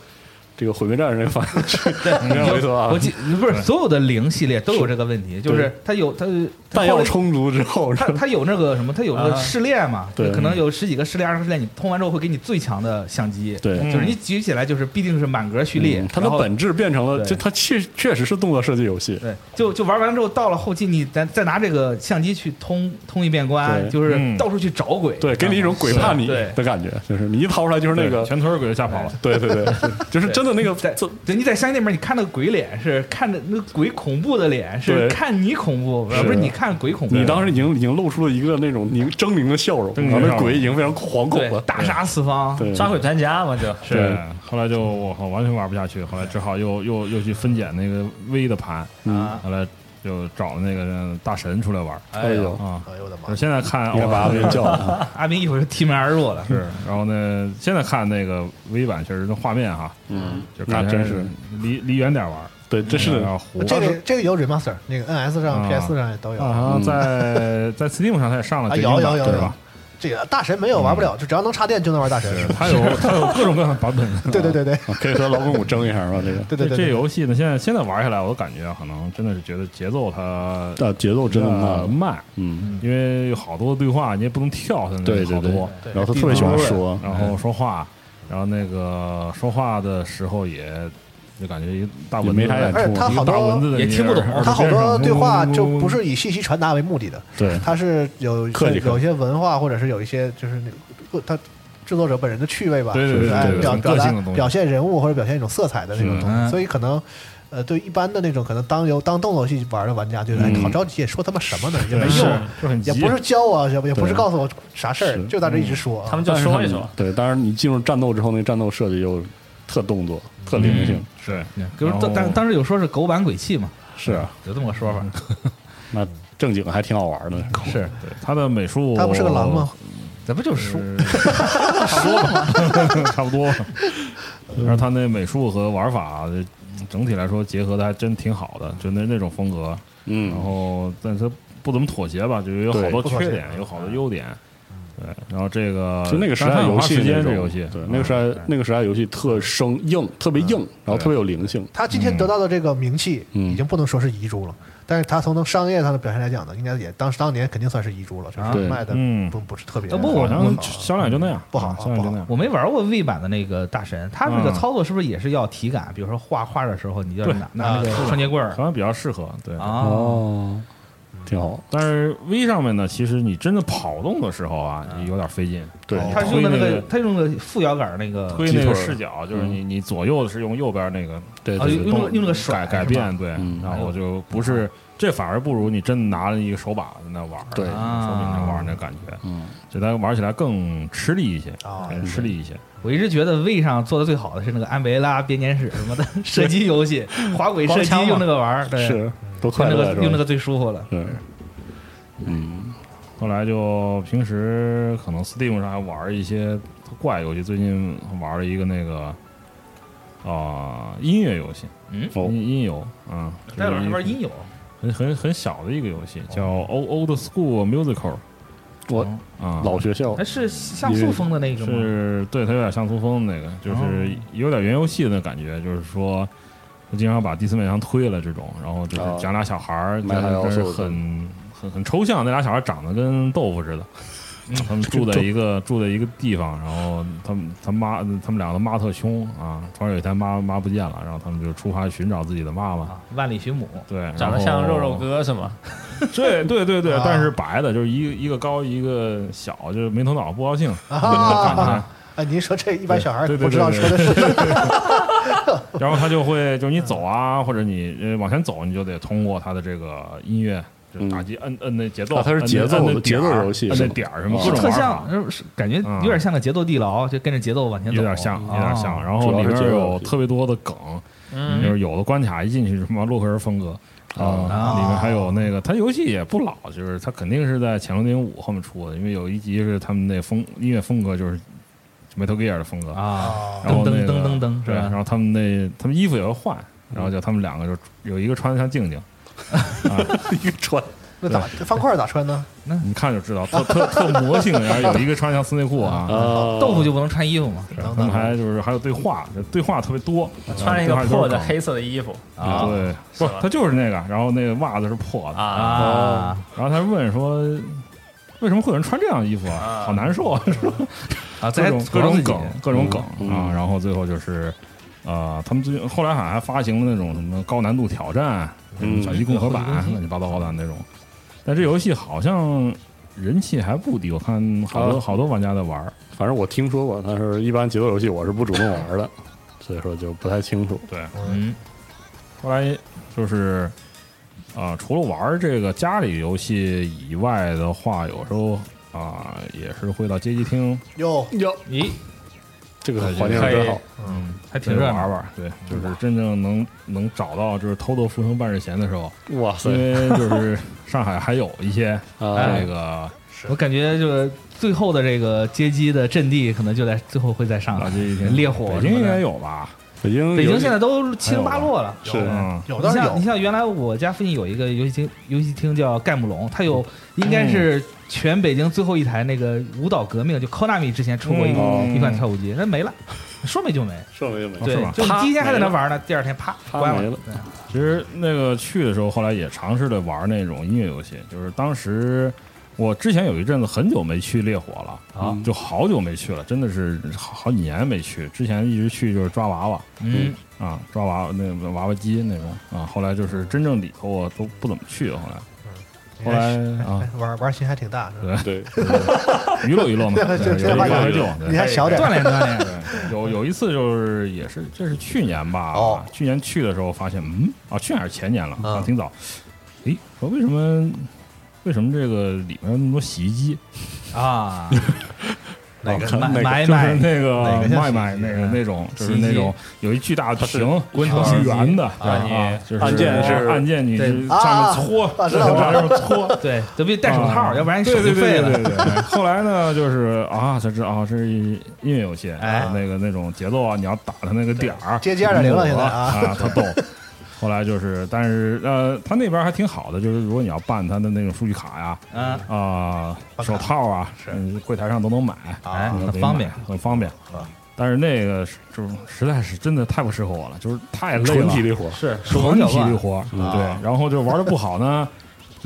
[SPEAKER 5] 这个毁灭战士那个方向去，你认为说啊
[SPEAKER 7] 我，记不是所有的零系列都有这个问题，就是
[SPEAKER 5] 对
[SPEAKER 7] 它有它它
[SPEAKER 5] 弹
[SPEAKER 7] 后
[SPEAKER 5] 药
[SPEAKER 7] 来
[SPEAKER 5] 充足之后，
[SPEAKER 7] 它它有那个什么，它有那个
[SPEAKER 6] 啊
[SPEAKER 7] 试炼嘛，
[SPEAKER 5] 对
[SPEAKER 7] 可能有十几个试炼、二十个试炼，你通完之后会给你最强的相机，
[SPEAKER 5] 对，
[SPEAKER 7] 就是你举起来就是必定是满格蓄力
[SPEAKER 5] 嗯，它
[SPEAKER 7] 然
[SPEAKER 5] 的
[SPEAKER 7] 后
[SPEAKER 5] 本质变成了，
[SPEAKER 7] 对
[SPEAKER 5] 就它确确实是动作设计游戏，
[SPEAKER 7] 对，就就玩完了之后，到了后期你再再拿这个相机去通通一遍关，
[SPEAKER 5] 对
[SPEAKER 7] 就是
[SPEAKER 8] 嗯
[SPEAKER 7] 到处去找鬼，
[SPEAKER 5] 对，给你一种鬼怕你
[SPEAKER 7] 对
[SPEAKER 5] 的感觉，就是你一掏出来就是那
[SPEAKER 8] 对
[SPEAKER 5] 个，
[SPEAKER 8] 全村儿给他吓跑了。
[SPEAKER 5] 对对对，就是真的那个
[SPEAKER 7] 在
[SPEAKER 5] 做
[SPEAKER 7] 对，你在相机那边，你看那个鬼脸是看着那个鬼恐怖的脸，是
[SPEAKER 5] 对
[SPEAKER 7] 看你恐怖，
[SPEAKER 5] 是
[SPEAKER 7] 不是你看鬼恐怖。
[SPEAKER 5] 你当时已经已经露出了一个那种凝狰狞的笑容，
[SPEAKER 8] 狰狞
[SPEAKER 5] 然后
[SPEAKER 8] 笑
[SPEAKER 5] 那
[SPEAKER 8] 容
[SPEAKER 5] 鬼已经非常惶恐
[SPEAKER 7] 对
[SPEAKER 5] 了，
[SPEAKER 7] 大杀四方，
[SPEAKER 5] 对，
[SPEAKER 6] 抓鬼专家嘛，就
[SPEAKER 8] 对，后来就我靠完全玩不下去，后来只好又又又去分拣那个 V 的盘，
[SPEAKER 5] 嗯，
[SPEAKER 7] 啊，
[SPEAKER 8] 后来就找了那个大神出来玩
[SPEAKER 5] 哎呦，
[SPEAKER 8] 啊。
[SPEAKER 4] 哎呦我的
[SPEAKER 8] 我
[SPEAKER 4] 妈！
[SPEAKER 8] 现在看
[SPEAKER 5] 你看把阿斌叫了啊，
[SPEAKER 7] 阿斌一会儿就踢门而入了，
[SPEAKER 8] 是，然后呢，现在看那个 V 版确实那画面哈，
[SPEAKER 5] 嗯，
[SPEAKER 8] 就
[SPEAKER 5] 那
[SPEAKER 8] 感觉
[SPEAKER 5] 真是嗯
[SPEAKER 8] 离离远点玩，
[SPEAKER 5] 对，这 是
[SPEAKER 8] 有点糊。
[SPEAKER 4] 呃这个这个有 remaster，那个 NS 上、
[SPEAKER 8] 啊
[SPEAKER 4] PS 上也都有。
[SPEAKER 8] 啊，
[SPEAKER 5] 嗯
[SPEAKER 8] 在在 Steam 上它也上了
[SPEAKER 4] 啊
[SPEAKER 8] 最新
[SPEAKER 4] 有
[SPEAKER 8] 版，
[SPEAKER 4] 有有
[SPEAKER 8] 对吧？嗯
[SPEAKER 4] 这个大神没有玩不了，就只要能插电就能玩大神。
[SPEAKER 8] 它有它有各种各样的版本。
[SPEAKER 4] 对对对对
[SPEAKER 5] 啊可以和老公母争一下吧，这个。
[SPEAKER 4] 对对
[SPEAKER 8] 这
[SPEAKER 4] 对
[SPEAKER 8] 这
[SPEAKER 4] 对，
[SPEAKER 8] 游戏呢，现在现在玩下来，我感觉可能真的是觉得节奏它
[SPEAKER 5] 啊，节奏真的
[SPEAKER 8] 呃
[SPEAKER 5] 慢，
[SPEAKER 8] 慢，
[SPEAKER 5] 嗯，
[SPEAKER 8] 因为有好多对话你也不能跳，现在
[SPEAKER 5] 对对嗯
[SPEAKER 8] 好
[SPEAKER 5] 对
[SPEAKER 8] 多，
[SPEAKER 4] 对
[SPEAKER 5] 然后他特别喜欢说，
[SPEAKER 8] 然后说话，然后那个说话的时候也就感觉一大
[SPEAKER 5] 也
[SPEAKER 8] 蚊子哎
[SPEAKER 5] 没啥演
[SPEAKER 8] 在，
[SPEAKER 5] 出
[SPEAKER 4] 而且他
[SPEAKER 8] 一个
[SPEAKER 4] 好
[SPEAKER 8] 大
[SPEAKER 4] 多
[SPEAKER 8] 蚊子在
[SPEAKER 7] 也
[SPEAKER 8] 你
[SPEAKER 7] 听不懂
[SPEAKER 8] 耳朵
[SPEAKER 4] 他好
[SPEAKER 8] 边
[SPEAKER 4] 多
[SPEAKER 8] 上
[SPEAKER 4] 对话
[SPEAKER 8] 嗡嗡嗡嗡
[SPEAKER 4] 就不是以信息传达为目的的，
[SPEAKER 5] 对
[SPEAKER 4] 它是有
[SPEAKER 5] 客气客气
[SPEAKER 4] 有一些文化或者是有一些就是那个他制作者本人的趣味吧，
[SPEAKER 8] 对对对
[SPEAKER 4] 哎
[SPEAKER 8] 对对
[SPEAKER 4] 表
[SPEAKER 8] 很
[SPEAKER 4] 表
[SPEAKER 8] 个
[SPEAKER 4] 达
[SPEAKER 8] 性的东西
[SPEAKER 4] 表现人物或者表现一种色彩的那种
[SPEAKER 8] 是
[SPEAKER 4] 东西，
[SPEAKER 7] 嗯
[SPEAKER 4] 所以可能。呃，对一般的那种可能当游当动作游戏玩的玩家，就是哎，
[SPEAKER 5] 嗯
[SPEAKER 4] 好着急，说他妈什么呢，也没
[SPEAKER 8] 是嗯
[SPEAKER 4] 用，
[SPEAKER 8] 就很急
[SPEAKER 4] 也，不是教我，也不也不是
[SPEAKER 5] 对
[SPEAKER 4] 告诉我啥事儿
[SPEAKER 5] 是，
[SPEAKER 4] 就在这一直说。
[SPEAKER 6] 他们就
[SPEAKER 5] 但是他
[SPEAKER 6] 说一
[SPEAKER 5] 们
[SPEAKER 6] 说，
[SPEAKER 5] 对，当然你进入战斗之后，那战斗设计又特动作，特灵性，
[SPEAKER 8] 是，
[SPEAKER 7] 比如
[SPEAKER 8] 然后
[SPEAKER 7] 当当当时有说是狗版鬼泣嘛，
[SPEAKER 5] 是啊，
[SPEAKER 7] 有这么个说法，
[SPEAKER 5] 那正经还挺好玩的，
[SPEAKER 7] 是
[SPEAKER 8] 对他的美术， 呃
[SPEAKER 4] 他不是个狼吗？？
[SPEAKER 7] 咱不就是说，
[SPEAKER 8] 差不多吧。而他那美术和玩法呃整体来说结合的还真挺好的，就那那种风格。
[SPEAKER 5] 嗯，
[SPEAKER 8] 然后，但是不怎么妥协吧，就有好
[SPEAKER 5] 对
[SPEAKER 8] 多
[SPEAKER 4] 不妥
[SPEAKER 8] 缺
[SPEAKER 4] 协
[SPEAKER 8] 点，有好多优点。对，然后这个
[SPEAKER 5] 就那个时代
[SPEAKER 8] 但它很
[SPEAKER 5] 游
[SPEAKER 8] 花
[SPEAKER 5] 戏嗯
[SPEAKER 8] 时
[SPEAKER 5] 那
[SPEAKER 8] 间
[SPEAKER 5] 种
[SPEAKER 8] 这游戏，嗯
[SPEAKER 5] 对，那个时代那个时代游戏特生硬，特别硬，然后特别有灵性，
[SPEAKER 4] 他今天得到的这个名气，
[SPEAKER 5] 嗯
[SPEAKER 4] 已经不能说是遗珠了，但是他从能商业上的表现来讲呢，应该也当当年肯定算是遗珠了，就
[SPEAKER 7] 啊
[SPEAKER 4] 是卖的
[SPEAKER 8] 嗯
[SPEAKER 4] 不不是特别
[SPEAKER 7] 呃
[SPEAKER 4] 好。
[SPEAKER 7] 不
[SPEAKER 8] 好
[SPEAKER 7] 我
[SPEAKER 8] 像销量也就那样，
[SPEAKER 4] 嗯不好
[SPEAKER 8] 啊销量就那样。
[SPEAKER 7] 我没玩过 V 版的那个大神，他那个
[SPEAKER 8] 嗯
[SPEAKER 7] 操作是不是也是要体感？比如说画画的时候，你就
[SPEAKER 8] 对啊
[SPEAKER 7] 拿拿那个双截棍儿
[SPEAKER 8] 可能比较适合对。
[SPEAKER 7] 啊，
[SPEAKER 5] 哦，挺好，
[SPEAKER 8] 但是 V 上面呢，其实你真的跑动的时候啊，你有点费劲。
[SPEAKER 5] 对，
[SPEAKER 7] 他是用的那
[SPEAKER 8] 推那
[SPEAKER 7] 个
[SPEAKER 8] 个
[SPEAKER 7] 他用的副摇杆儿那个
[SPEAKER 8] 推那
[SPEAKER 5] 鸡
[SPEAKER 8] 个
[SPEAKER 5] 腿儿
[SPEAKER 8] 视角，就是
[SPEAKER 5] 嗯
[SPEAKER 8] 你你左右是用右边那个
[SPEAKER 5] 对
[SPEAKER 7] 啊，
[SPEAKER 5] 对
[SPEAKER 7] 用
[SPEAKER 5] 对，
[SPEAKER 7] 用用那个甩
[SPEAKER 8] 改改
[SPEAKER 7] 是吧
[SPEAKER 8] 变，对
[SPEAKER 5] 嗯，
[SPEAKER 8] 然后就不是这反而不如你真拿着一个手把在那玩儿，
[SPEAKER 5] 对
[SPEAKER 8] 手
[SPEAKER 7] 啊
[SPEAKER 8] 柄上玩儿那感觉，
[SPEAKER 5] 嗯，
[SPEAKER 8] 就它玩起来更吃力一些，
[SPEAKER 4] 啊
[SPEAKER 7] 哦
[SPEAKER 8] 哎吃力一些。
[SPEAKER 7] 我一直觉得 V 上做的最好的是那个安培拉编年史什么的 射击游 戏，嗯滑轨射击用那个玩儿，对，用
[SPEAKER 5] 是多快
[SPEAKER 7] 那
[SPEAKER 5] 乐
[SPEAKER 7] 个用那
[SPEAKER 5] 是吧？
[SPEAKER 7] 个最舒服了。
[SPEAKER 5] 是，嗯，
[SPEAKER 8] 后来就平时可能 Steam 上还玩一些怪游戏，最近玩了一个那个啊音乐游戏，
[SPEAKER 7] 嗯
[SPEAKER 5] 哦
[SPEAKER 8] 音音游，嗯，
[SPEAKER 7] 待会儿还玩音游，
[SPEAKER 8] 很很很小的一个游戏，叫 Old School Musical
[SPEAKER 5] 我
[SPEAKER 8] 啊，
[SPEAKER 5] 老学校
[SPEAKER 7] 哎，是像素风的那个吗？
[SPEAKER 8] 是对它有点像突风那个，就是有点原游戏的感觉，就是说他经常把第四面墙推了这种，然后就是
[SPEAKER 5] 啊
[SPEAKER 8] 讲俩小孩儿，
[SPEAKER 5] 埋
[SPEAKER 8] 但
[SPEAKER 5] 他
[SPEAKER 8] 是
[SPEAKER 5] 要
[SPEAKER 8] 但是
[SPEAKER 5] 素的
[SPEAKER 8] 很很很抽象，那俩小孩长得跟豆腐似的，他们住在一个住在一个地方，然后他们他妈他们两个妈特凶啊，突然有一天妈妈不见了，然后他们就出发寻找自己的妈妈。
[SPEAKER 7] 啊，万里寻母，
[SPEAKER 8] 对，然后
[SPEAKER 6] 长得像肉肉，哥是吗？
[SPEAKER 8] 对对对对
[SPEAKER 4] 啊，
[SPEAKER 8] 但是白的，就是一个一个高一个小，就是没头脑不高兴那种 感觉
[SPEAKER 4] 啊。哎，您说这一般小孩
[SPEAKER 8] 对对对
[SPEAKER 4] 不知道
[SPEAKER 8] 对
[SPEAKER 4] 说的是
[SPEAKER 8] 然后他就会就是你走啊，或者你呃往前走，你就得通过他的这个音乐。就是打击摁摁那节奏，
[SPEAKER 5] 嗯啊它是
[SPEAKER 8] 摁那
[SPEAKER 5] 节奏
[SPEAKER 8] 摁那
[SPEAKER 5] 节奏
[SPEAKER 8] 点儿
[SPEAKER 5] 游戏
[SPEAKER 8] 摁
[SPEAKER 5] 是
[SPEAKER 8] 那
[SPEAKER 5] 吗
[SPEAKER 8] 点儿什么
[SPEAKER 5] 哦
[SPEAKER 8] 各种
[SPEAKER 7] 特
[SPEAKER 8] 玩法
[SPEAKER 7] 像，是是感觉有点像个节奏地牢，就跟着节奏往前走，
[SPEAKER 8] 嗯有点像，有点像。
[SPEAKER 7] 哦
[SPEAKER 8] 然后里
[SPEAKER 5] 主要是
[SPEAKER 8] 边
[SPEAKER 5] 节奏
[SPEAKER 8] 有
[SPEAKER 5] 游戏
[SPEAKER 8] 特别多的梗，就
[SPEAKER 6] 嗯，
[SPEAKER 8] 是有的关卡一进去什么洛克人风格啊
[SPEAKER 5] 啊，
[SPEAKER 8] 里面还有那个，它游戏也不老，就是它肯定是在《潜龙谍影五》后面出的，因为有一集是他们那风音乐风格就是 Metal Gear 的风格，
[SPEAKER 7] 啊，
[SPEAKER 4] 啊
[SPEAKER 8] 然后
[SPEAKER 7] 噔
[SPEAKER 8] 那个
[SPEAKER 7] 噔噔噔噔是
[SPEAKER 8] 对，
[SPEAKER 7] 吧
[SPEAKER 8] 然后他们那他们衣服也会换，然后就他们两个就有一个穿的像静静，
[SPEAKER 5] 一穿
[SPEAKER 4] 那咋这方块咋穿呢？
[SPEAKER 8] 你看就知道，特特特魔性，然后有一个穿的像斯内裤
[SPEAKER 5] 啊，
[SPEAKER 8] 啊。
[SPEAKER 7] 豆腐就不能穿衣服嘛？
[SPEAKER 8] 是他们还就是还有对话，对话特别多，
[SPEAKER 6] 穿了一个
[SPEAKER 8] 啊然后对话
[SPEAKER 6] 破
[SPEAKER 8] 都是
[SPEAKER 6] 的
[SPEAKER 8] 梗
[SPEAKER 6] 黑色的衣服
[SPEAKER 7] 啊
[SPEAKER 8] 对，不
[SPEAKER 6] 是吧，
[SPEAKER 8] 他就是那个，然后那个袜子是破的，
[SPEAKER 6] 啊，
[SPEAKER 7] 啊，
[SPEAKER 8] 然后他问说，为什么会有人穿这样的衣服啊？
[SPEAKER 6] 啊
[SPEAKER 8] 好难 受啊！
[SPEAKER 7] 啊，
[SPEAKER 8] 各
[SPEAKER 7] 再
[SPEAKER 8] 种各种梗，各种梗
[SPEAKER 5] 嗯
[SPEAKER 8] 啊
[SPEAKER 5] 嗯！
[SPEAKER 8] 然后最后就是，呃，他们最近后来好像还发行了那种什么高难度挑战、什么
[SPEAKER 5] 嗯
[SPEAKER 8] 小鸡共和版、乱七八糟的那种，但这游戏好像人气还不低，我看好多
[SPEAKER 5] 啊
[SPEAKER 8] 好多玩家在玩儿。
[SPEAKER 5] 反正我听说过，但是一般节奏游戏我是不主动玩的，所以说就不太清楚。
[SPEAKER 8] 对，
[SPEAKER 7] 嗯，
[SPEAKER 8] 后来就是，啊、除了玩儿这个家里游戏以外的话，有时候啊、也是会到街机厅，
[SPEAKER 4] 哟，
[SPEAKER 5] 哟，
[SPEAKER 7] 咦，
[SPEAKER 5] 这个环境真好，
[SPEAKER 8] 嗯，
[SPEAKER 7] 还挺热
[SPEAKER 8] 玩
[SPEAKER 7] 闹，嗯
[SPEAKER 8] 玩。对，就是真正能能找到就是偷偷浮生半日闲的时候，
[SPEAKER 5] 哇塞
[SPEAKER 8] 因为哎就是上海还有一些
[SPEAKER 5] 啊
[SPEAKER 8] 这！个
[SPEAKER 7] 我感觉就是最后的这个街机的阵地，可能就在最后会在上
[SPEAKER 8] 老
[SPEAKER 7] 海
[SPEAKER 8] 街机厅，
[SPEAKER 7] 啊烈火
[SPEAKER 8] 北京
[SPEAKER 7] 什
[SPEAKER 8] 应
[SPEAKER 7] 么的
[SPEAKER 8] 该有吧？
[SPEAKER 5] 北京
[SPEAKER 7] 北
[SPEAKER 5] 有
[SPEAKER 7] 京现在都七零八落了。
[SPEAKER 5] 是
[SPEAKER 8] 嗯，
[SPEAKER 4] 有
[SPEAKER 7] 你
[SPEAKER 4] 倒是
[SPEAKER 7] 像你
[SPEAKER 4] 有，
[SPEAKER 7] 像原来我家附近有一个游戏厅，游戏厅叫盖姆龙，它有应该是全北京最后一台那个舞蹈革命，就 Konami 之前出过一个
[SPEAKER 5] 嗯
[SPEAKER 7] 一款跳舞机，那没了，说没就没。
[SPEAKER 5] 设备就没
[SPEAKER 8] 是
[SPEAKER 7] 对
[SPEAKER 8] 吗，
[SPEAKER 7] 就你
[SPEAKER 5] 啪
[SPEAKER 7] 第一天还在那
[SPEAKER 5] 没了
[SPEAKER 7] 玩呢，第二天啪
[SPEAKER 5] 啪
[SPEAKER 7] 关
[SPEAKER 5] 没
[SPEAKER 7] 了
[SPEAKER 5] 了。
[SPEAKER 7] 对
[SPEAKER 8] 其实那个去的时候，后来也尝试着玩那种音乐游戏，就是当时我之前有一阵子很久没去烈火了
[SPEAKER 5] 啊
[SPEAKER 8] 就好久没去了，真的是好好几年没去，之前一直去就是抓娃娃。
[SPEAKER 7] 嗯，
[SPEAKER 8] 啊，抓娃娃那娃娃机那种啊，后来就是真正里头我都不怎么去了，后来后来啊，
[SPEAKER 4] 哎玩玩心还挺大，是吧
[SPEAKER 8] 对
[SPEAKER 5] 对，
[SPEAKER 8] 娱乐 娱乐嘛，
[SPEAKER 4] 这这
[SPEAKER 8] 对
[SPEAKER 4] 这话
[SPEAKER 8] 有
[SPEAKER 4] 讲
[SPEAKER 8] 有有
[SPEAKER 4] 你还小点
[SPEAKER 7] 锻
[SPEAKER 4] 儿，
[SPEAKER 7] 炼 锻炼。
[SPEAKER 8] 对有有一次就是也是这是去年吧，啊
[SPEAKER 4] 哦
[SPEAKER 8] 去年去的时候发现，嗯啊，去年还是前年了，
[SPEAKER 4] 嗯
[SPEAKER 8] 啊，挺早，诶，说为什么为什么这个里面有那么多洗衣机？
[SPEAKER 7] 啊，哪个
[SPEAKER 5] 看
[SPEAKER 7] 买
[SPEAKER 5] 哪个
[SPEAKER 7] 买买哪个
[SPEAKER 8] 就是那个
[SPEAKER 7] 像
[SPEAKER 8] 卖卖
[SPEAKER 7] 洗衣机
[SPEAKER 8] 那个
[SPEAKER 7] 啊
[SPEAKER 8] 那种就是
[SPEAKER 7] 洗衣机
[SPEAKER 8] 那种有一巨大的瓶，
[SPEAKER 7] 滚筒洗衣机
[SPEAKER 8] 圆的，
[SPEAKER 6] 让
[SPEAKER 7] 啊
[SPEAKER 6] 你
[SPEAKER 8] 就是
[SPEAKER 5] 按键是
[SPEAKER 8] 按键，你
[SPEAKER 7] 对
[SPEAKER 8] 是上面搓，
[SPEAKER 4] 啊知道
[SPEAKER 8] 往 上面搓。
[SPEAKER 7] 对，都必须戴手套，
[SPEAKER 8] 啊
[SPEAKER 7] 要不然你手
[SPEAKER 8] 对
[SPEAKER 7] 就
[SPEAKER 8] 对
[SPEAKER 7] 废
[SPEAKER 8] 对
[SPEAKER 7] 了
[SPEAKER 8] 对。对对。 后来呢，就是啊，才知道啊，这是音乐游戏，
[SPEAKER 7] 哎
[SPEAKER 8] 那个那种节奏啊，你要打它那个点儿，
[SPEAKER 4] 接接2.0了现在啊
[SPEAKER 8] 啊，它动。 后来就是，但是呃，它那边还挺好的，就是如果你要办它的那种数据卡呀、
[SPEAKER 7] 嗯，
[SPEAKER 8] 啊、
[SPEAKER 4] 办卡
[SPEAKER 8] 手套啊，嗯柜台上都能买，
[SPEAKER 7] 哎，
[SPEAKER 8] 嗯
[SPEAKER 7] 很
[SPEAKER 8] 可以
[SPEAKER 7] 方
[SPEAKER 8] 买
[SPEAKER 7] 便。啊
[SPEAKER 8] 很方便。但是那个是就是实在是真的太不适合我了，就是太累啊
[SPEAKER 5] 纯
[SPEAKER 8] 了，
[SPEAKER 5] 体力活，
[SPEAKER 7] 是手忙
[SPEAKER 8] 纯
[SPEAKER 7] 脚
[SPEAKER 8] 体力
[SPEAKER 7] 乱，
[SPEAKER 8] 活儿，
[SPEAKER 5] 嗯
[SPEAKER 8] 对。
[SPEAKER 7] 啊
[SPEAKER 8] 然后就玩的不好呢，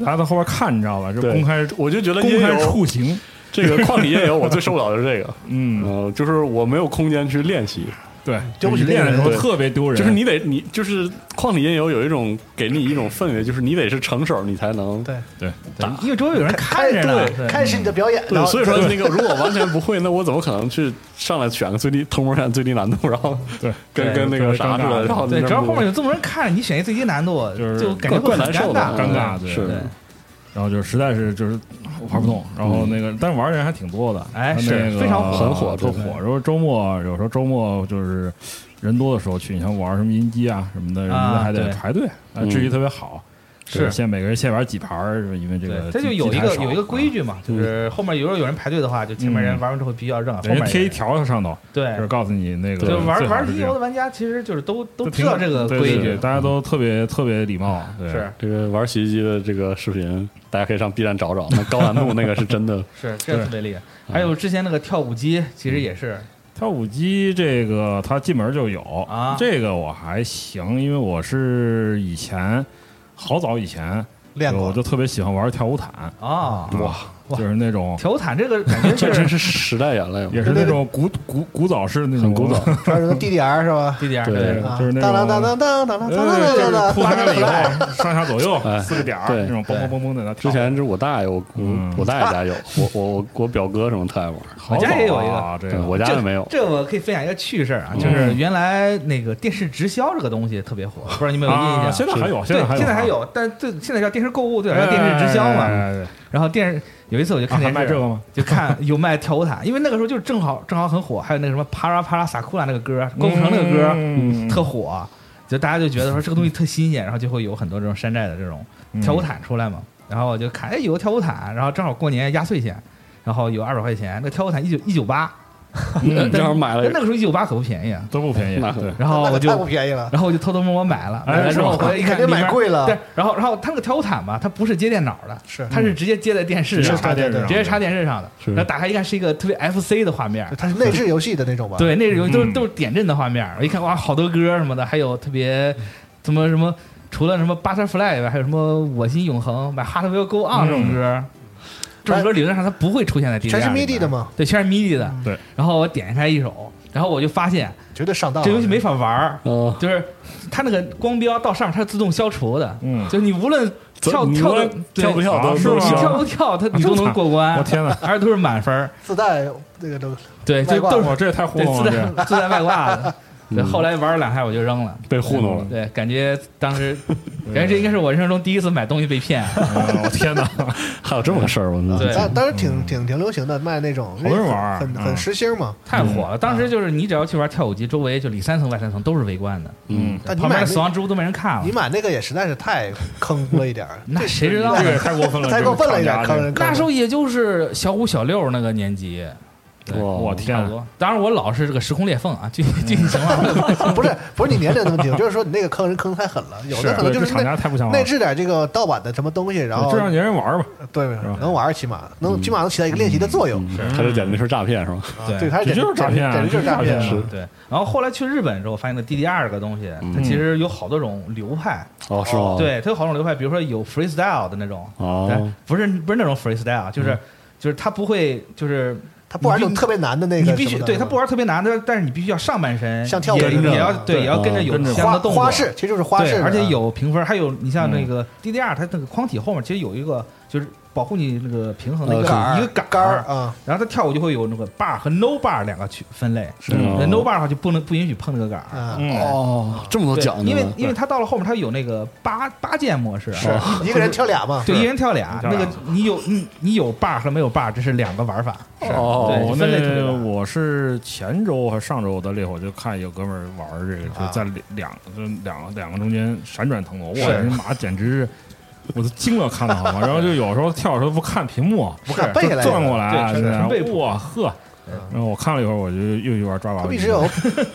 [SPEAKER 8] 大家在后边看，你知道吧？就
[SPEAKER 5] 对
[SPEAKER 8] 公开
[SPEAKER 5] 我就觉得
[SPEAKER 8] 公
[SPEAKER 5] 也
[SPEAKER 8] 开
[SPEAKER 5] 有
[SPEAKER 8] 处刑，
[SPEAKER 5] 这个旷体夜游，我最受不了的是这个，
[SPEAKER 8] 嗯，
[SPEAKER 5] 嗯，就是我没有空间去练习，
[SPEAKER 8] 对，
[SPEAKER 4] 丢不起
[SPEAKER 8] 你
[SPEAKER 4] 这个
[SPEAKER 8] 练的时候
[SPEAKER 5] 人
[SPEAKER 8] 特别丢人，
[SPEAKER 5] 就是你得你就是旷体夜游有一种给你一种氛围，就是你得是成手你才能
[SPEAKER 4] 对
[SPEAKER 7] 对因为周围有人看着呢。对
[SPEAKER 4] 开始你的表演，
[SPEAKER 5] 对
[SPEAKER 4] 然，后
[SPEAKER 5] 所以说那个如果完全不会，那我怎么可能去上来选个最低偷摸选最低难度，然后
[SPEAKER 8] 对
[SPEAKER 5] 跟
[SPEAKER 8] 对
[SPEAKER 5] 跟那个啥似的，然后
[SPEAKER 7] 对，
[SPEAKER 5] 那
[SPEAKER 7] 只要后面
[SPEAKER 5] 不
[SPEAKER 7] 有这么多人看着，你选一最低难度，
[SPEAKER 8] 就是
[SPEAKER 7] 就感觉
[SPEAKER 5] 怪
[SPEAKER 7] 会
[SPEAKER 5] 怪
[SPEAKER 7] 很
[SPEAKER 5] 难
[SPEAKER 7] 尴
[SPEAKER 5] 受的，嗯
[SPEAKER 7] 尬。
[SPEAKER 8] 尴尬对
[SPEAKER 5] 是
[SPEAKER 7] 对，
[SPEAKER 8] 然后就是实在是就是玩不动，然后那个但是玩的人还挺多的，
[SPEAKER 7] 嗯哎
[SPEAKER 8] 他
[SPEAKER 7] 是
[SPEAKER 8] 那个
[SPEAKER 7] 非常火
[SPEAKER 5] 很火
[SPEAKER 8] 特
[SPEAKER 5] 对
[SPEAKER 8] 火。然后周末有时候周末就是人多的时候去，你像玩什么音机啊什么的，人
[SPEAKER 7] 啊
[SPEAKER 8] 家还得
[SPEAKER 7] 对
[SPEAKER 8] 排队，啊，
[SPEAKER 5] 嗯
[SPEAKER 8] 至于特别好。
[SPEAKER 7] 是
[SPEAKER 8] 先每个人先玩几盘儿，因为这
[SPEAKER 7] 对
[SPEAKER 8] 个，
[SPEAKER 7] 它就
[SPEAKER 8] 机啊
[SPEAKER 7] 有一个有一个，
[SPEAKER 8] 机
[SPEAKER 7] 规矩嘛，就是后面如果有人排队的话，就前面人
[SPEAKER 8] 嗯
[SPEAKER 7] 玩完之后必须要让后
[SPEAKER 8] 台少人
[SPEAKER 7] 面
[SPEAKER 8] 家贴一条上头，
[SPEAKER 7] 对
[SPEAKER 8] 就，是告诉你那个
[SPEAKER 7] 就玩
[SPEAKER 8] 最好
[SPEAKER 7] 玩
[SPEAKER 8] 是
[SPEAKER 7] 低
[SPEAKER 8] 这样
[SPEAKER 7] 游的玩家其实就是都都知
[SPEAKER 8] 挺
[SPEAKER 7] 道这个
[SPEAKER 8] 对
[SPEAKER 7] 规
[SPEAKER 8] 对对
[SPEAKER 7] 矩，嗯
[SPEAKER 8] 大家都特别特别礼貌，对
[SPEAKER 7] 是
[SPEAKER 5] 这个玩洗衣机的这个视频，大家可以上 B 站找找，那高难度那个是 真的
[SPEAKER 7] 是这个特别厉害。
[SPEAKER 8] 嗯
[SPEAKER 7] 还有之前那个跳舞机，其实也是
[SPEAKER 8] 跳舞机这个它进门就有
[SPEAKER 7] 啊
[SPEAKER 8] 这个我还行，因为我是以前好早以前
[SPEAKER 4] 练
[SPEAKER 8] 我
[SPEAKER 4] 过
[SPEAKER 8] 就特别喜欢玩跳舞毯，
[SPEAKER 7] 啊
[SPEAKER 5] 哇，
[SPEAKER 7] 哇
[SPEAKER 8] 就是那种
[SPEAKER 7] 调侃这个感 觉
[SPEAKER 5] 这
[SPEAKER 7] 确
[SPEAKER 5] 真
[SPEAKER 7] 实
[SPEAKER 5] 是时代眼泪嘛，
[SPEAKER 8] 也是那种古古古早式那种
[SPEAKER 5] 很古早，
[SPEAKER 4] 专门 DDR 是吧？
[SPEAKER 7] DDR
[SPEAKER 8] 对
[SPEAKER 5] 对，
[SPEAKER 4] 啊
[SPEAKER 8] 就是那
[SPEAKER 4] 当当
[SPEAKER 8] 种
[SPEAKER 4] 当当当当当当
[SPEAKER 8] 呃就是
[SPEAKER 4] 当当
[SPEAKER 8] 铺开了以
[SPEAKER 4] 当当。
[SPEAKER 8] 后，上下左右
[SPEAKER 5] 哎
[SPEAKER 8] 四个点儿，
[SPEAKER 5] 对
[SPEAKER 8] 那种嘣嘣嘣嘣在那
[SPEAKER 5] 之
[SPEAKER 8] 跳。
[SPEAKER 5] 前是我大爷，我我
[SPEAKER 8] 嗯
[SPEAKER 5] 我大爷 家有，我我我我表哥什么他爱玩，
[SPEAKER 8] 好
[SPEAKER 7] 我
[SPEAKER 8] 早
[SPEAKER 7] 家也有一
[SPEAKER 8] 啊，这
[SPEAKER 5] 对
[SPEAKER 8] 个
[SPEAKER 5] 我家就没有。
[SPEAKER 7] 这我可以分享一个趣事儿啊，
[SPEAKER 8] 嗯
[SPEAKER 7] 就是原来那个电视直销这个东西特别火，不知道你们有没有
[SPEAKER 8] 啊，
[SPEAKER 7] 印
[SPEAKER 8] 现
[SPEAKER 7] 象？
[SPEAKER 8] 在还有，
[SPEAKER 7] 对，
[SPEAKER 8] 在还有，
[SPEAKER 7] 现
[SPEAKER 8] 现
[SPEAKER 7] 在还，有，但最现在叫电视购物，最早叫电视直销
[SPEAKER 8] 哎
[SPEAKER 7] 嘛。
[SPEAKER 8] 哎哎哎
[SPEAKER 7] 然后电视有一次我 就
[SPEAKER 8] 啊
[SPEAKER 7] 看
[SPEAKER 8] 还
[SPEAKER 7] 电
[SPEAKER 8] 卖
[SPEAKER 7] 视
[SPEAKER 8] 这，个吗？
[SPEAKER 7] 就看有卖跳舞 毯，因为那个时候就是正好正好很火，还有那个什么啪啦啪啦撒库拉那个歌，郭富城那个歌，
[SPEAKER 8] 嗯
[SPEAKER 7] 特火，啊就大家就觉得说这个东西特新鲜，然后就会有很多这种山寨的这种跳舞毯出来嘛。然后我就看，哎，有个跳舞毯，然后正好过年压岁钱，然后有二百块钱，那跳舞毯一九一九八，
[SPEAKER 8] 嗯
[SPEAKER 5] 正好买了
[SPEAKER 7] 但那个时候一九八可不便宜啊。
[SPEAKER 8] 都不便宜，
[SPEAKER 5] 那
[SPEAKER 8] 对，
[SPEAKER 7] 然后
[SPEAKER 4] 那
[SPEAKER 7] 我
[SPEAKER 4] 可
[SPEAKER 7] 就
[SPEAKER 4] 太 不便宜了，
[SPEAKER 7] 然后我就偷偷摸摸买了，
[SPEAKER 8] 哎
[SPEAKER 7] 买了之后
[SPEAKER 8] 是吧
[SPEAKER 7] 回来一
[SPEAKER 4] 肯
[SPEAKER 7] 看，
[SPEAKER 4] 定
[SPEAKER 7] 里面
[SPEAKER 4] 买。贵了
[SPEAKER 7] 对。，然后然后它那个跳舞毯吧，它不是接电脑的，
[SPEAKER 4] 是
[SPEAKER 7] 它是直接接在电视
[SPEAKER 8] 嗯直接
[SPEAKER 7] 上，
[SPEAKER 8] 插电视上，
[SPEAKER 7] 直接插电视上的。
[SPEAKER 5] 是
[SPEAKER 7] 然后打开一看是一个特别 FC 的画面，
[SPEAKER 4] 它嗯是内置游戏的那种吧？，
[SPEAKER 7] 对，那是有都是
[SPEAKER 8] 嗯
[SPEAKER 7] 都是点阵的画面儿，我一看哇，好多歌什么的，还有特别
[SPEAKER 5] 嗯
[SPEAKER 7] 什么什么，除了什么 Butterfly 以外，还有什么我心永恒、My Heart Will Go On 这
[SPEAKER 5] 嗯
[SPEAKER 7] 种歌，这种歌理论上它不会出现在 DDR
[SPEAKER 4] 全是
[SPEAKER 7] 里
[SPEAKER 4] MIDI
[SPEAKER 7] 面
[SPEAKER 4] 的，嘛，
[SPEAKER 7] 对，全是 MIDI 的。
[SPEAKER 5] 嗯
[SPEAKER 8] 对，
[SPEAKER 7] 然后我点开一首，然后我就发现
[SPEAKER 4] 绝对上当了。
[SPEAKER 7] 这游戏没法玩儿，
[SPEAKER 4] 哦
[SPEAKER 7] 哦
[SPEAKER 5] 呃，
[SPEAKER 7] 就是它那个光标到上面它是自动消除的，
[SPEAKER 8] 嗯
[SPEAKER 7] 就是你无论跳
[SPEAKER 5] 你
[SPEAKER 7] 跳
[SPEAKER 5] 说
[SPEAKER 7] 的
[SPEAKER 5] 跳不跳
[SPEAKER 8] 啊
[SPEAKER 5] 都
[SPEAKER 8] 是
[SPEAKER 5] 都
[SPEAKER 8] 吗
[SPEAKER 7] 你
[SPEAKER 5] 行
[SPEAKER 7] 跳不跳它你都能过
[SPEAKER 8] 我
[SPEAKER 7] 关，
[SPEAKER 8] 天哪，
[SPEAKER 7] 而且都是满分儿，
[SPEAKER 4] 自带那个都
[SPEAKER 7] 对，就
[SPEAKER 4] 外挂
[SPEAKER 7] 都是
[SPEAKER 8] 哇，这也太糊
[SPEAKER 7] 对，
[SPEAKER 8] 弄
[SPEAKER 7] 自
[SPEAKER 8] 了，这
[SPEAKER 7] 带自带外挂 的。对，
[SPEAKER 5] 嗯
[SPEAKER 7] 后来玩了两下我就扔了。
[SPEAKER 5] 被糊弄了。
[SPEAKER 7] 对，感觉当 时，感觉这应该是我人生中第一次买东西被骗。啊
[SPEAKER 8] 嗯我天哪，
[SPEAKER 5] 还有哦这么个事儿吗？
[SPEAKER 7] 对
[SPEAKER 4] 当当时挺挺挺流行的，卖那种
[SPEAKER 8] 好多人玩儿
[SPEAKER 4] 很
[SPEAKER 8] 嗯
[SPEAKER 4] 很时兴嘛。
[SPEAKER 7] 太火了！当时就是你只要去玩跳舞机，周围就里三层外三层都是围观的，
[SPEAKER 5] 嗯，
[SPEAKER 4] 但你
[SPEAKER 7] 旁边
[SPEAKER 4] 买
[SPEAKER 7] 的死亡之屋都没人看
[SPEAKER 4] 你
[SPEAKER 7] 了。，
[SPEAKER 4] 买那个也实在是太坑了一点儿
[SPEAKER 7] 那谁知道
[SPEAKER 8] 这个
[SPEAKER 7] 呢
[SPEAKER 8] 也？太过分了，
[SPEAKER 4] 太过分了一点儿，
[SPEAKER 8] 这个
[SPEAKER 4] 坑
[SPEAKER 8] 厂家
[SPEAKER 4] 人。
[SPEAKER 7] 那时候也就是小五小六那个年级，
[SPEAKER 8] 这个
[SPEAKER 5] 哇
[SPEAKER 8] 我天
[SPEAKER 7] 差不
[SPEAKER 8] 啊，
[SPEAKER 7] 多。当然我老是这个时空裂缝啊，具体具体情 况
[SPEAKER 4] 不是不是你年龄的问题，我就是说你那个坑人坑得太狠了，有的可能
[SPEAKER 8] 对
[SPEAKER 4] 就
[SPEAKER 8] 这
[SPEAKER 4] 是
[SPEAKER 8] 厂
[SPEAKER 4] 内
[SPEAKER 8] 家太啊不像话
[SPEAKER 4] 内
[SPEAKER 8] 了，
[SPEAKER 4] 置点这个盗版的什么东西，然后
[SPEAKER 8] 这让别人玩儿吧，
[SPEAKER 4] 对
[SPEAKER 8] 吧
[SPEAKER 4] 能玩儿起码能起码能起到一个练习的作用。
[SPEAKER 5] 嗯他就简直是诈骗是吧？
[SPEAKER 4] 啊
[SPEAKER 7] 对
[SPEAKER 4] 对，它
[SPEAKER 8] 这就是诈骗啊
[SPEAKER 4] 简直就是
[SPEAKER 8] 这
[SPEAKER 4] 诈
[SPEAKER 8] 就是诈骗
[SPEAKER 4] 骗
[SPEAKER 8] 啊
[SPEAKER 4] 啊。
[SPEAKER 7] 对。然后后来去日本之后，发现那 DDR 这个东西，它其实有好多种流派，
[SPEAKER 5] 哦，是吗？，
[SPEAKER 7] 对，它有好多种流派，比如说有 freestyle 的那种，对
[SPEAKER 8] 嗯
[SPEAKER 5] 哦，，
[SPEAKER 7] 不是不是那种 freestyle，啊
[SPEAKER 4] 嗯
[SPEAKER 7] 就是、就是他不会就是
[SPEAKER 4] 他不玩那
[SPEAKER 7] 你
[SPEAKER 4] 种
[SPEAKER 7] 必
[SPEAKER 4] 特别难的那个什么
[SPEAKER 7] 你
[SPEAKER 4] 的，
[SPEAKER 7] 必须对他不玩特别难的，但是你必须要上半身
[SPEAKER 4] 像跳舞
[SPEAKER 7] 也
[SPEAKER 4] 似的
[SPEAKER 7] 也要
[SPEAKER 4] 对
[SPEAKER 7] 对也要跟着有
[SPEAKER 8] 跟着
[SPEAKER 7] 相应
[SPEAKER 4] 花
[SPEAKER 7] 的动作
[SPEAKER 4] 花式，其实就是花式
[SPEAKER 7] 对，
[SPEAKER 4] 的，啊
[SPEAKER 7] 而且有评分，还有你像
[SPEAKER 8] 嗯
[SPEAKER 7] 那个 DDR 它那个框体后面其实有一个就是保护你那个平衡的一个
[SPEAKER 5] 呃杆
[SPEAKER 4] 杆儿
[SPEAKER 7] 一个
[SPEAKER 4] 杆儿
[SPEAKER 7] 儿，
[SPEAKER 4] 啊，
[SPEAKER 7] 然后它跳舞就会有那个 bar 和 no bar 两个区分类，
[SPEAKER 5] 是哦吗
[SPEAKER 7] 那 no bar 的话就不能不允许碰那个杆儿。
[SPEAKER 4] 哦啊，
[SPEAKER 8] 嗯，
[SPEAKER 5] 哦，这么多
[SPEAKER 7] 对
[SPEAKER 5] 讲究呢，
[SPEAKER 7] 因为因为它到了后面，它有那个八八键模式，
[SPEAKER 4] 是嗯一个人跳俩嘛，
[SPEAKER 7] 对，一人跳俩。
[SPEAKER 8] 跳
[SPEAKER 7] 那
[SPEAKER 8] 俩
[SPEAKER 7] 个你有你你有 bar 和没有 bar，这是两个玩法。
[SPEAKER 5] 哦，
[SPEAKER 8] 我
[SPEAKER 7] 分类特别
[SPEAKER 8] 那
[SPEAKER 7] 大
[SPEAKER 8] 我是前周还是上周我在烈火就看有哥们儿玩儿这个，
[SPEAKER 4] 啊
[SPEAKER 8] 就在两两就两个两个中间闪转腾挪，我
[SPEAKER 7] 是
[SPEAKER 8] 这妈简直是，我都惊了，看的好吗？然后就有时候跳的时候不看屏幕，
[SPEAKER 4] 不看背下来
[SPEAKER 8] 转
[SPEAKER 4] 的，
[SPEAKER 8] 过来啊，
[SPEAKER 7] 对
[SPEAKER 8] 这
[SPEAKER 7] 全全
[SPEAKER 8] 样
[SPEAKER 7] 背谱
[SPEAKER 8] 哇呵。
[SPEAKER 5] 嗯
[SPEAKER 8] 然后我看了一会儿，我就又去玩抓娃
[SPEAKER 4] 他
[SPEAKER 8] 娃
[SPEAKER 4] 们
[SPEAKER 8] 机
[SPEAKER 4] 一直有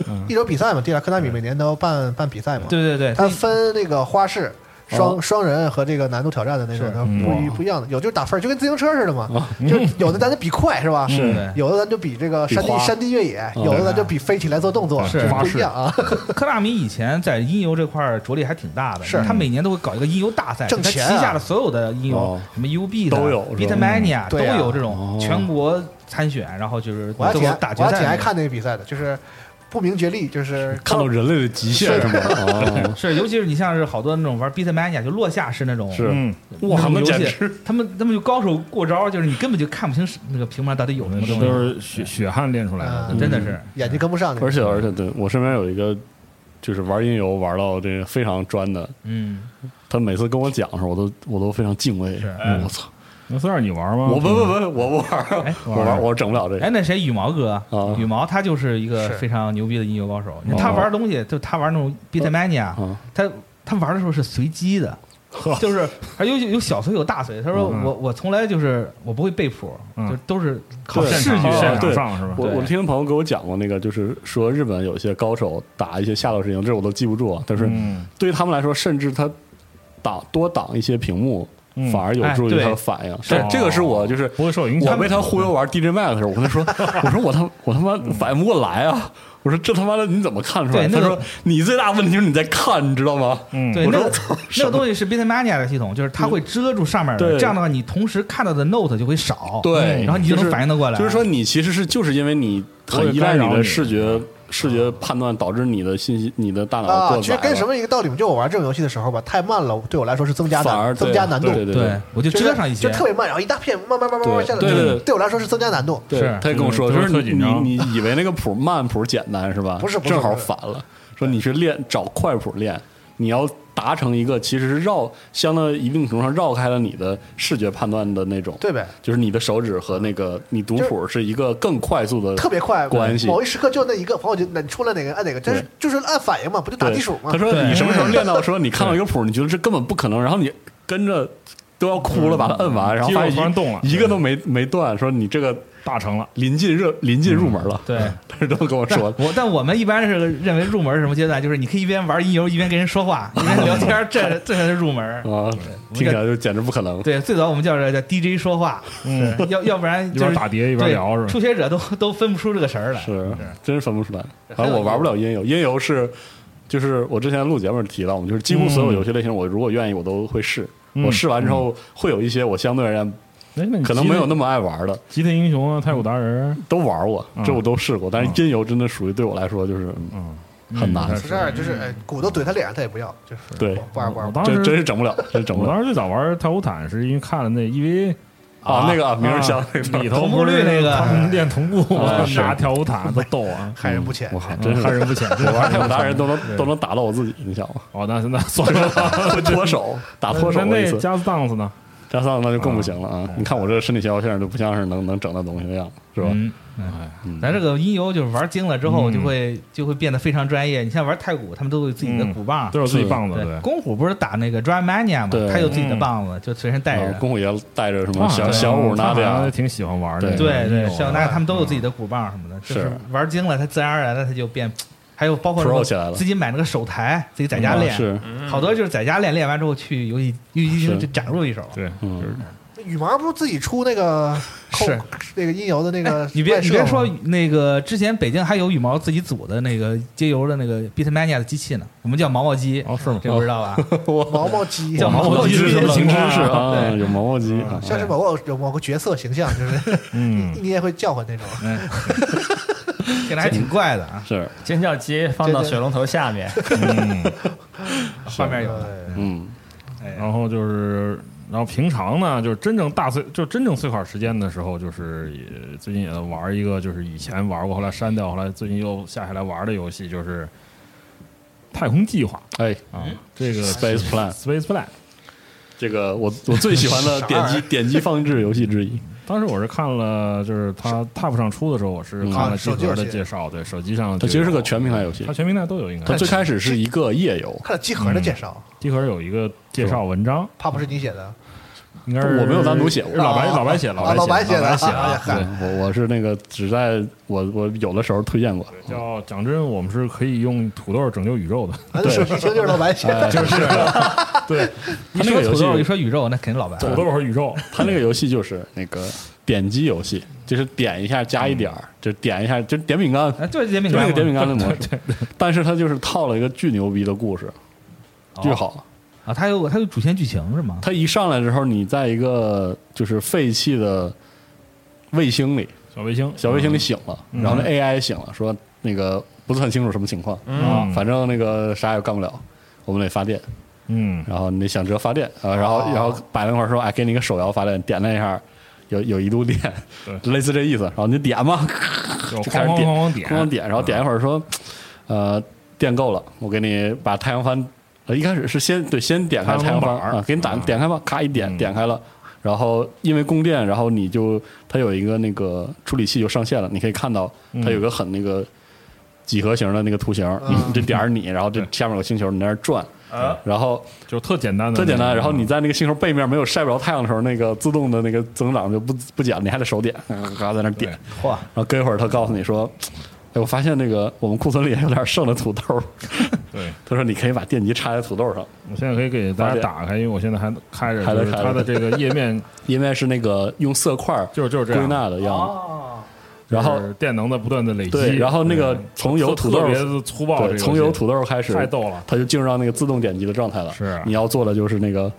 [SPEAKER 8] 嗯
[SPEAKER 4] 一直有比赛嘛，第二科纳米每年都要办办比赛嘛，
[SPEAKER 7] 对对对，
[SPEAKER 4] 它分那个花式。双
[SPEAKER 5] 哦
[SPEAKER 4] 双人和这个难度挑战的那种
[SPEAKER 7] 是嗯哦
[SPEAKER 4] 它不一
[SPEAKER 5] 哇
[SPEAKER 4] 不一样的，有就是打分儿，就跟自行车似的嘛，就有的咱就比快是吧？
[SPEAKER 8] 是
[SPEAKER 7] 对
[SPEAKER 4] 有的咱就比这个山
[SPEAKER 5] 比
[SPEAKER 4] 地
[SPEAKER 5] 花
[SPEAKER 4] 山地越野，
[SPEAKER 7] 哦
[SPEAKER 4] 有的咱就比飞起来做动作，
[SPEAKER 7] 是
[SPEAKER 4] 不一样啊。
[SPEAKER 7] 科纳米以前在音游这块儿着力还挺大的，
[SPEAKER 4] 是
[SPEAKER 7] 他每年都会搞一个音游大赛，
[SPEAKER 4] 挣
[SPEAKER 7] 他
[SPEAKER 4] 钱啊
[SPEAKER 7] 旗下的所有的音游，
[SPEAKER 5] 哦
[SPEAKER 7] 什么 UB 的
[SPEAKER 5] 都有是吧
[SPEAKER 7] ，Beatmania 都
[SPEAKER 4] 对啊
[SPEAKER 7] 有这
[SPEAKER 5] 哦
[SPEAKER 7] 种全国参选，然后就是
[SPEAKER 4] 我还
[SPEAKER 7] 最
[SPEAKER 4] 挺
[SPEAKER 7] 后
[SPEAKER 4] 爱
[SPEAKER 7] 打决
[SPEAKER 4] 我还
[SPEAKER 7] 赛
[SPEAKER 4] 挺
[SPEAKER 7] 那
[SPEAKER 4] 爱
[SPEAKER 7] 个。
[SPEAKER 4] 看那个比赛的，就是不明觉厉，就是
[SPEAKER 5] 看到人类的极限是 吗？哦，
[SPEAKER 7] 是，尤其是你像是好多那种玩 Beatmania，就落下式那种，
[SPEAKER 5] 是
[SPEAKER 8] 嗯，
[SPEAKER 5] 哇，
[SPEAKER 7] 那
[SPEAKER 5] 那
[SPEAKER 7] 游
[SPEAKER 5] 简
[SPEAKER 7] 戏
[SPEAKER 5] 直，
[SPEAKER 7] 他们他们就高手过招，就是你根本就看不清是那个屏幕上到底有什么
[SPEAKER 8] 这
[SPEAKER 5] 嗯
[SPEAKER 7] 东
[SPEAKER 8] 嗯
[SPEAKER 7] 西，
[SPEAKER 8] 都是血血汗练出来的
[SPEAKER 5] 啊
[SPEAKER 4] 嗯，
[SPEAKER 7] 真的是。
[SPEAKER 4] 眼睛跟不上那个
[SPEAKER 5] 而且而且，对我身边有一个就是玩音游玩到这个非常专的，
[SPEAKER 7] 嗯，
[SPEAKER 5] 他每次跟我讲的时候，我都我都非常敬畏。
[SPEAKER 7] 是
[SPEAKER 5] 嗯我操，
[SPEAKER 8] 那虽然你玩吗？
[SPEAKER 5] 我不不不，我不玩啊，
[SPEAKER 7] 哎
[SPEAKER 5] 我玩我整不了这个。
[SPEAKER 7] 哎，那谁羽毛哥
[SPEAKER 5] 啊，
[SPEAKER 7] 羽毛他就是一个
[SPEAKER 4] 是
[SPEAKER 7] 非常牛逼的音游高手，他
[SPEAKER 5] 哦
[SPEAKER 7] 玩东西就他玩那种 Beatmania，
[SPEAKER 5] 啊，
[SPEAKER 7] 他他玩的时候是随机的，就是还有有小随有大随。他说
[SPEAKER 8] 嗯
[SPEAKER 7] 我我从来就是我不会背谱，
[SPEAKER 8] 嗯
[SPEAKER 7] 就都是靠啊
[SPEAKER 5] 对
[SPEAKER 7] 视
[SPEAKER 8] 现
[SPEAKER 7] 觉
[SPEAKER 8] 场现
[SPEAKER 5] 哦
[SPEAKER 8] 场
[SPEAKER 5] 对
[SPEAKER 8] 上是吧？
[SPEAKER 5] 我
[SPEAKER 7] 对
[SPEAKER 5] 我听朋友给我讲过那个，就是说日本有些高手打一些下道神经，这我都记不住啊。但是
[SPEAKER 8] 嗯
[SPEAKER 5] 对于他们来说，甚至他挡多挡一些屏幕，
[SPEAKER 8] 嗯
[SPEAKER 5] 反而有助于他
[SPEAKER 7] 哎对哦
[SPEAKER 5] 的反应。
[SPEAKER 8] 是
[SPEAKER 5] 这这个是我就是
[SPEAKER 8] 不会受影响。
[SPEAKER 5] 我被他忽悠玩 DJ Max 的时候，我跟他 说，我说我他我他妈反应不过来啊！我说这他妈的你怎么看出来？
[SPEAKER 7] 对
[SPEAKER 5] 他
[SPEAKER 7] 那个
[SPEAKER 5] 说你最大问题就是你在看，你知道吗？
[SPEAKER 8] 嗯，
[SPEAKER 7] 对，
[SPEAKER 5] 我
[SPEAKER 7] 那
[SPEAKER 5] 说
[SPEAKER 7] 个那个东西是 Bitmania 的系统，就是它会遮住上面的，
[SPEAKER 5] 对
[SPEAKER 7] 这样的话你同时看到的 note 就会少，
[SPEAKER 5] 对
[SPEAKER 7] 嗯然后你就
[SPEAKER 5] 就是
[SPEAKER 7] 能反应得过来。
[SPEAKER 5] 就是说，你其实是就是因为你很依赖你嗯
[SPEAKER 8] 我也干扰
[SPEAKER 5] 的
[SPEAKER 8] 你
[SPEAKER 5] 视觉视觉判断，导致你的信息你的大脑
[SPEAKER 4] 啊，
[SPEAKER 5] 过
[SPEAKER 4] 其实
[SPEAKER 5] 载
[SPEAKER 4] 跟什
[SPEAKER 5] 了，
[SPEAKER 4] 么一个道理嘛，就我玩这种游戏的时候吧，太慢了，对我来说是增加
[SPEAKER 5] 反而
[SPEAKER 4] 难增
[SPEAKER 5] 对
[SPEAKER 4] 加难度，
[SPEAKER 5] 对对
[SPEAKER 7] 对我就
[SPEAKER 4] 就是
[SPEAKER 7] 遮上一些
[SPEAKER 4] 就，特别慢，然后一大片慢慢慢慢慢慢下来，
[SPEAKER 5] 对对对对
[SPEAKER 4] 对我来说是增加难度。
[SPEAKER 5] 对，
[SPEAKER 7] 是
[SPEAKER 5] 他也跟我说，
[SPEAKER 8] 就
[SPEAKER 5] 就是是
[SPEAKER 8] 特
[SPEAKER 5] 你
[SPEAKER 8] 紧张
[SPEAKER 5] 你你以为那个谱慢谱简单是吧？
[SPEAKER 4] 不是不是
[SPEAKER 5] 正好
[SPEAKER 4] 不是
[SPEAKER 5] 反了，说你去练找快谱练，你要达成一个其实是绕相当于一定程度上绕开了你的视觉判断的那种，
[SPEAKER 4] 对呗，
[SPEAKER 5] 就是你的手指和那个你读谱是一个更快速的，
[SPEAKER 4] 特别快，
[SPEAKER 5] 关系
[SPEAKER 4] 某一时刻就那一个，朋友就那你出来哪个按哪个，但是就是按反应嘛，不就打
[SPEAKER 5] 对
[SPEAKER 4] 地鼠吗
[SPEAKER 5] 他？说
[SPEAKER 7] 对
[SPEAKER 5] 你什么时候练 到说你看到一个谱，你觉得这根本不可能，然后你跟着都要哭了，把它摁完，然后
[SPEAKER 8] 嗯肌
[SPEAKER 5] 发
[SPEAKER 8] 肉突然
[SPEAKER 5] 现
[SPEAKER 8] 动了，
[SPEAKER 5] 一一个都没没断，说你这个
[SPEAKER 8] 大成了。
[SPEAKER 5] 临近热临近入门
[SPEAKER 8] 嗯
[SPEAKER 5] 了，
[SPEAKER 7] 对。
[SPEAKER 5] 他是这么跟 我
[SPEAKER 7] 但
[SPEAKER 5] 说的。
[SPEAKER 7] 我但我们一般是认为入门是什么阶段，就是你可以一边玩音游一边跟人说话，一边聊天，这这才是入门。
[SPEAKER 5] 啊，听起来就简直不可能。
[SPEAKER 7] 对，最早我们叫这叫 DJ 说话，
[SPEAKER 8] 嗯，
[SPEAKER 7] 要要不然
[SPEAKER 8] 一
[SPEAKER 7] 就
[SPEAKER 8] 边
[SPEAKER 7] 是
[SPEAKER 8] 打碟一边
[SPEAKER 7] 对
[SPEAKER 8] 聊是吧？
[SPEAKER 7] 初学者都都分不出这个神儿来。
[SPEAKER 5] 是，真分不出来。反正我玩不了音游，音游是就是我之前录节目提到，我们就是几乎所有游戏类型，我如果愿意，我都会试。
[SPEAKER 8] 嗯
[SPEAKER 5] 我试完之后，会有一些我相对而言
[SPEAKER 8] 哎那你
[SPEAKER 5] 可能
[SPEAKER 8] 吉
[SPEAKER 5] 没
[SPEAKER 8] 他
[SPEAKER 5] 有那么爱玩的，
[SPEAKER 8] 吉他英雄啊，太鼓达人，
[SPEAKER 5] 都玩过，
[SPEAKER 8] 嗯
[SPEAKER 5] 这我都试过。但是音游真的属于对我来说就是
[SPEAKER 8] 嗯，
[SPEAKER 5] 很难
[SPEAKER 8] 嗯
[SPEAKER 4] 十二就是哎，鼓都怼他脸上，他也不要，就是
[SPEAKER 5] 对
[SPEAKER 4] 不玩不
[SPEAKER 8] 我
[SPEAKER 4] 玩。
[SPEAKER 8] 当
[SPEAKER 5] 真真
[SPEAKER 8] 时
[SPEAKER 5] 是整不了，真整不
[SPEAKER 8] 我
[SPEAKER 5] 了
[SPEAKER 8] 当时最早玩太古坦是因为看了那 EVA
[SPEAKER 5] 啊！那个啊明日香
[SPEAKER 8] 啊
[SPEAKER 5] 那个，
[SPEAKER 8] 里头
[SPEAKER 7] 同步
[SPEAKER 8] 不是
[SPEAKER 7] 率那个
[SPEAKER 8] 他们练同步
[SPEAKER 5] 啊是
[SPEAKER 8] 拿跳舞毯都逗啊，
[SPEAKER 4] 害人不浅，
[SPEAKER 5] 我靠，
[SPEAKER 8] 真
[SPEAKER 5] 真
[SPEAKER 8] 害
[SPEAKER 5] 是
[SPEAKER 8] 人不浅。
[SPEAKER 5] 我玩太古达人都能都能打到我自己，你想 吗？
[SPEAKER 8] 哦，那那算了，
[SPEAKER 5] 脱手打脱手
[SPEAKER 8] 那
[SPEAKER 5] 过一次
[SPEAKER 8] 那。加斯当斯呢？
[SPEAKER 5] 加上那就更不行了啊！你看我这身体协调性就不像是能能整那东西的样子，是吧？
[SPEAKER 7] 嗯，
[SPEAKER 5] 嗯
[SPEAKER 7] 咱这个音游就是玩精了之后，
[SPEAKER 8] 嗯
[SPEAKER 7] 就会就会变得非常专业。你像玩太鼓，他们都有自己的鼓棒，
[SPEAKER 8] 嗯都是自己棒子嗯
[SPEAKER 7] 对，公虎不是打那个 Drum Mania 嘛
[SPEAKER 5] 对，
[SPEAKER 7] 他有自己的棒子，就随身带
[SPEAKER 8] 哦
[SPEAKER 5] 啊
[SPEAKER 7] 着。
[SPEAKER 5] 公虎爷带着什么
[SPEAKER 8] 啊
[SPEAKER 5] 小
[SPEAKER 8] 对
[SPEAKER 5] 小五
[SPEAKER 8] 他
[SPEAKER 5] 拿
[SPEAKER 8] 好像
[SPEAKER 5] 的
[SPEAKER 8] 还，挺喜欢玩的。
[SPEAKER 7] 对对，
[SPEAKER 5] 哎
[SPEAKER 8] 有啊
[SPEAKER 7] 像那他们都有
[SPEAKER 5] 嗯
[SPEAKER 7] 自己的鼓棒什么的，就是
[SPEAKER 5] 是
[SPEAKER 7] 玩精了，他自然而然的他就变。还有包括什么
[SPEAKER 5] Pro 起来了
[SPEAKER 7] 自己买那个手台，自己在家练，
[SPEAKER 5] 嗯是
[SPEAKER 7] 好多就是在家练，练完之后去游戏游戏
[SPEAKER 5] 是
[SPEAKER 7] 厅就展露一手。
[SPEAKER 8] 对，
[SPEAKER 5] 嗯，
[SPEAKER 4] 羽毛不是自己出那个扣
[SPEAKER 7] 是
[SPEAKER 4] 那个音游的那个外设
[SPEAKER 5] 哎
[SPEAKER 4] 吗，
[SPEAKER 7] 你别你别说那个，之前北京还有羽毛自己组的那个接油的那个 Beatmania 的机器呢，我们叫毛毛机，
[SPEAKER 8] 哦是吗？
[SPEAKER 7] 这不知道吧？
[SPEAKER 4] 毛毛鸡，
[SPEAKER 7] 叫毛毛
[SPEAKER 5] 机
[SPEAKER 7] 机
[SPEAKER 5] 是
[SPEAKER 7] 是
[SPEAKER 5] 冷
[SPEAKER 7] 情
[SPEAKER 5] 知
[SPEAKER 7] 况
[SPEAKER 5] 识
[SPEAKER 7] 啊
[SPEAKER 5] 啊，
[SPEAKER 7] 对
[SPEAKER 5] 有毛毛机啊，
[SPEAKER 4] 像是某个有某个角色形象， 就是
[SPEAKER 8] 嗯，
[SPEAKER 4] 你也会叫唤那种。
[SPEAKER 7] 现在还挺怪的啊，
[SPEAKER 5] 是
[SPEAKER 6] 尖叫机放到水龙头下面，
[SPEAKER 7] 画面有的。
[SPEAKER 4] 对
[SPEAKER 5] 嗯，
[SPEAKER 8] 然后就是，然后平常呢，就是真正大碎，就真正碎块时间的时候，就是也最近也在玩一个，就是以前玩过，后来删掉，后来最近又下下来玩的游戏，就是《太空计划
[SPEAKER 5] 哎》
[SPEAKER 8] 啊，这个
[SPEAKER 5] ，Space Plan
[SPEAKER 8] Space Plan。
[SPEAKER 5] 这个我我最喜欢的点击点击放置游戏之一，
[SPEAKER 8] 当时我是看了，就是它 Tap 上出的时候，我是
[SPEAKER 5] 嗯
[SPEAKER 8] 看了
[SPEAKER 4] 啊
[SPEAKER 8] 集
[SPEAKER 4] 手机
[SPEAKER 8] 合
[SPEAKER 4] 游
[SPEAKER 8] 的
[SPEAKER 4] 戏
[SPEAKER 8] 介绍，对手机上
[SPEAKER 5] 它
[SPEAKER 8] 就
[SPEAKER 5] 其实是个
[SPEAKER 8] 有
[SPEAKER 5] 全平台游戏
[SPEAKER 8] 它。全平台都有，应
[SPEAKER 5] 它
[SPEAKER 8] 该
[SPEAKER 5] 最开始是一个页游，
[SPEAKER 4] 看了集合的介绍，
[SPEAKER 8] 集合有一个介绍文章，
[SPEAKER 4] 怕不是你写的？
[SPEAKER 8] 应该是
[SPEAKER 5] 我没有单独写过
[SPEAKER 8] 老白
[SPEAKER 4] 啊
[SPEAKER 8] 老白写
[SPEAKER 4] 啊
[SPEAKER 8] 老白写
[SPEAKER 4] 老白写的
[SPEAKER 8] 老白写
[SPEAKER 4] 啊
[SPEAKER 8] 对
[SPEAKER 5] 嗯我我是那个只在我我有的时候推荐过，
[SPEAKER 8] 叫讲真，我们是可以用土豆拯救宇宙的。
[SPEAKER 4] 反正手机听就是老白写 的，
[SPEAKER 5] 就是
[SPEAKER 8] 对，
[SPEAKER 5] 它
[SPEAKER 7] 一
[SPEAKER 5] 那
[SPEAKER 7] 说
[SPEAKER 5] 个游
[SPEAKER 7] 土
[SPEAKER 5] 戏
[SPEAKER 7] 豆，一说宇宙，那肯定老白。
[SPEAKER 8] 土豆和宇宙，
[SPEAKER 5] 它那个游戏就是那个 嗯点击游戏，就是点一下加一点儿，就点一下，就是点饼干，
[SPEAKER 7] 啊，就是煎饼
[SPEAKER 5] 就那个
[SPEAKER 7] 干嘛，
[SPEAKER 5] 点饼干的模 式。但是它就是套了一个巨牛逼的故事，
[SPEAKER 8] 哦
[SPEAKER 5] 巨好。
[SPEAKER 7] 啊，它有它有主线剧情是吗？
[SPEAKER 5] 它一上来之后，你在一个就是废弃的卫星里，
[SPEAKER 8] 小卫星，
[SPEAKER 5] 小卫星里醒了，
[SPEAKER 8] 嗯
[SPEAKER 5] 然后那 AI 醒了，说那个不是很清楚什么情况，
[SPEAKER 8] 嗯
[SPEAKER 5] 啊反正那个啥也干不了。我们得发电，
[SPEAKER 8] 嗯，
[SPEAKER 5] 然后你得想辙发电啊，然
[SPEAKER 8] 哦
[SPEAKER 5] 后然后摆了一会儿说，哎，给你个手摇发电，点了一下，有有一度电，
[SPEAKER 8] 对
[SPEAKER 5] 类似这意思，然后你就点吧，
[SPEAKER 8] 就
[SPEAKER 5] 就
[SPEAKER 8] 哐
[SPEAKER 5] 开始
[SPEAKER 8] 哐
[SPEAKER 5] 点
[SPEAKER 8] 哐哐
[SPEAKER 5] 空中
[SPEAKER 8] 点，嗯
[SPEAKER 5] 点，然后点一会儿说，呃，电够了，我给你把太阳帆，呃，一开始是先对先点开
[SPEAKER 8] 太
[SPEAKER 5] 太
[SPEAKER 8] 阳
[SPEAKER 5] 阳
[SPEAKER 8] 能
[SPEAKER 5] 帆
[SPEAKER 8] 板儿
[SPEAKER 5] 啊，给你打
[SPEAKER 8] 嗯
[SPEAKER 5] 点开吧，咔一点
[SPEAKER 8] 嗯
[SPEAKER 5] 点开了，然后因为供电，然后你就它有一个那个处理器就上线了，你可以看到
[SPEAKER 8] 嗯
[SPEAKER 5] 它有一个很那个几何形的那个图形，你 你这点儿你，然后这
[SPEAKER 8] 对啊
[SPEAKER 5] 下面有个星球，你在那儿转，然后
[SPEAKER 8] 就特简单的，
[SPEAKER 5] 特简单，然后你在那个星球背面没有晒不着太阳的时候，那个自动的
[SPEAKER 8] 嗯
[SPEAKER 5] 那个增长就不不减了，你还得手点，嘎嘎在那儿点。
[SPEAKER 7] 嚯，
[SPEAKER 5] 然后隔一会儿他告诉你说，哎，我发现那个我们库存里还有点剩的土豆儿。
[SPEAKER 8] 对，
[SPEAKER 5] 他说你可以把电极插在土豆上，
[SPEAKER 8] 我现在可以给大家打开，因为我现在还开着，
[SPEAKER 5] 还在
[SPEAKER 8] 就是
[SPEAKER 5] 开着
[SPEAKER 8] 它的这个 页面
[SPEAKER 5] 因为是那个用色块儿
[SPEAKER 8] 就是就是这
[SPEAKER 5] 归
[SPEAKER 8] 样，
[SPEAKER 5] 纳的样子。
[SPEAKER 4] 哦，
[SPEAKER 5] 然后
[SPEAKER 8] 就是电能在不断的累积，
[SPEAKER 5] 对，然后那个
[SPEAKER 8] 嗯
[SPEAKER 5] 从有土豆
[SPEAKER 8] 特
[SPEAKER 5] 儿
[SPEAKER 8] 别的粗暴，这
[SPEAKER 5] 对，
[SPEAKER 8] 个
[SPEAKER 5] 从
[SPEAKER 8] 游
[SPEAKER 5] 有
[SPEAKER 8] 戏
[SPEAKER 5] 土豆开始，
[SPEAKER 8] 太逗了，
[SPEAKER 5] 它就进入到那个自动点击的状态了。
[SPEAKER 8] 是
[SPEAKER 5] 你要做的就是那个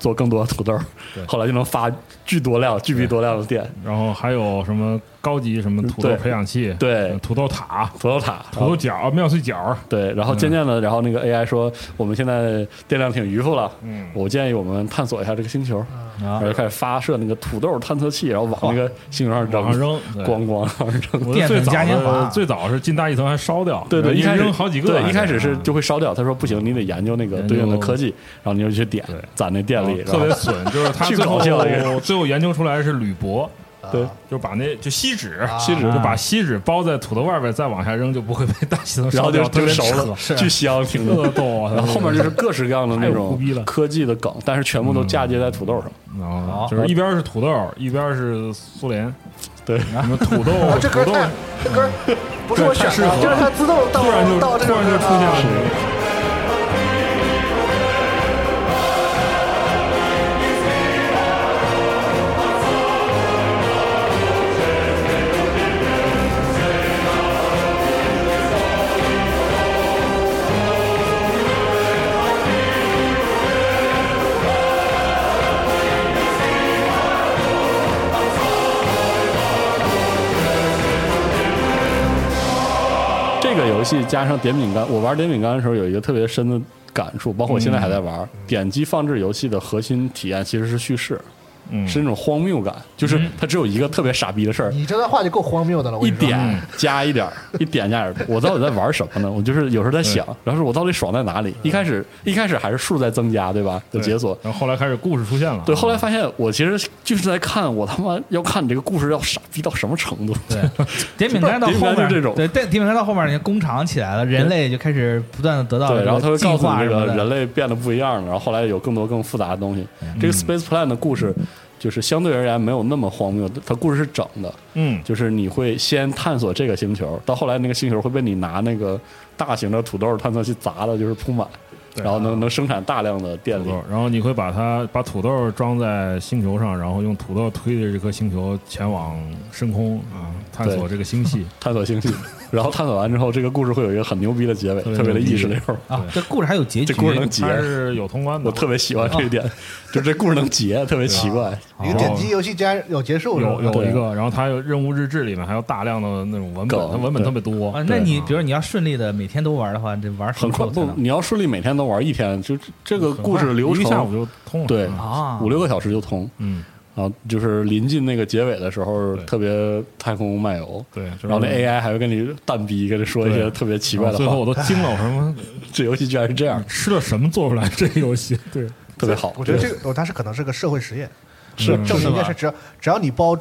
[SPEAKER 5] 做更多的土豆
[SPEAKER 8] 对，
[SPEAKER 5] 后来就能发巨多量、巨比多量的电。
[SPEAKER 8] 然后还有什么高级什么土豆
[SPEAKER 5] 对
[SPEAKER 8] 培养器，
[SPEAKER 5] 对
[SPEAKER 8] 嗯土豆塔、
[SPEAKER 5] 土豆塔，
[SPEAKER 8] 土豆角、妙脆角，
[SPEAKER 5] 对，然后渐渐的，然后那个 AI 说，我们现在电量挺余富了，
[SPEAKER 8] 嗯，
[SPEAKER 5] 我建议我们探索一下这个星球，
[SPEAKER 7] 啊
[SPEAKER 5] 然后就开始发射那个土豆探测器，然后往那个星球上
[SPEAKER 8] 往上
[SPEAKER 5] 扔，
[SPEAKER 8] 扔，对
[SPEAKER 5] 咣咣 往上扔。
[SPEAKER 8] 我
[SPEAKER 4] 淀
[SPEAKER 8] 最
[SPEAKER 4] 粉
[SPEAKER 8] 早
[SPEAKER 4] 嘉年华
[SPEAKER 8] 的最早是进大一层还烧掉，
[SPEAKER 5] 对对，
[SPEAKER 8] 一
[SPEAKER 5] 一开始
[SPEAKER 8] 扔好几个，嗯
[SPEAKER 5] 对，一开始是就会烧掉。他说不行，你得研究那个对应的科技，然后你就去点
[SPEAKER 8] 对
[SPEAKER 5] 攒那电
[SPEAKER 8] 然后
[SPEAKER 5] 力，
[SPEAKER 8] 特
[SPEAKER 5] 然
[SPEAKER 8] 别
[SPEAKER 5] 后
[SPEAKER 8] 损，就是 他
[SPEAKER 5] 巨
[SPEAKER 8] 最后
[SPEAKER 5] 搞笑这 啊
[SPEAKER 8] 最后研究出来是铝箔，
[SPEAKER 5] 对
[SPEAKER 8] 就把那就锡纸，
[SPEAKER 5] 啊
[SPEAKER 4] 锡
[SPEAKER 8] 纸就把锡纸包在土豆外边，再往下扔就不会被大气层
[SPEAKER 5] 然
[SPEAKER 8] 烧
[SPEAKER 5] 后
[SPEAKER 8] 掉，
[SPEAKER 5] 就
[SPEAKER 8] 特
[SPEAKER 5] 就
[SPEAKER 8] 别
[SPEAKER 5] 熟了，
[SPEAKER 8] 扯啊
[SPEAKER 5] 巨香，听着。
[SPEAKER 8] 特逗啊！
[SPEAKER 5] 然后后面就是各式各样的那
[SPEAKER 8] 太胡
[SPEAKER 5] 种
[SPEAKER 8] 逼了嗯
[SPEAKER 5] 科技的梗，但是全部都嫁接在土豆上。
[SPEAKER 8] 哦就是一边是土豆，一边是苏联，
[SPEAKER 5] 对
[SPEAKER 8] 什么 土豆，
[SPEAKER 4] 这
[SPEAKER 8] 土
[SPEAKER 4] 歌
[SPEAKER 8] 豆
[SPEAKER 4] 太这歌不是我选
[SPEAKER 8] 太适合了
[SPEAKER 4] 的，就是它自动到
[SPEAKER 8] 突然就
[SPEAKER 4] 到这
[SPEAKER 8] 突
[SPEAKER 4] 个
[SPEAKER 8] 然就出现
[SPEAKER 4] 啊
[SPEAKER 8] 了这个。
[SPEAKER 5] 这个游戏加上点饼干，我玩点饼干的时候有一个特别深的感触，包括我现在还
[SPEAKER 4] 嗯
[SPEAKER 5] 在玩。点击放置游戏的核心体验其实是叙事，
[SPEAKER 8] 嗯
[SPEAKER 5] 是那种荒谬感，就是它只有一个特别傻逼的事儿，
[SPEAKER 4] 你这段话就够荒谬嗯的了，我
[SPEAKER 5] 一
[SPEAKER 4] 跟你说嗯
[SPEAKER 5] 点加一点儿，一点加一点儿。我到底在玩什么呢？我就是有时候在想，然后说我到底爽在哪里？一开始
[SPEAKER 4] 嗯
[SPEAKER 5] 一开始还是数在增加，对吧？有
[SPEAKER 8] 对
[SPEAKER 5] 解锁。
[SPEAKER 8] 然后后来开始故事出现了，
[SPEAKER 5] 对，
[SPEAKER 4] 哦
[SPEAKER 5] 后来发现我其实就是在看我他妈要看你这个故事要傻逼到什么程度。
[SPEAKER 7] 点饼干到后
[SPEAKER 5] 点饼干
[SPEAKER 7] 面
[SPEAKER 5] 就这种
[SPEAKER 7] 对，点点饼干到后面，你看工厂起来了，人类就开始不断的得
[SPEAKER 8] 啊
[SPEAKER 7] 到
[SPEAKER 5] 对，然后他会
[SPEAKER 7] 计
[SPEAKER 5] 告诉
[SPEAKER 7] 划
[SPEAKER 5] 你
[SPEAKER 7] 什
[SPEAKER 5] 这
[SPEAKER 7] 么
[SPEAKER 5] 个
[SPEAKER 7] 的
[SPEAKER 5] 人类变得不一样了，然后后来有更多更复杂的东西。
[SPEAKER 8] 嗯
[SPEAKER 5] 这个 Space Plan 的故事就是相对而言没有那么荒谬，它故事是整的，
[SPEAKER 8] 嗯，
[SPEAKER 5] 就是你会先探索这个星球，到后来那个星球会被你拿那个大型的土豆探测器砸的，就是铺满，
[SPEAKER 8] 对啊
[SPEAKER 5] 然后能能生产大量的电
[SPEAKER 8] 土
[SPEAKER 5] 力
[SPEAKER 8] 豆。，然后你会把它把土豆装在星球上，然后用土豆推着这颗星球前往深空啊，探索这个星系。
[SPEAKER 5] 探索 星系，然后探索完之后，这个故事会有一个很牛逼的结尾，
[SPEAKER 8] 特别
[SPEAKER 5] 特别的
[SPEAKER 8] 牛逼
[SPEAKER 5] 意识流。
[SPEAKER 7] 啊，这故事还有结局
[SPEAKER 5] 这，故事能结，
[SPEAKER 8] 它是有通关的，
[SPEAKER 5] 我特别喜欢这一
[SPEAKER 8] 啊
[SPEAKER 5] 点，就是这故事能结，特别奇怪。
[SPEAKER 4] 一个点击游戏加有结束是吧
[SPEAKER 8] 哦有有
[SPEAKER 5] 对
[SPEAKER 8] 一个，然后它有任务日志里面还有大量的那种文本，
[SPEAKER 5] 梗
[SPEAKER 8] 它文本特别多
[SPEAKER 7] 啊，。那你
[SPEAKER 8] 对
[SPEAKER 7] 比如你要顺利的每天都玩的话，这玩
[SPEAKER 5] 很快
[SPEAKER 7] 不
[SPEAKER 5] 不，你要顺利每天都玩一天，就这这个故事流
[SPEAKER 8] 一个下午
[SPEAKER 5] 程
[SPEAKER 8] 就通了。
[SPEAKER 5] 对
[SPEAKER 7] 啊，
[SPEAKER 5] 五六个小时就通。
[SPEAKER 8] 嗯，
[SPEAKER 5] 然后就是临近那个结尾的时候，
[SPEAKER 8] 对
[SPEAKER 5] 特别太空漫游，
[SPEAKER 8] 对，就是
[SPEAKER 5] 然后那 AI 还会跟你蛋逼，跟你说一些
[SPEAKER 8] 对
[SPEAKER 5] 特 别奇怪
[SPEAKER 8] 然后
[SPEAKER 5] 的
[SPEAKER 8] 最后
[SPEAKER 5] 话。
[SPEAKER 8] 我都惊了，我说妈
[SPEAKER 5] 这游戏居然是这样，
[SPEAKER 8] 吃了什么做出来这个游 戏？对，
[SPEAKER 5] 特别好。
[SPEAKER 4] 我觉得这
[SPEAKER 5] 个
[SPEAKER 4] 个，我当时可能是个社会实验，
[SPEAKER 5] 是
[SPEAKER 4] 证明一件事，只要只要你包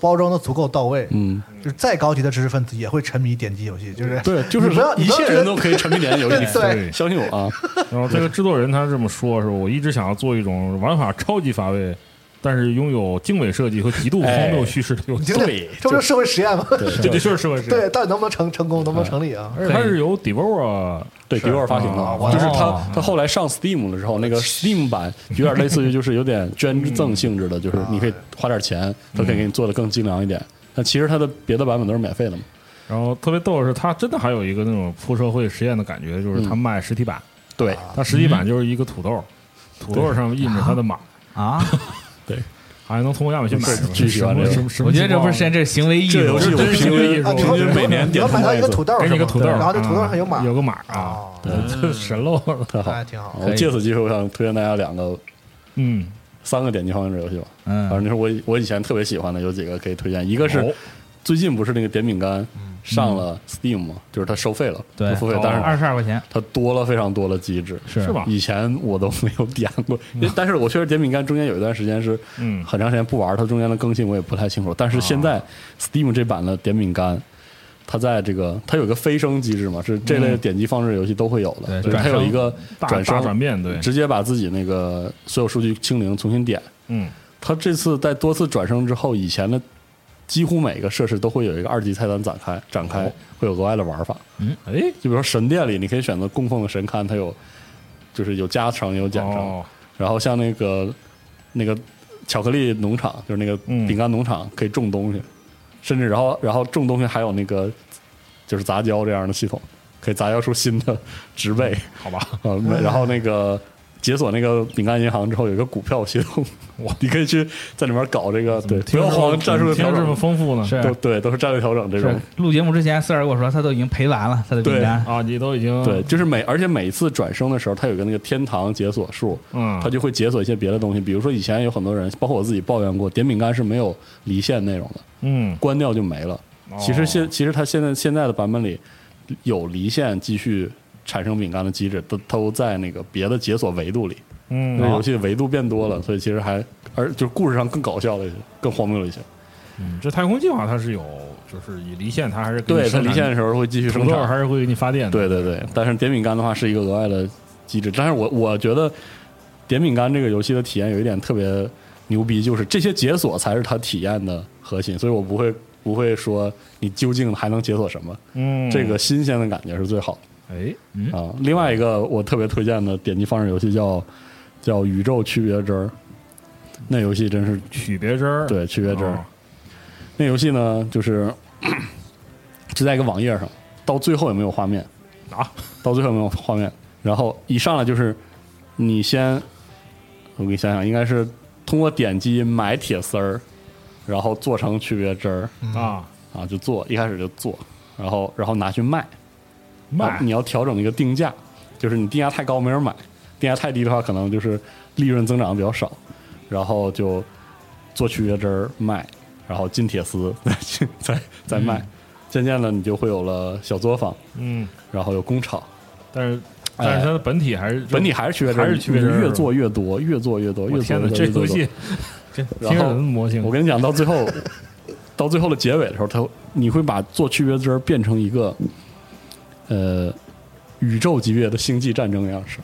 [SPEAKER 4] 包装的足够到位，
[SPEAKER 5] 嗯，
[SPEAKER 4] 就是再高级的知识分子也会沉迷点击游戏，就是
[SPEAKER 5] 对，就是
[SPEAKER 4] 你不要，
[SPEAKER 5] 一切人都可以沉迷点游戏
[SPEAKER 4] 对
[SPEAKER 5] 相信我啊。
[SPEAKER 8] 然后这个制作人他这么说，是我一直想要做一种玩法超级乏味，但是拥有精美设计和极度
[SPEAKER 5] 哎
[SPEAKER 8] 荒谬叙事的游
[SPEAKER 4] 你
[SPEAKER 8] 戏。
[SPEAKER 4] 听听
[SPEAKER 5] 对，
[SPEAKER 4] 这不就是社会实验吗？
[SPEAKER 8] 这这就是嗯社会实 验。
[SPEAKER 4] 对，到底能不能成成功，能不能成立啊？
[SPEAKER 8] 而且它是由 Devora
[SPEAKER 5] 对
[SPEAKER 8] 是
[SPEAKER 5] d i o r 发行
[SPEAKER 4] 啊
[SPEAKER 5] 的，
[SPEAKER 4] 我
[SPEAKER 5] 就是
[SPEAKER 7] 哦
[SPEAKER 5] 它它后来上 Steam 了之后，那个 Steam 版有点类似于就是有点捐
[SPEAKER 4] 嗯
[SPEAKER 5] 赠性质的，就是你可以花点钱，它可以给你做的更精良一点。但其实它的别的版本都是免费的嘛，
[SPEAKER 8] 然后特别逗的是，它真的还有一个那种铺社会实验的感觉，就是
[SPEAKER 5] 嗯
[SPEAKER 8] 它卖实体版，
[SPEAKER 5] 对，
[SPEAKER 8] 它实体版就是一个土豆，土豆上面印着它的码，
[SPEAKER 7] 啊，
[SPEAKER 8] 还能通过亚马逊买
[SPEAKER 5] 是
[SPEAKER 8] 什么
[SPEAKER 5] 巨喜欢
[SPEAKER 8] 什
[SPEAKER 5] 这
[SPEAKER 8] 么
[SPEAKER 5] 个
[SPEAKER 8] 什么什么
[SPEAKER 7] 我觉得这不是实
[SPEAKER 8] 情
[SPEAKER 7] 验，这是行为艺
[SPEAKER 5] 这游
[SPEAKER 7] 术，
[SPEAKER 5] 戏
[SPEAKER 8] 这
[SPEAKER 5] 我
[SPEAKER 8] 真是
[SPEAKER 5] 平
[SPEAKER 8] 一
[SPEAKER 5] 均
[SPEAKER 8] 个
[SPEAKER 4] 啊，你
[SPEAKER 5] 平
[SPEAKER 4] 说
[SPEAKER 5] 均每年
[SPEAKER 4] 你要买
[SPEAKER 5] 点通
[SPEAKER 4] 到一个
[SPEAKER 5] 一次
[SPEAKER 4] 土 豆，
[SPEAKER 8] 况给你个土豆，
[SPEAKER 4] 是吗然后这土豆上有码
[SPEAKER 8] 啊有个码啊，
[SPEAKER 4] 啊，
[SPEAKER 8] 这 神漏了，
[SPEAKER 5] 太好
[SPEAKER 4] 那。还哎挺好。
[SPEAKER 5] 我借此机会，我想推荐大家两个、
[SPEAKER 8] 嗯，
[SPEAKER 5] 三个点击方面的游戏吧。反
[SPEAKER 7] 嗯
[SPEAKER 5] 正就是我以我以前特别喜欢的有几个可以推荐，一个是
[SPEAKER 8] 哦
[SPEAKER 5] 最近不是那个点饼干
[SPEAKER 4] 嗯
[SPEAKER 5] 上了 Steam 嘛，就是它收费了，
[SPEAKER 7] 对
[SPEAKER 5] 它付费
[SPEAKER 8] 哦，
[SPEAKER 5] 但是
[SPEAKER 7] 二十二块钱
[SPEAKER 5] 它多了非常多的机制，
[SPEAKER 7] 是
[SPEAKER 8] 是吧？
[SPEAKER 5] 以前我都没有点过，但是我确实点饼干中间有一段时间是，
[SPEAKER 8] 嗯啊
[SPEAKER 5] 很长时间不玩，它中间的更新我也不太清楚。但是现在 Steam 这版的点饼干，它在这个它有一个飞升机制嘛，是这
[SPEAKER 8] 嗯
[SPEAKER 5] 类的点击放置游戏都会有的，就
[SPEAKER 7] 对
[SPEAKER 5] 是它
[SPEAKER 7] 转
[SPEAKER 5] 有
[SPEAKER 7] 生
[SPEAKER 5] 一个
[SPEAKER 8] 大
[SPEAKER 5] 转
[SPEAKER 8] 大
[SPEAKER 5] 生，
[SPEAKER 8] 转变，对，
[SPEAKER 5] 直接把自己那个所有数据清零，重新点。
[SPEAKER 8] 嗯，
[SPEAKER 5] 它这次在多次转生之后，以前的几乎每个设施都会有一个二级菜单展开，展
[SPEAKER 8] 哦
[SPEAKER 5] 开会有额外的玩法。
[SPEAKER 8] 哎，
[SPEAKER 5] 就比如说神殿里，你可以选择供奉的神龛，它有就是有加成有减成。
[SPEAKER 8] 哦，
[SPEAKER 5] 然后像那个那个巧克力农场，就是那个
[SPEAKER 8] 嗯
[SPEAKER 5] 饼干农场，可以种东西，甚至然后然后种东西还有那个就是杂交这样的系统，可以杂交出新的植被。
[SPEAKER 8] 嗯 好吧，
[SPEAKER 5] 呃，没然后那 个解锁那个饼干银行之后，有一个股票系统，
[SPEAKER 8] 哇，
[SPEAKER 5] 你可以去在里面搞这个，对，不
[SPEAKER 8] 听
[SPEAKER 5] 要
[SPEAKER 8] 着
[SPEAKER 5] 慌，战术的
[SPEAKER 8] 听
[SPEAKER 5] 调
[SPEAKER 8] 着这么
[SPEAKER 5] 整，
[SPEAKER 8] 丰富呢，
[SPEAKER 7] 是
[SPEAKER 5] 都对，都是战略调整这
[SPEAKER 7] 是
[SPEAKER 5] 种。
[SPEAKER 7] 录节目之前，四儿跟我说他都已经赔完了他的饼
[SPEAKER 5] 对
[SPEAKER 7] 干，
[SPEAKER 8] 啊，你都已经
[SPEAKER 5] 对，，就是每而且每一次转生的时候，它有一个那个天堂解锁数，
[SPEAKER 8] 嗯，
[SPEAKER 5] 它就会解锁一些别的东西。比如说以前有很多人，包括我自己抱怨过，点饼干是没有离线内容的，
[SPEAKER 8] 嗯，
[SPEAKER 5] 关掉就没了。
[SPEAKER 8] 哦
[SPEAKER 5] 其实现其实它现在现在的版本里有离线继续产生饼干的机制，都都在那个别的解锁维度里。
[SPEAKER 8] 嗯
[SPEAKER 5] 因为游戏维度变多了，所以其实还而就是故事上更搞笑了一些，更荒谬了一些。
[SPEAKER 8] 嗯这太空计划它是有，就是以离线，它还是给你
[SPEAKER 5] 对，它
[SPEAKER 8] 生产
[SPEAKER 5] 离线的时候会继续
[SPEAKER 8] 土
[SPEAKER 5] 生
[SPEAKER 8] 豆
[SPEAKER 5] 产。
[SPEAKER 8] 还是会给你发电的，
[SPEAKER 5] 对对对，但是点饼干的话是一个额外的机制。但是我我觉得点饼干这个游戏的体验有一点特别牛逼，就是这些解锁才是它体验的核心，所以我不会不会说你究竟还能解锁什么，
[SPEAKER 8] 嗯，
[SPEAKER 5] 这个新鲜的感觉是最好
[SPEAKER 8] 哎，
[SPEAKER 5] 的啊。另外一个我特别推荐的点击方式游戏叫叫《宇宙区别针儿》，那游戏真是
[SPEAKER 8] 曲别针儿，哦
[SPEAKER 5] 对区别
[SPEAKER 8] 别
[SPEAKER 5] 针儿。那游戏呢，就是就在一个网页上，到最后也没有画面
[SPEAKER 8] 啊，
[SPEAKER 5] 到最后也没有画面。然后一上来就是你先，我给你想想，应该是通过点击买铁丝儿，然后做成区别针儿
[SPEAKER 8] 啊，
[SPEAKER 5] 啊，就做一开始就做，然后然后拿去卖，
[SPEAKER 8] 卖
[SPEAKER 5] 啊你要调整一个定价，就是你定价太高没人买，定价太低的话可能就是利润增长比较少，然后就做区别针儿卖，然后进铁丝再去再再卖，渐渐的你就会有了小作坊，
[SPEAKER 8] 嗯，
[SPEAKER 5] 然后有工厂，
[SPEAKER 8] 但是但是它的本体还是
[SPEAKER 5] 哎本体还是区别针儿，
[SPEAKER 8] 还是区别针儿
[SPEAKER 5] 你越做越多，越做越多，
[SPEAKER 8] 我
[SPEAKER 5] 越做
[SPEAKER 8] 天哪，
[SPEAKER 5] 越多，
[SPEAKER 8] 这
[SPEAKER 5] 越做
[SPEAKER 8] 游
[SPEAKER 5] 越多
[SPEAKER 8] 戏
[SPEAKER 5] 然
[SPEAKER 8] 听着
[SPEAKER 5] 后
[SPEAKER 8] 怎么魔性
[SPEAKER 5] 我跟你讲，到最后，到最后的结尾的时候，它你会把做区别针儿变成一个呃宇宙级别的星际战争样式，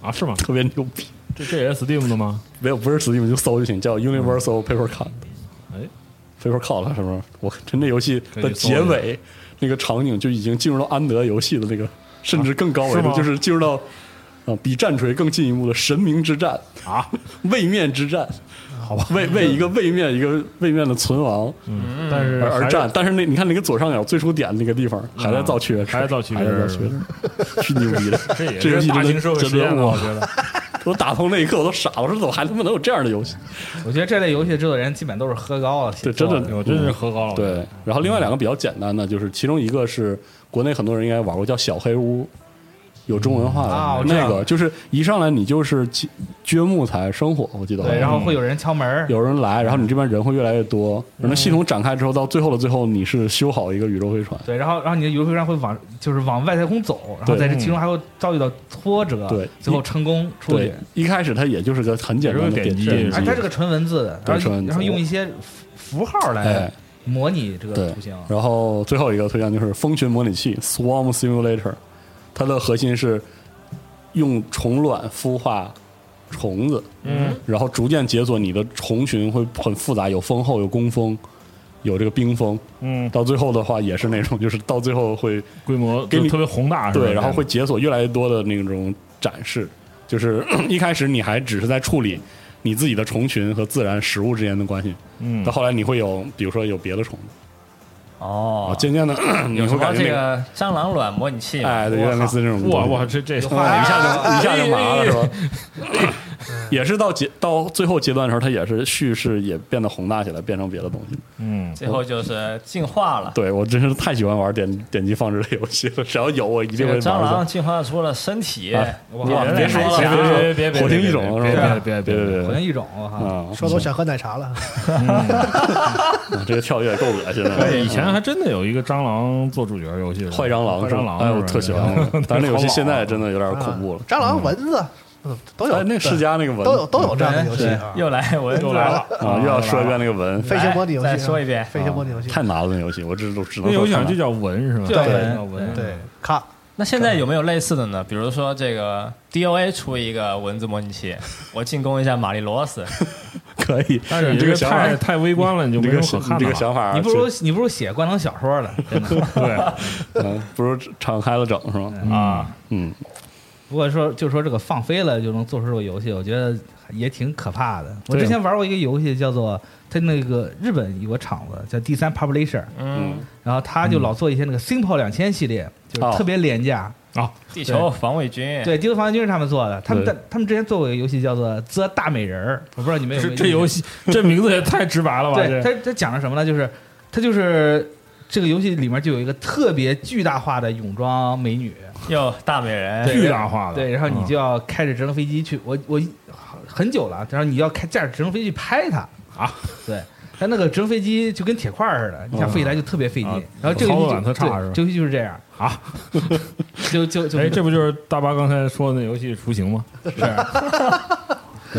[SPEAKER 8] 啊？是吗？
[SPEAKER 5] 特别牛逼。
[SPEAKER 8] 这这也是 Steam 的吗？
[SPEAKER 5] 没有，不是 Steam 就搜就行，叫 Universal Paper Cut。
[SPEAKER 8] 嗯哎
[SPEAKER 5] ，Paper Cut 是吗？我真那游戏
[SPEAKER 8] 可
[SPEAKER 5] 的
[SPEAKER 8] 以搜一
[SPEAKER 5] 结
[SPEAKER 8] 下
[SPEAKER 5] 尾那个场景就已经进入到安德游戏的那个，甚至更高维
[SPEAKER 8] 是
[SPEAKER 5] 度，
[SPEAKER 8] 吗
[SPEAKER 5] 就是进入到。啊，比战锤更进一步的神明之战
[SPEAKER 8] 啊，
[SPEAKER 5] 位面之 战，好吧，为为一个位面一个位面的存亡
[SPEAKER 8] 嗯，但是
[SPEAKER 5] 而
[SPEAKER 8] 还
[SPEAKER 5] 而
[SPEAKER 8] 是
[SPEAKER 5] 战，但是那你看那个左上角最初点那个地方还在造缺，
[SPEAKER 8] 还在造缺
[SPEAKER 5] 还在造缺， 是牛逼的，
[SPEAKER 8] 这也
[SPEAKER 5] 这游
[SPEAKER 8] 是
[SPEAKER 5] 戏
[SPEAKER 8] 大
[SPEAKER 5] 真
[SPEAKER 8] 型
[SPEAKER 5] 的
[SPEAKER 8] 社会实
[SPEAKER 5] 真
[SPEAKER 8] 验啊
[SPEAKER 5] 的
[SPEAKER 8] 了，我
[SPEAKER 5] 我
[SPEAKER 8] 觉得。
[SPEAKER 5] 我打通那一刻我都傻，我说怎么还他妈能有这样的游戏？
[SPEAKER 7] 我觉得这类游戏制作人基本都是喝高了，
[SPEAKER 5] 对，真的，嗯
[SPEAKER 8] 我真是喝高了。
[SPEAKER 5] 对，然后另外两
[SPEAKER 7] 嗯
[SPEAKER 5] 个比较简单的，就是其中一个是国内很多人应该玩过，叫小黑屋，有中文化的、
[SPEAKER 7] 啊我知道
[SPEAKER 5] 那个，就是一上来你就是掘掘木材生火，我记得好
[SPEAKER 7] 对，
[SPEAKER 5] 像
[SPEAKER 7] 然后会有人敲门儿，
[SPEAKER 5] 有人来，然后你这边人会越来越多，然后
[SPEAKER 7] 嗯
[SPEAKER 5] 系统展开之后，到最后的最后，你是修好一个宇宙飞船。
[SPEAKER 7] 对，然后然后你的游戏上会往就是往外太空走，然后
[SPEAKER 5] 对嗯
[SPEAKER 7] 在这其中还会遭遇到挫折，
[SPEAKER 5] 对
[SPEAKER 7] 最后成功出去
[SPEAKER 5] 对。，一开始它也就是个很简单的
[SPEAKER 8] 也就是
[SPEAKER 5] 点
[SPEAKER 8] 点击
[SPEAKER 5] 点
[SPEAKER 8] 对
[SPEAKER 7] 而它是个纯文字的，
[SPEAKER 5] 嗯对
[SPEAKER 7] 然后
[SPEAKER 5] 纯文字
[SPEAKER 7] 然后用一些符符号来
[SPEAKER 5] 哎，
[SPEAKER 7] 模拟这个
[SPEAKER 5] 对
[SPEAKER 7] 图形。
[SPEAKER 5] 然后最后一个推荐就是蜂群模拟器 （Swarm Simulator），它的核心是用虫卵孵化虫子，
[SPEAKER 8] 嗯，
[SPEAKER 5] 然后逐渐解锁你的虫群会很复杂，有蜂后，有工蜂，有这个冰蜂，
[SPEAKER 8] 嗯，
[SPEAKER 5] 到最后的话也是那种，就是到最后会
[SPEAKER 8] 规模
[SPEAKER 5] 给
[SPEAKER 8] 就
[SPEAKER 5] 你
[SPEAKER 8] 特别宏大，是吧
[SPEAKER 5] 对，然后会解锁越来越多的那种展示，就是 一开始你还只是在处理你自己的虫群和自然食物之间的关系，
[SPEAKER 8] 嗯
[SPEAKER 5] 到，后来你会有，比如说有别的虫子，啊，
[SPEAKER 6] 哦，
[SPEAKER 5] 渐渐的你
[SPEAKER 6] 有什
[SPEAKER 5] 会
[SPEAKER 6] 么
[SPEAKER 5] 感觉那
[SPEAKER 6] 这
[SPEAKER 5] 个，
[SPEAKER 6] 个蟑螂卵模拟器嘛？
[SPEAKER 5] 哎，对，有点类似这种东西，
[SPEAKER 8] 哇哇，这这
[SPEAKER 5] 哇，一下就一
[SPEAKER 8] 哎
[SPEAKER 5] 下就麻了是吧？ 也是到结到最后阶段的时候，它也是叙事也变得宏大起来，变成别的东西。
[SPEAKER 8] 嗯，
[SPEAKER 6] 最后就是进化了。
[SPEAKER 5] 对我真是太喜欢玩点点击放置类游戏了，只要有我一
[SPEAKER 6] 这
[SPEAKER 5] 定会
[SPEAKER 6] 个
[SPEAKER 5] 玩
[SPEAKER 6] 蟑螂
[SPEAKER 5] 上。
[SPEAKER 6] 进化出了身体，
[SPEAKER 5] 啊
[SPEAKER 6] 比
[SPEAKER 5] 哇
[SPEAKER 6] 人类
[SPEAKER 5] 别说
[SPEAKER 6] 还
[SPEAKER 5] 了，
[SPEAKER 6] 强
[SPEAKER 5] 别
[SPEAKER 8] 别别
[SPEAKER 5] 别
[SPEAKER 8] 别
[SPEAKER 5] 火星异种
[SPEAKER 8] 别
[SPEAKER 5] 是吧？
[SPEAKER 8] 别别别
[SPEAKER 5] 别别
[SPEAKER 7] 火
[SPEAKER 5] 别
[SPEAKER 7] 星异种，我靠！
[SPEAKER 5] 啊！
[SPEAKER 4] 说的我想喝奶茶了。
[SPEAKER 5] 啊这个跳跃够恶心 了。
[SPEAKER 8] 以前还真的有一个蟑螂做主角游戏，
[SPEAKER 5] 坏蟑螂
[SPEAKER 8] 坏
[SPEAKER 5] 是吧
[SPEAKER 8] 蟑螂，
[SPEAKER 5] 哎，我
[SPEAKER 8] 是吧
[SPEAKER 5] 特喜 欢那个。但是那游戏现在真的有点
[SPEAKER 4] 啊
[SPEAKER 5] 恐怖了。
[SPEAKER 4] 蟑螂、蚊子，嗯都有
[SPEAKER 5] 哎，。那个世
[SPEAKER 4] 对
[SPEAKER 5] 嘉那个蚊
[SPEAKER 4] 都有都有这样的游戏
[SPEAKER 6] 哎对
[SPEAKER 4] 啊。
[SPEAKER 6] 又来蚊子
[SPEAKER 8] 又来了，
[SPEAKER 5] 啊，又要说一遍那个蚊，
[SPEAKER 4] 飞行模拟游戏啊，
[SPEAKER 6] 再说一遍嗯
[SPEAKER 4] 飞行模拟游戏
[SPEAKER 5] 太难了那游戏，我这都只
[SPEAKER 8] 那
[SPEAKER 5] 能
[SPEAKER 8] 游戏
[SPEAKER 5] 说
[SPEAKER 8] 好像
[SPEAKER 5] 太难
[SPEAKER 8] 就叫文是吧？
[SPEAKER 7] 对
[SPEAKER 8] 叫文，
[SPEAKER 6] 嗯
[SPEAKER 4] 对，咔，
[SPEAKER 6] 那现在有没有类似的呢？比如 说这个 DOA 出一个文字模拟器，我进攻一下马里罗斯，
[SPEAKER 5] 可以。
[SPEAKER 8] 但是
[SPEAKER 5] 你
[SPEAKER 8] 你
[SPEAKER 5] 这
[SPEAKER 8] 这
[SPEAKER 5] 个
[SPEAKER 8] 个
[SPEAKER 5] 想法
[SPEAKER 8] 太，太微观了，你就
[SPEAKER 5] 你
[SPEAKER 8] 没
[SPEAKER 5] 这个
[SPEAKER 8] 有可
[SPEAKER 5] 想
[SPEAKER 8] 看
[SPEAKER 5] 你这
[SPEAKER 8] 的
[SPEAKER 5] 个
[SPEAKER 8] 了。
[SPEAKER 5] 想法，
[SPEAKER 7] 你不如你不如写灌篮小说 了，真的。
[SPEAKER 8] 对
[SPEAKER 5] 嗯不如敞开了整是吗？
[SPEAKER 8] 啊，
[SPEAKER 5] 嗯，
[SPEAKER 7] 如果说就说这个放飞了就能做出这个游戏，我觉得也挺可怕的。我
[SPEAKER 8] 对
[SPEAKER 7] 之前玩过一个游戏，叫做它那个日本有个厂子叫第三 Publisher，
[SPEAKER 5] 嗯，
[SPEAKER 7] 然后他就老做一些那个 Simple 两千系列，就是特别廉价。
[SPEAKER 6] 地球防卫军，
[SPEAKER 7] 对，《地球防卫军》是他们做的，他们
[SPEAKER 5] 哦对
[SPEAKER 7] 在他们之前做过一个游戏叫做《The 大美人儿》，我不知道你们有没有
[SPEAKER 8] 这这
[SPEAKER 7] 印象
[SPEAKER 8] 游戏这名字也太直白了吧？
[SPEAKER 7] 对，
[SPEAKER 8] 这
[SPEAKER 7] 它它讲了什么呢？就是它就是这个游戏里面就有一个特别巨大化的泳装美女，
[SPEAKER 6] 哟，大美人，
[SPEAKER 7] 对
[SPEAKER 8] 巨大化的，
[SPEAKER 7] 对，然后你
[SPEAKER 8] 嗯
[SPEAKER 7] 就要开着直升飞机去，我我很久了，然后你要开驾着直升飞机去拍它
[SPEAKER 8] 啊， 嗯
[SPEAKER 7] 对。但那个直升飞机就跟铁块儿似的，你想飞起来就特别费劲
[SPEAKER 8] 啊。
[SPEAKER 7] 然后这个游
[SPEAKER 8] 操作
[SPEAKER 7] 戏
[SPEAKER 8] 感
[SPEAKER 7] 就
[SPEAKER 8] 特差
[SPEAKER 7] 对
[SPEAKER 8] 是吧
[SPEAKER 7] 这游戏就是这样
[SPEAKER 8] 啊，
[SPEAKER 7] 就就就
[SPEAKER 8] 哎，这不就是大巴刚才说的那游戏《雏形》吗？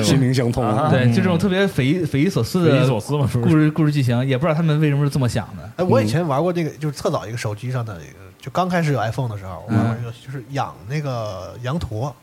[SPEAKER 5] 心灵相通啊。
[SPEAKER 7] 对，就这种特别匪夷匪夷所思
[SPEAKER 8] 嗯匪夷
[SPEAKER 7] 的
[SPEAKER 8] 所思嘛，是不
[SPEAKER 7] 故
[SPEAKER 8] 是？
[SPEAKER 7] 事故事剧情，也不知道他们为什么是这么想的。
[SPEAKER 4] 哎，我以前玩过那个，就是特早一个手机上的，就刚开始有 iPhone 的时候，我玩过一个游戏，就是养那个羊驼，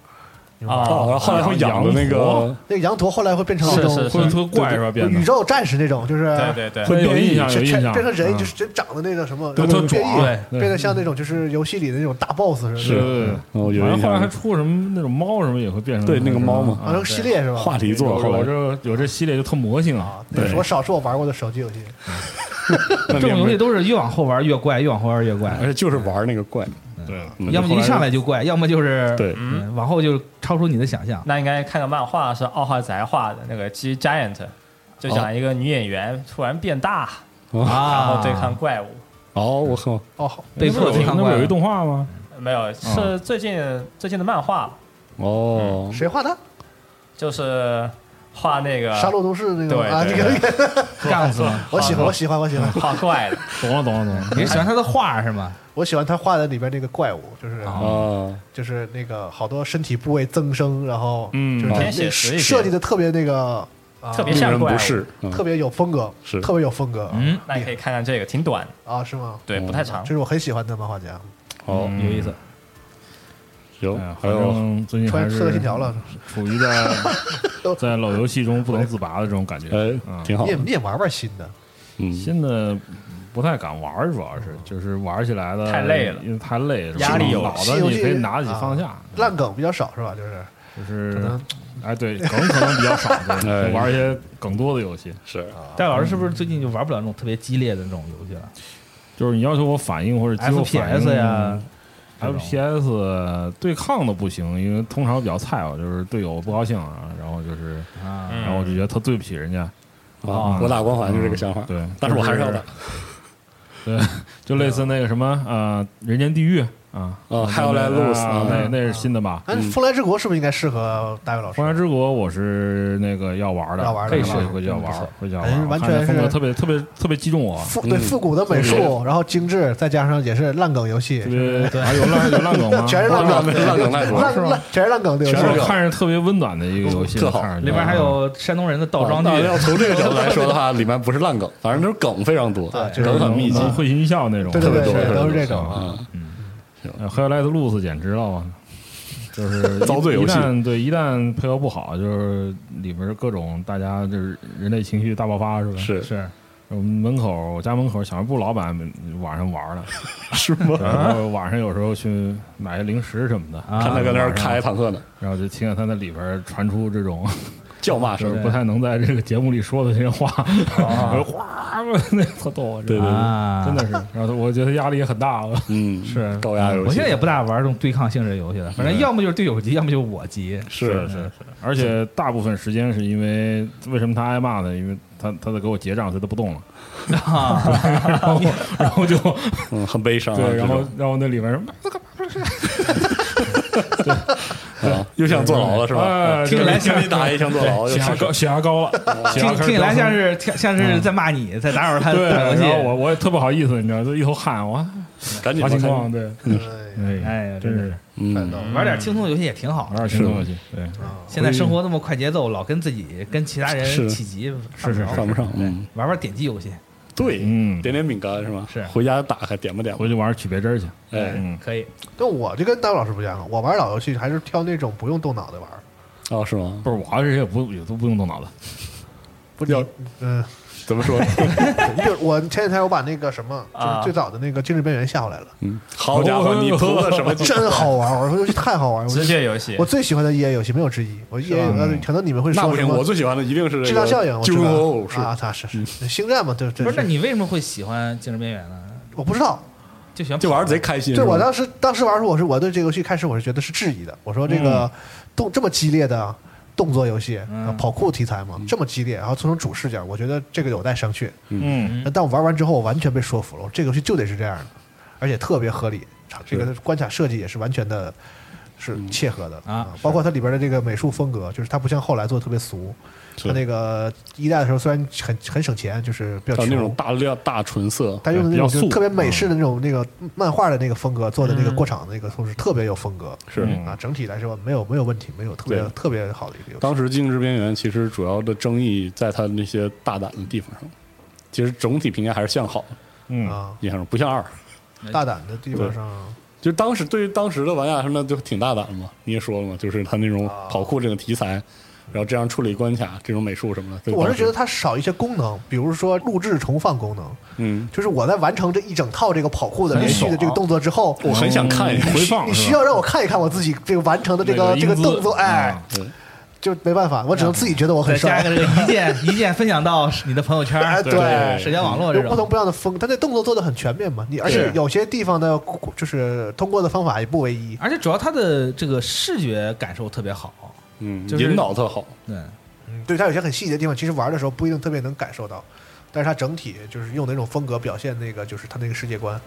[SPEAKER 4] 你们玩过吗
[SPEAKER 5] 哦，然后后来会养的那个，
[SPEAKER 4] 那个羊驼后来会变成那种
[SPEAKER 6] 是是
[SPEAKER 8] 会特怪是吧？变得
[SPEAKER 4] 宇宙战士那种，就是
[SPEAKER 6] 对对
[SPEAKER 8] 会
[SPEAKER 5] 会
[SPEAKER 8] 有
[SPEAKER 5] 变
[SPEAKER 8] 印
[SPEAKER 5] 异
[SPEAKER 8] 象，有
[SPEAKER 4] 全
[SPEAKER 8] 印象，
[SPEAKER 4] 变成人
[SPEAKER 8] 嗯
[SPEAKER 4] 就是真长得那个什么，
[SPEAKER 8] 对
[SPEAKER 4] 然后
[SPEAKER 8] 特
[SPEAKER 4] 变
[SPEAKER 8] 壮
[SPEAKER 4] 异，
[SPEAKER 8] 对
[SPEAKER 4] 变得像那种就是游戏里的那种大 boss 似的，
[SPEAKER 8] 是，对对
[SPEAKER 5] 哦，
[SPEAKER 8] 对
[SPEAKER 5] 有
[SPEAKER 8] 好像
[SPEAKER 5] 印
[SPEAKER 8] 后来还
[SPEAKER 5] 象，
[SPEAKER 8] 出过什么那种猫什么也会变成
[SPEAKER 5] 对那个猫嘛
[SPEAKER 4] 啊，那个系列是吧？
[SPEAKER 5] 话题做了后
[SPEAKER 8] 有
[SPEAKER 5] 来，
[SPEAKER 8] 这有这系列就特魔性 啊，
[SPEAKER 4] 啊，那是我少数我玩过的手机游戏。
[SPEAKER 5] 这
[SPEAKER 7] 这种游戏都是越往后玩越怪，越往后玩越怪。
[SPEAKER 5] 哎而且就是玩那个怪，
[SPEAKER 8] 对，
[SPEAKER 5] 嗯
[SPEAKER 7] 要么就一上来就怪，要么就是
[SPEAKER 5] 对
[SPEAKER 7] 嗯往后就超出你的想象。
[SPEAKER 6] 那应该看个漫画，是奥浩宅画的那个《G Giant》，就讲一个女演员突然变大，然后对抗怪物。
[SPEAKER 5] 哦，我靠，
[SPEAKER 4] 哦，好
[SPEAKER 7] 啊被迫对抗
[SPEAKER 8] 那不
[SPEAKER 7] 怪
[SPEAKER 8] 有一
[SPEAKER 7] 物。
[SPEAKER 8] 动画吗？
[SPEAKER 6] 没有，是最近、最近的漫画，
[SPEAKER 5] 哦，
[SPEAKER 8] 嗯
[SPEAKER 4] 谁画的？
[SPEAKER 6] 就是画那个
[SPEAKER 4] 杀戮都市那个
[SPEAKER 6] 对
[SPEAKER 4] 啊，那
[SPEAKER 6] 对
[SPEAKER 4] 个那个，
[SPEAKER 7] 杠子吗？
[SPEAKER 4] 我喜欢，我喜欢，我喜欢，
[SPEAKER 6] 画怪的，
[SPEAKER 8] 懂了，懂了，懂了。
[SPEAKER 7] 你是喜欢他的画是吗？
[SPEAKER 4] 我喜欢他画的里边那个怪物，就是
[SPEAKER 5] 啊，
[SPEAKER 4] 就是那个好多身体部位增生，然后
[SPEAKER 8] 嗯
[SPEAKER 4] 就是他
[SPEAKER 6] 偏写
[SPEAKER 4] 那
[SPEAKER 6] 实一些
[SPEAKER 4] 设计的特别那个，啊
[SPEAKER 6] 特别
[SPEAKER 5] 令
[SPEAKER 6] 像
[SPEAKER 5] 人
[SPEAKER 6] 怪物。
[SPEAKER 5] 不适，嗯
[SPEAKER 4] 特别有风格，
[SPEAKER 5] 是
[SPEAKER 4] 特别有风格
[SPEAKER 7] 嗯，
[SPEAKER 6] 那你可以看看这个，挺短，
[SPEAKER 4] 啊，是吗？
[SPEAKER 6] 对，
[SPEAKER 5] 嗯
[SPEAKER 6] 不太长
[SPEAKER 4] 这。是我很喜欢的漫画家，
[SPEAKER 5] 哦，
[SPEAKER 7] 有意思。
[SPEAKER 5] 行
[SPEAKER 8] 哎呀，，
[SPEAKER 5] 还
[SPEAKER 8] 反
[SPEAKER 5] 有
[SPEAKER 8] 正最近
[SPEAKER 4] 穿
[SPEAKER 8] 还
[SPEAKER 4] 《刺客信
[SPEAKER 8] 是
[SPEAKER 4] 条》了。
[SPEAKER 8] 处于在在老游戏中不能自拔的这种感觉。
[SPEAKER 5] 哎，
[SPEAKER 8] 嗯
[SPEAKER 5] 挺好
[SPEAKER 4] 你也，你也玩玩新的，
[SPEAKER 5] 嗯，
[SPEAKER 8] 现在不太敢玩儿，主要是就是玩起来的
[SPEAKER 6] 太累了
[SPEAKER 8] 因为太累了，
[SPEAKER 6] 压力有
[SPEAKER 8] 脑
[SPEAKER 4] 新
[SPEAKER 8] 子
[SPEAKER 4] 游
[SPEAKER 8] 你
[SPEAKER 4] 戏
[SPEAKER 8] 可以拿得起
[SPEAKER 4] 啊
[SPEAKER 8] 放下，
[SPEAKER 4] 烂梗比较少是吧？就是
[SPEAKER 8] 就是
[SPEAKER 4] 可能
[SPEAKER 8] 哎，对，梗可能比较少，
[SPEAKER 5] 哎 啊
[SPEAKER 8] 对，玩一些梗多的游戏。
[SPEAKER 5] 是
[SPEAKER 7] 戴老师是不是最近就玩不了那种特别激烈的那种游戏了
[SPEAKER 8] 嗯就是你要求我反应或者肌肉反应
[SPEAKER 7] ？FPS 呀，这种
[SPEAKER 8] ，FPS 对抗的不行，因为通常比较菜我就是队友不高兴啊，然后就是，
[SPEAKER 5] 嗯
[SPEAKER 6] 嗯
[SPEAKER 7] 啊，
[SPEAKER 8] 然后我就觉得特对不起人家，
[SPEAKER 5] 啊，我打光环就这个想法，
[SPEAKER 8] 对，
[SPEAKER 5] 啊但是我还是要打，
[SPEAKER 8] 就类似那个什么呃，人间地狱啊，
[SPEAKER 5] 啊还要来
[SPEAKER 8] 那
[SPEAKER 5] lose 啊
[SPEAKER 8] 那那是新的吧？
[SPEAKER 4] 那《哎风来之国》是不是应该适合大卫老师
[SPEAKER 8] 荒？原之国我是那个要玩的，
[SPEAKER 4] 要玩的
[SPEAKER 8] 可以
[SPEAKER 4] 是吧
[SPEAKER 8] 回去要玩，回去要
[SPEAKER 4] 哎
[SPEAKER 8] 玩，
[SPEAKER 4] 完
[SPEAKER 8] 我看
[SPEAKER 4] 全
[SPEAKER 8] 这风格
[SPEAKER 4] 是
[SPEAKER 8] 特别特别特别击中我。
[SPEAKER 4] 复对复古的美术，然后精致，再加上也是烂梗游戏
[SPEAKER 8] 特，别啊，有烂有烂梗吗？
[SPEAKER 4] 全是烂
[SPEAKER 5] 烂
[SPEAKER 4] 梗，
[SPEAKER 5] 梗 烂梗烂梗
[SPEAKER 4] 烂烂全是烂梗的游
[SPEAKER 5] 全是
[SPEAKER 4] 戏
[SPEAKER 5] 梗。
[SPEAKER 8] 看着特别温暖的一个游戏，
[SPEAKER 5] 特好
[SPEAKER 8] 看着就
[SPEAKER 7] 里面还有山东人的倒装
[SPEAKER 5] 啊那
[SPEAKER 7] 句，
[SPEAKER 5] 要从这个角度来说的话，里面不是烂梗，反正就是梗非常多，
[SPEAKER 4] 对
[SPEAKER 5] 梗很密集，
[SPEAKER 8] 能嗯会心一笑那种，
[SPEAKER 4] 对对对，
[SPEAKER 5] 特别
[SPEAKER 4] 是
[SPEAKER 5] 多
[SPEAKER 4] 都是这种。
[SPEAKER 5] 啊，
[SPEAKER 8] 呃 h i g h l i g h t Loose 简直了，我就是
[SPEAKER 5] 遭罪游戏
[SPEAKER 8] 一旦对，一旦配合不好，就是里边各种大家就是人类情绪大爆发，是吧？
[SPEAKER 5] 是
[SPEAKER 8] 是。我们门口，我家门口小卖部老板晚上玩呢，
[SPEAKER 5] 是吗？
[SPEAKER 8] 然后晚上有时候去买些零食什么的，
[SPEAKER 5] 看他搁那儿开坦克呢，
[SPEAKER 8] 然后就听见他在里边传出这种
[SPEAKER 5] 叫骂
[SPEAKER 8] 就
[SPEAKER 5] 声
[SPEAKER 8] 是，不太能在这个节目里说的这些话，我就哗，那特逗我，
[SPEAKER 5] 对对对，
[SPEAKER 7] 啊，
[SPEAKER 8] 真的是。然后我觉得压力也很大 了，
[SPEAKER 5] 嗯，
[SPEAKER 8] 是
[SPEAKER 5] 高压游戏，
[SPEAKER 7] 我现在也不大玩这种对抗性质的游戏了，反正 要么就是队友急，要么就是我急。
[SPEAKER 5] 是
[SPEAKER 8] 是是，而且大部分时间是因为为什么他挨骂呢？因为他他在给我结账，他都不动了，然后然后就
[SPEAKER 5] 嗯，很悲伤啊，
[SPEAKER 8] 对，然
[SPEAKER 5] 这
[SPEAKER 8] 后
[SPEAKER 5] 种
[SPEAKER 8] 然后那里面什么
[SPEAKER 5] 啊又想坐牢了是吧？
[SPEAKER 8] 哎
[SPEAKER 5] 啊
[SPEAKER 8] 听起来
[SPEAKER 5] 听你打一想坐牢，又
[SPEAKER 8] 血压
[SPEAKER 5] 想
[SPEAKER 8] 高，血压高 了，血
[SPEAKER 7] 听
[SPEAKER 8] 压开
[SPEAKER 7] 听
[SPEAKER 8] 始
[SPEAKER 7] 起来
[SPEAKER 8] 飙
[SPEAKER 7] 像
[SPEAKER 8] 升
[SPEAKER 7] 是像像是在骂你，在打扰他
[SPEAKER 8] 对，
[SPEAKER 7] 打游
[SPEAKER 8] 然后我
[SPEAKER 7] 戏。
[SPEAKER 8] 我也特不好意思，你知道，就一头汗，我
[SPEAKER 5] 赶紧
[SPEAKER 8] 发
[SPEAKER 5] 吧
[SPEAKER 8] 情况，，对，
[SPEAKER 4] 哎
[SPEAKER 8] 哎，
[SPEAKER 7] 哎呀，
[SPEAKER 8] 真
[SPEAKER 7] 真
[SPEAKER 8] 是
[SPEAKER 7] 是
[SPEAKER 5] 嗯，
[SPEAKER 7] 玩点轻松的游戏也挺好
[SPEAKER 8] 玩。点轻松游戏，对，
[SPEAKER 7] 现在生活那么快节奏，老跟自己跟其他人
[SPEAKER 5] 是
[SPEAKER 7] 起急，
[SPEAKER 8] 是是
[SPEAKER 5] 犯不上，嗯，
[SPEAKER 7] 玩玩点击游戏
[SPEAKER 5] 对，
[SPEAKER 8] 嗯
[SPEAKER 5] 点点饼干是吗？
[SPEAKER 7] 是
[SPEAKER 5] 回家打开点吧点吧
[SPEAKER 8] 回，去玩取别针去，
[SPEAKER 5] 哎，
[SPEAKER 8] 嗯，
[SPEAKER 7] 可以。
[SPEAKER 4] 但我这跟大卫老师不一样啊，我玩老游戏还是挑那种不用动脑的玩儿。
[SPEAKER 5] 哦是吗？
[SPEAKER 8] 不是，我还是也不也都不用动脑子，
[SPEAKER 4] 不
[SPEAKER 5] 要
[SPEAKER 4] 你嗯，
[SPEAKER 5] 怎么说？
[SPEAKER 4] 你比如我前几天我把那个什么，就是
[SPEAKER 6] 啊
[SPEAKER 4] 最早的那个《精致边缘》下回来了，
[SPEAKER 5] 嗯，好家伙，你投了什么 技？
[SPEAKER 4] 真好玩！我说游戏太好玩，我
[SPEAKER 6] 直觉游戏
[SPEAKER 4] 我，最喜欢的 EA 游戏没有之一。我 EA 呃可能你们会
[SPEAKER 5] 那
[SPEAKER 4] 说
[SPEAKER 5] 不
[SPEAKER 4] 什
[SPEAKER 5] 行，我
[SPEAKER 4] 么
[SPEAKER 5] 最喜欢的一定是
[SPEAKER 4] 质量效应，我
[SPEAKER 5] 精
[SPEAKER 4] 知
[SPEAKER 5] 神
[SPEAKER 4] 道
[SPEAKER 5] 偶是嗯
[SPEAKER 4] 啊，他是是星战嘛，对对，
[SPEAKER 7] 不是，那你为什么会喜欢《精神边缘》呢？
[SPEAKER 4] 我不知道，
[SPEAKER 7] 就喜欢
[SPEAKER 5] 就玩儿贼开心。
[SPEAKER 4] 对
[SPEAKER 5] 是吧
[SPEAKER 4] 我当时当时玩的时候，我是我对这个游戏开始我是觉得是质疑的，我说这
[SPEAKER 5] 嗯
[SPEAKER 4] 个动这么激烈的动作游戏，
[SPEAKER 7] 嗯
[SPEAKER 4] 啊跑酷题材
[SPEAKER 5] 嗯
[SPEAKER 4] 嘛，这么激烈，然后从主视角，我觉得这个有待商榷。
[SPEAKER 8] 嗯，
[SPEAKER 4] 但我玩完之后，我完全被说服了，我这个游戏就得是这样的，而且特别合理，这个关卡设计也是完全
[SPEAKER 5] 嗯
[SPEAKER 4] 的。是切合的
[SPEAKER 7] 啊
[SPEAKER 4] 包括它里边的这个美术风格，就是它不像后来做的特别俗。
[SPEAKER 5] 是
[SPEAKER 4] 它那个一代的时候虽然很很省钱，就是比较
[SPEAKER 5] 哦还有那
[SPEAKER 4] 穷
[SPEAKER 5] 种，大亮大纯色，
[SPEAKER 4] 他用的那种就
[SPEAKER 8] 比较
[SPEAKER 4] 是
[SPEAKER 8] 素嗯
[SPEAKER 4] 特别美式的那种那个漫画的那个风格做的那个
[SPEAKER 7] 嗯
[SPEAKER 4] 过场的那个，都是特别有风格。
[SPEAKER 5] 是
[SPEAKER 8] 嗯
[SPEAKER 4] 啊，整体来说没有没有问题，没有特别
[SPEAKER 5] 对
[SPEAKER 4] 特别好的一个游戏。
[SPEAKER 5] 当时《静止边缘》其实主要的争议在它那些大胆的地方上，其实总体评价还是向好，
[SPEAKER 8] 嗯，
[SPEAKER 4] 啊，
[SPEAKER 5] 印象中不像二。
[SPEAKER 7] 哎
[SPEAKER 4] 大胆的地方上
[SPEAKER 5] 就当时对于当时的玩家来说，那就挺大胆的嘛。你也说了嘛，就是他那种
[SPEAKER 4] 啊
[SPEAKER 5] 跑酷这种题材，然后这样处理关卡、这种美术什么的。对
[SPEAKER 4] 我
[SPEAKER 5] 当
[SPEAKER 4] 是
[SPEAKER 5] 时
[SPEAKER 4] 觉得它少一些功能，比如说录制重放功能，
[SPEAKER 5] 嗯，
[SPEAKER 4] 就是我在完成这一整套这个跑酷的连续的这个动作之后，
[SPEAKER 5] 我很想看一下
[SPEAKER 8] 嗯。回放
[SPEAKER 4] 你
[SPEAKER 8] 是
[SPEAKER 4] 需
[SPEAKER 8] 吧
[SPEAKER 4] 要让我看一看我自己这个完成的这
[SPEAKER 8] 那
[SPEAKER 4] 个
[SPEAKER 8] 个
[SPEAKER 4] 这个
[SPEAKER 8] 英姿
[SPEAKER 4] 动作，哎
[SPEAKER 8] 嗯，
[SPEAKER 5] 对，
[SPEAKER 4] 就没办法，我只能自己觉得我
[SPEAKER 7] 再
[SPEAKER 4] 很
[SPEAKER 7] 加
[SPEAKER 4] 帅
[SPEAKER 7] 一。个这个一键一键分享到你的朋友圈
[SPEAKER 4] 哎，
[SPEAKER 7] 儿、
[SPEAKER 4] 对
[SPEAKER 7] 社交
[SPEAKER 5] 嗯
[SPEAKER 7] 网络
[SPEAKER 4] 有
[SPEAKER 7] 这
[SPEAKER 4] 不
[SPEAKER 7] 种
[SPEAKER 4] 同不一样的风，它这动作做的很全面嘛，你而且
[SPEAKER 8] 对
[SPEAKER 4] 有些地方的就是通过的方法也不唯一。
[SPEAKER 7] 而且主要它的这个视觉感受特别好，
[SPEAKER 5] 嗯，
[SPEAKER 7] 就是
[SPEAKER 5] 引导特好。
[SPEAKER 7] 对，
[SPEAKER 4] 嗯，对，它有些很细节的地方，其实玩的时候不一定特别能感受到，但是它整体就是用那种风格表现那个，就是它那个世界观，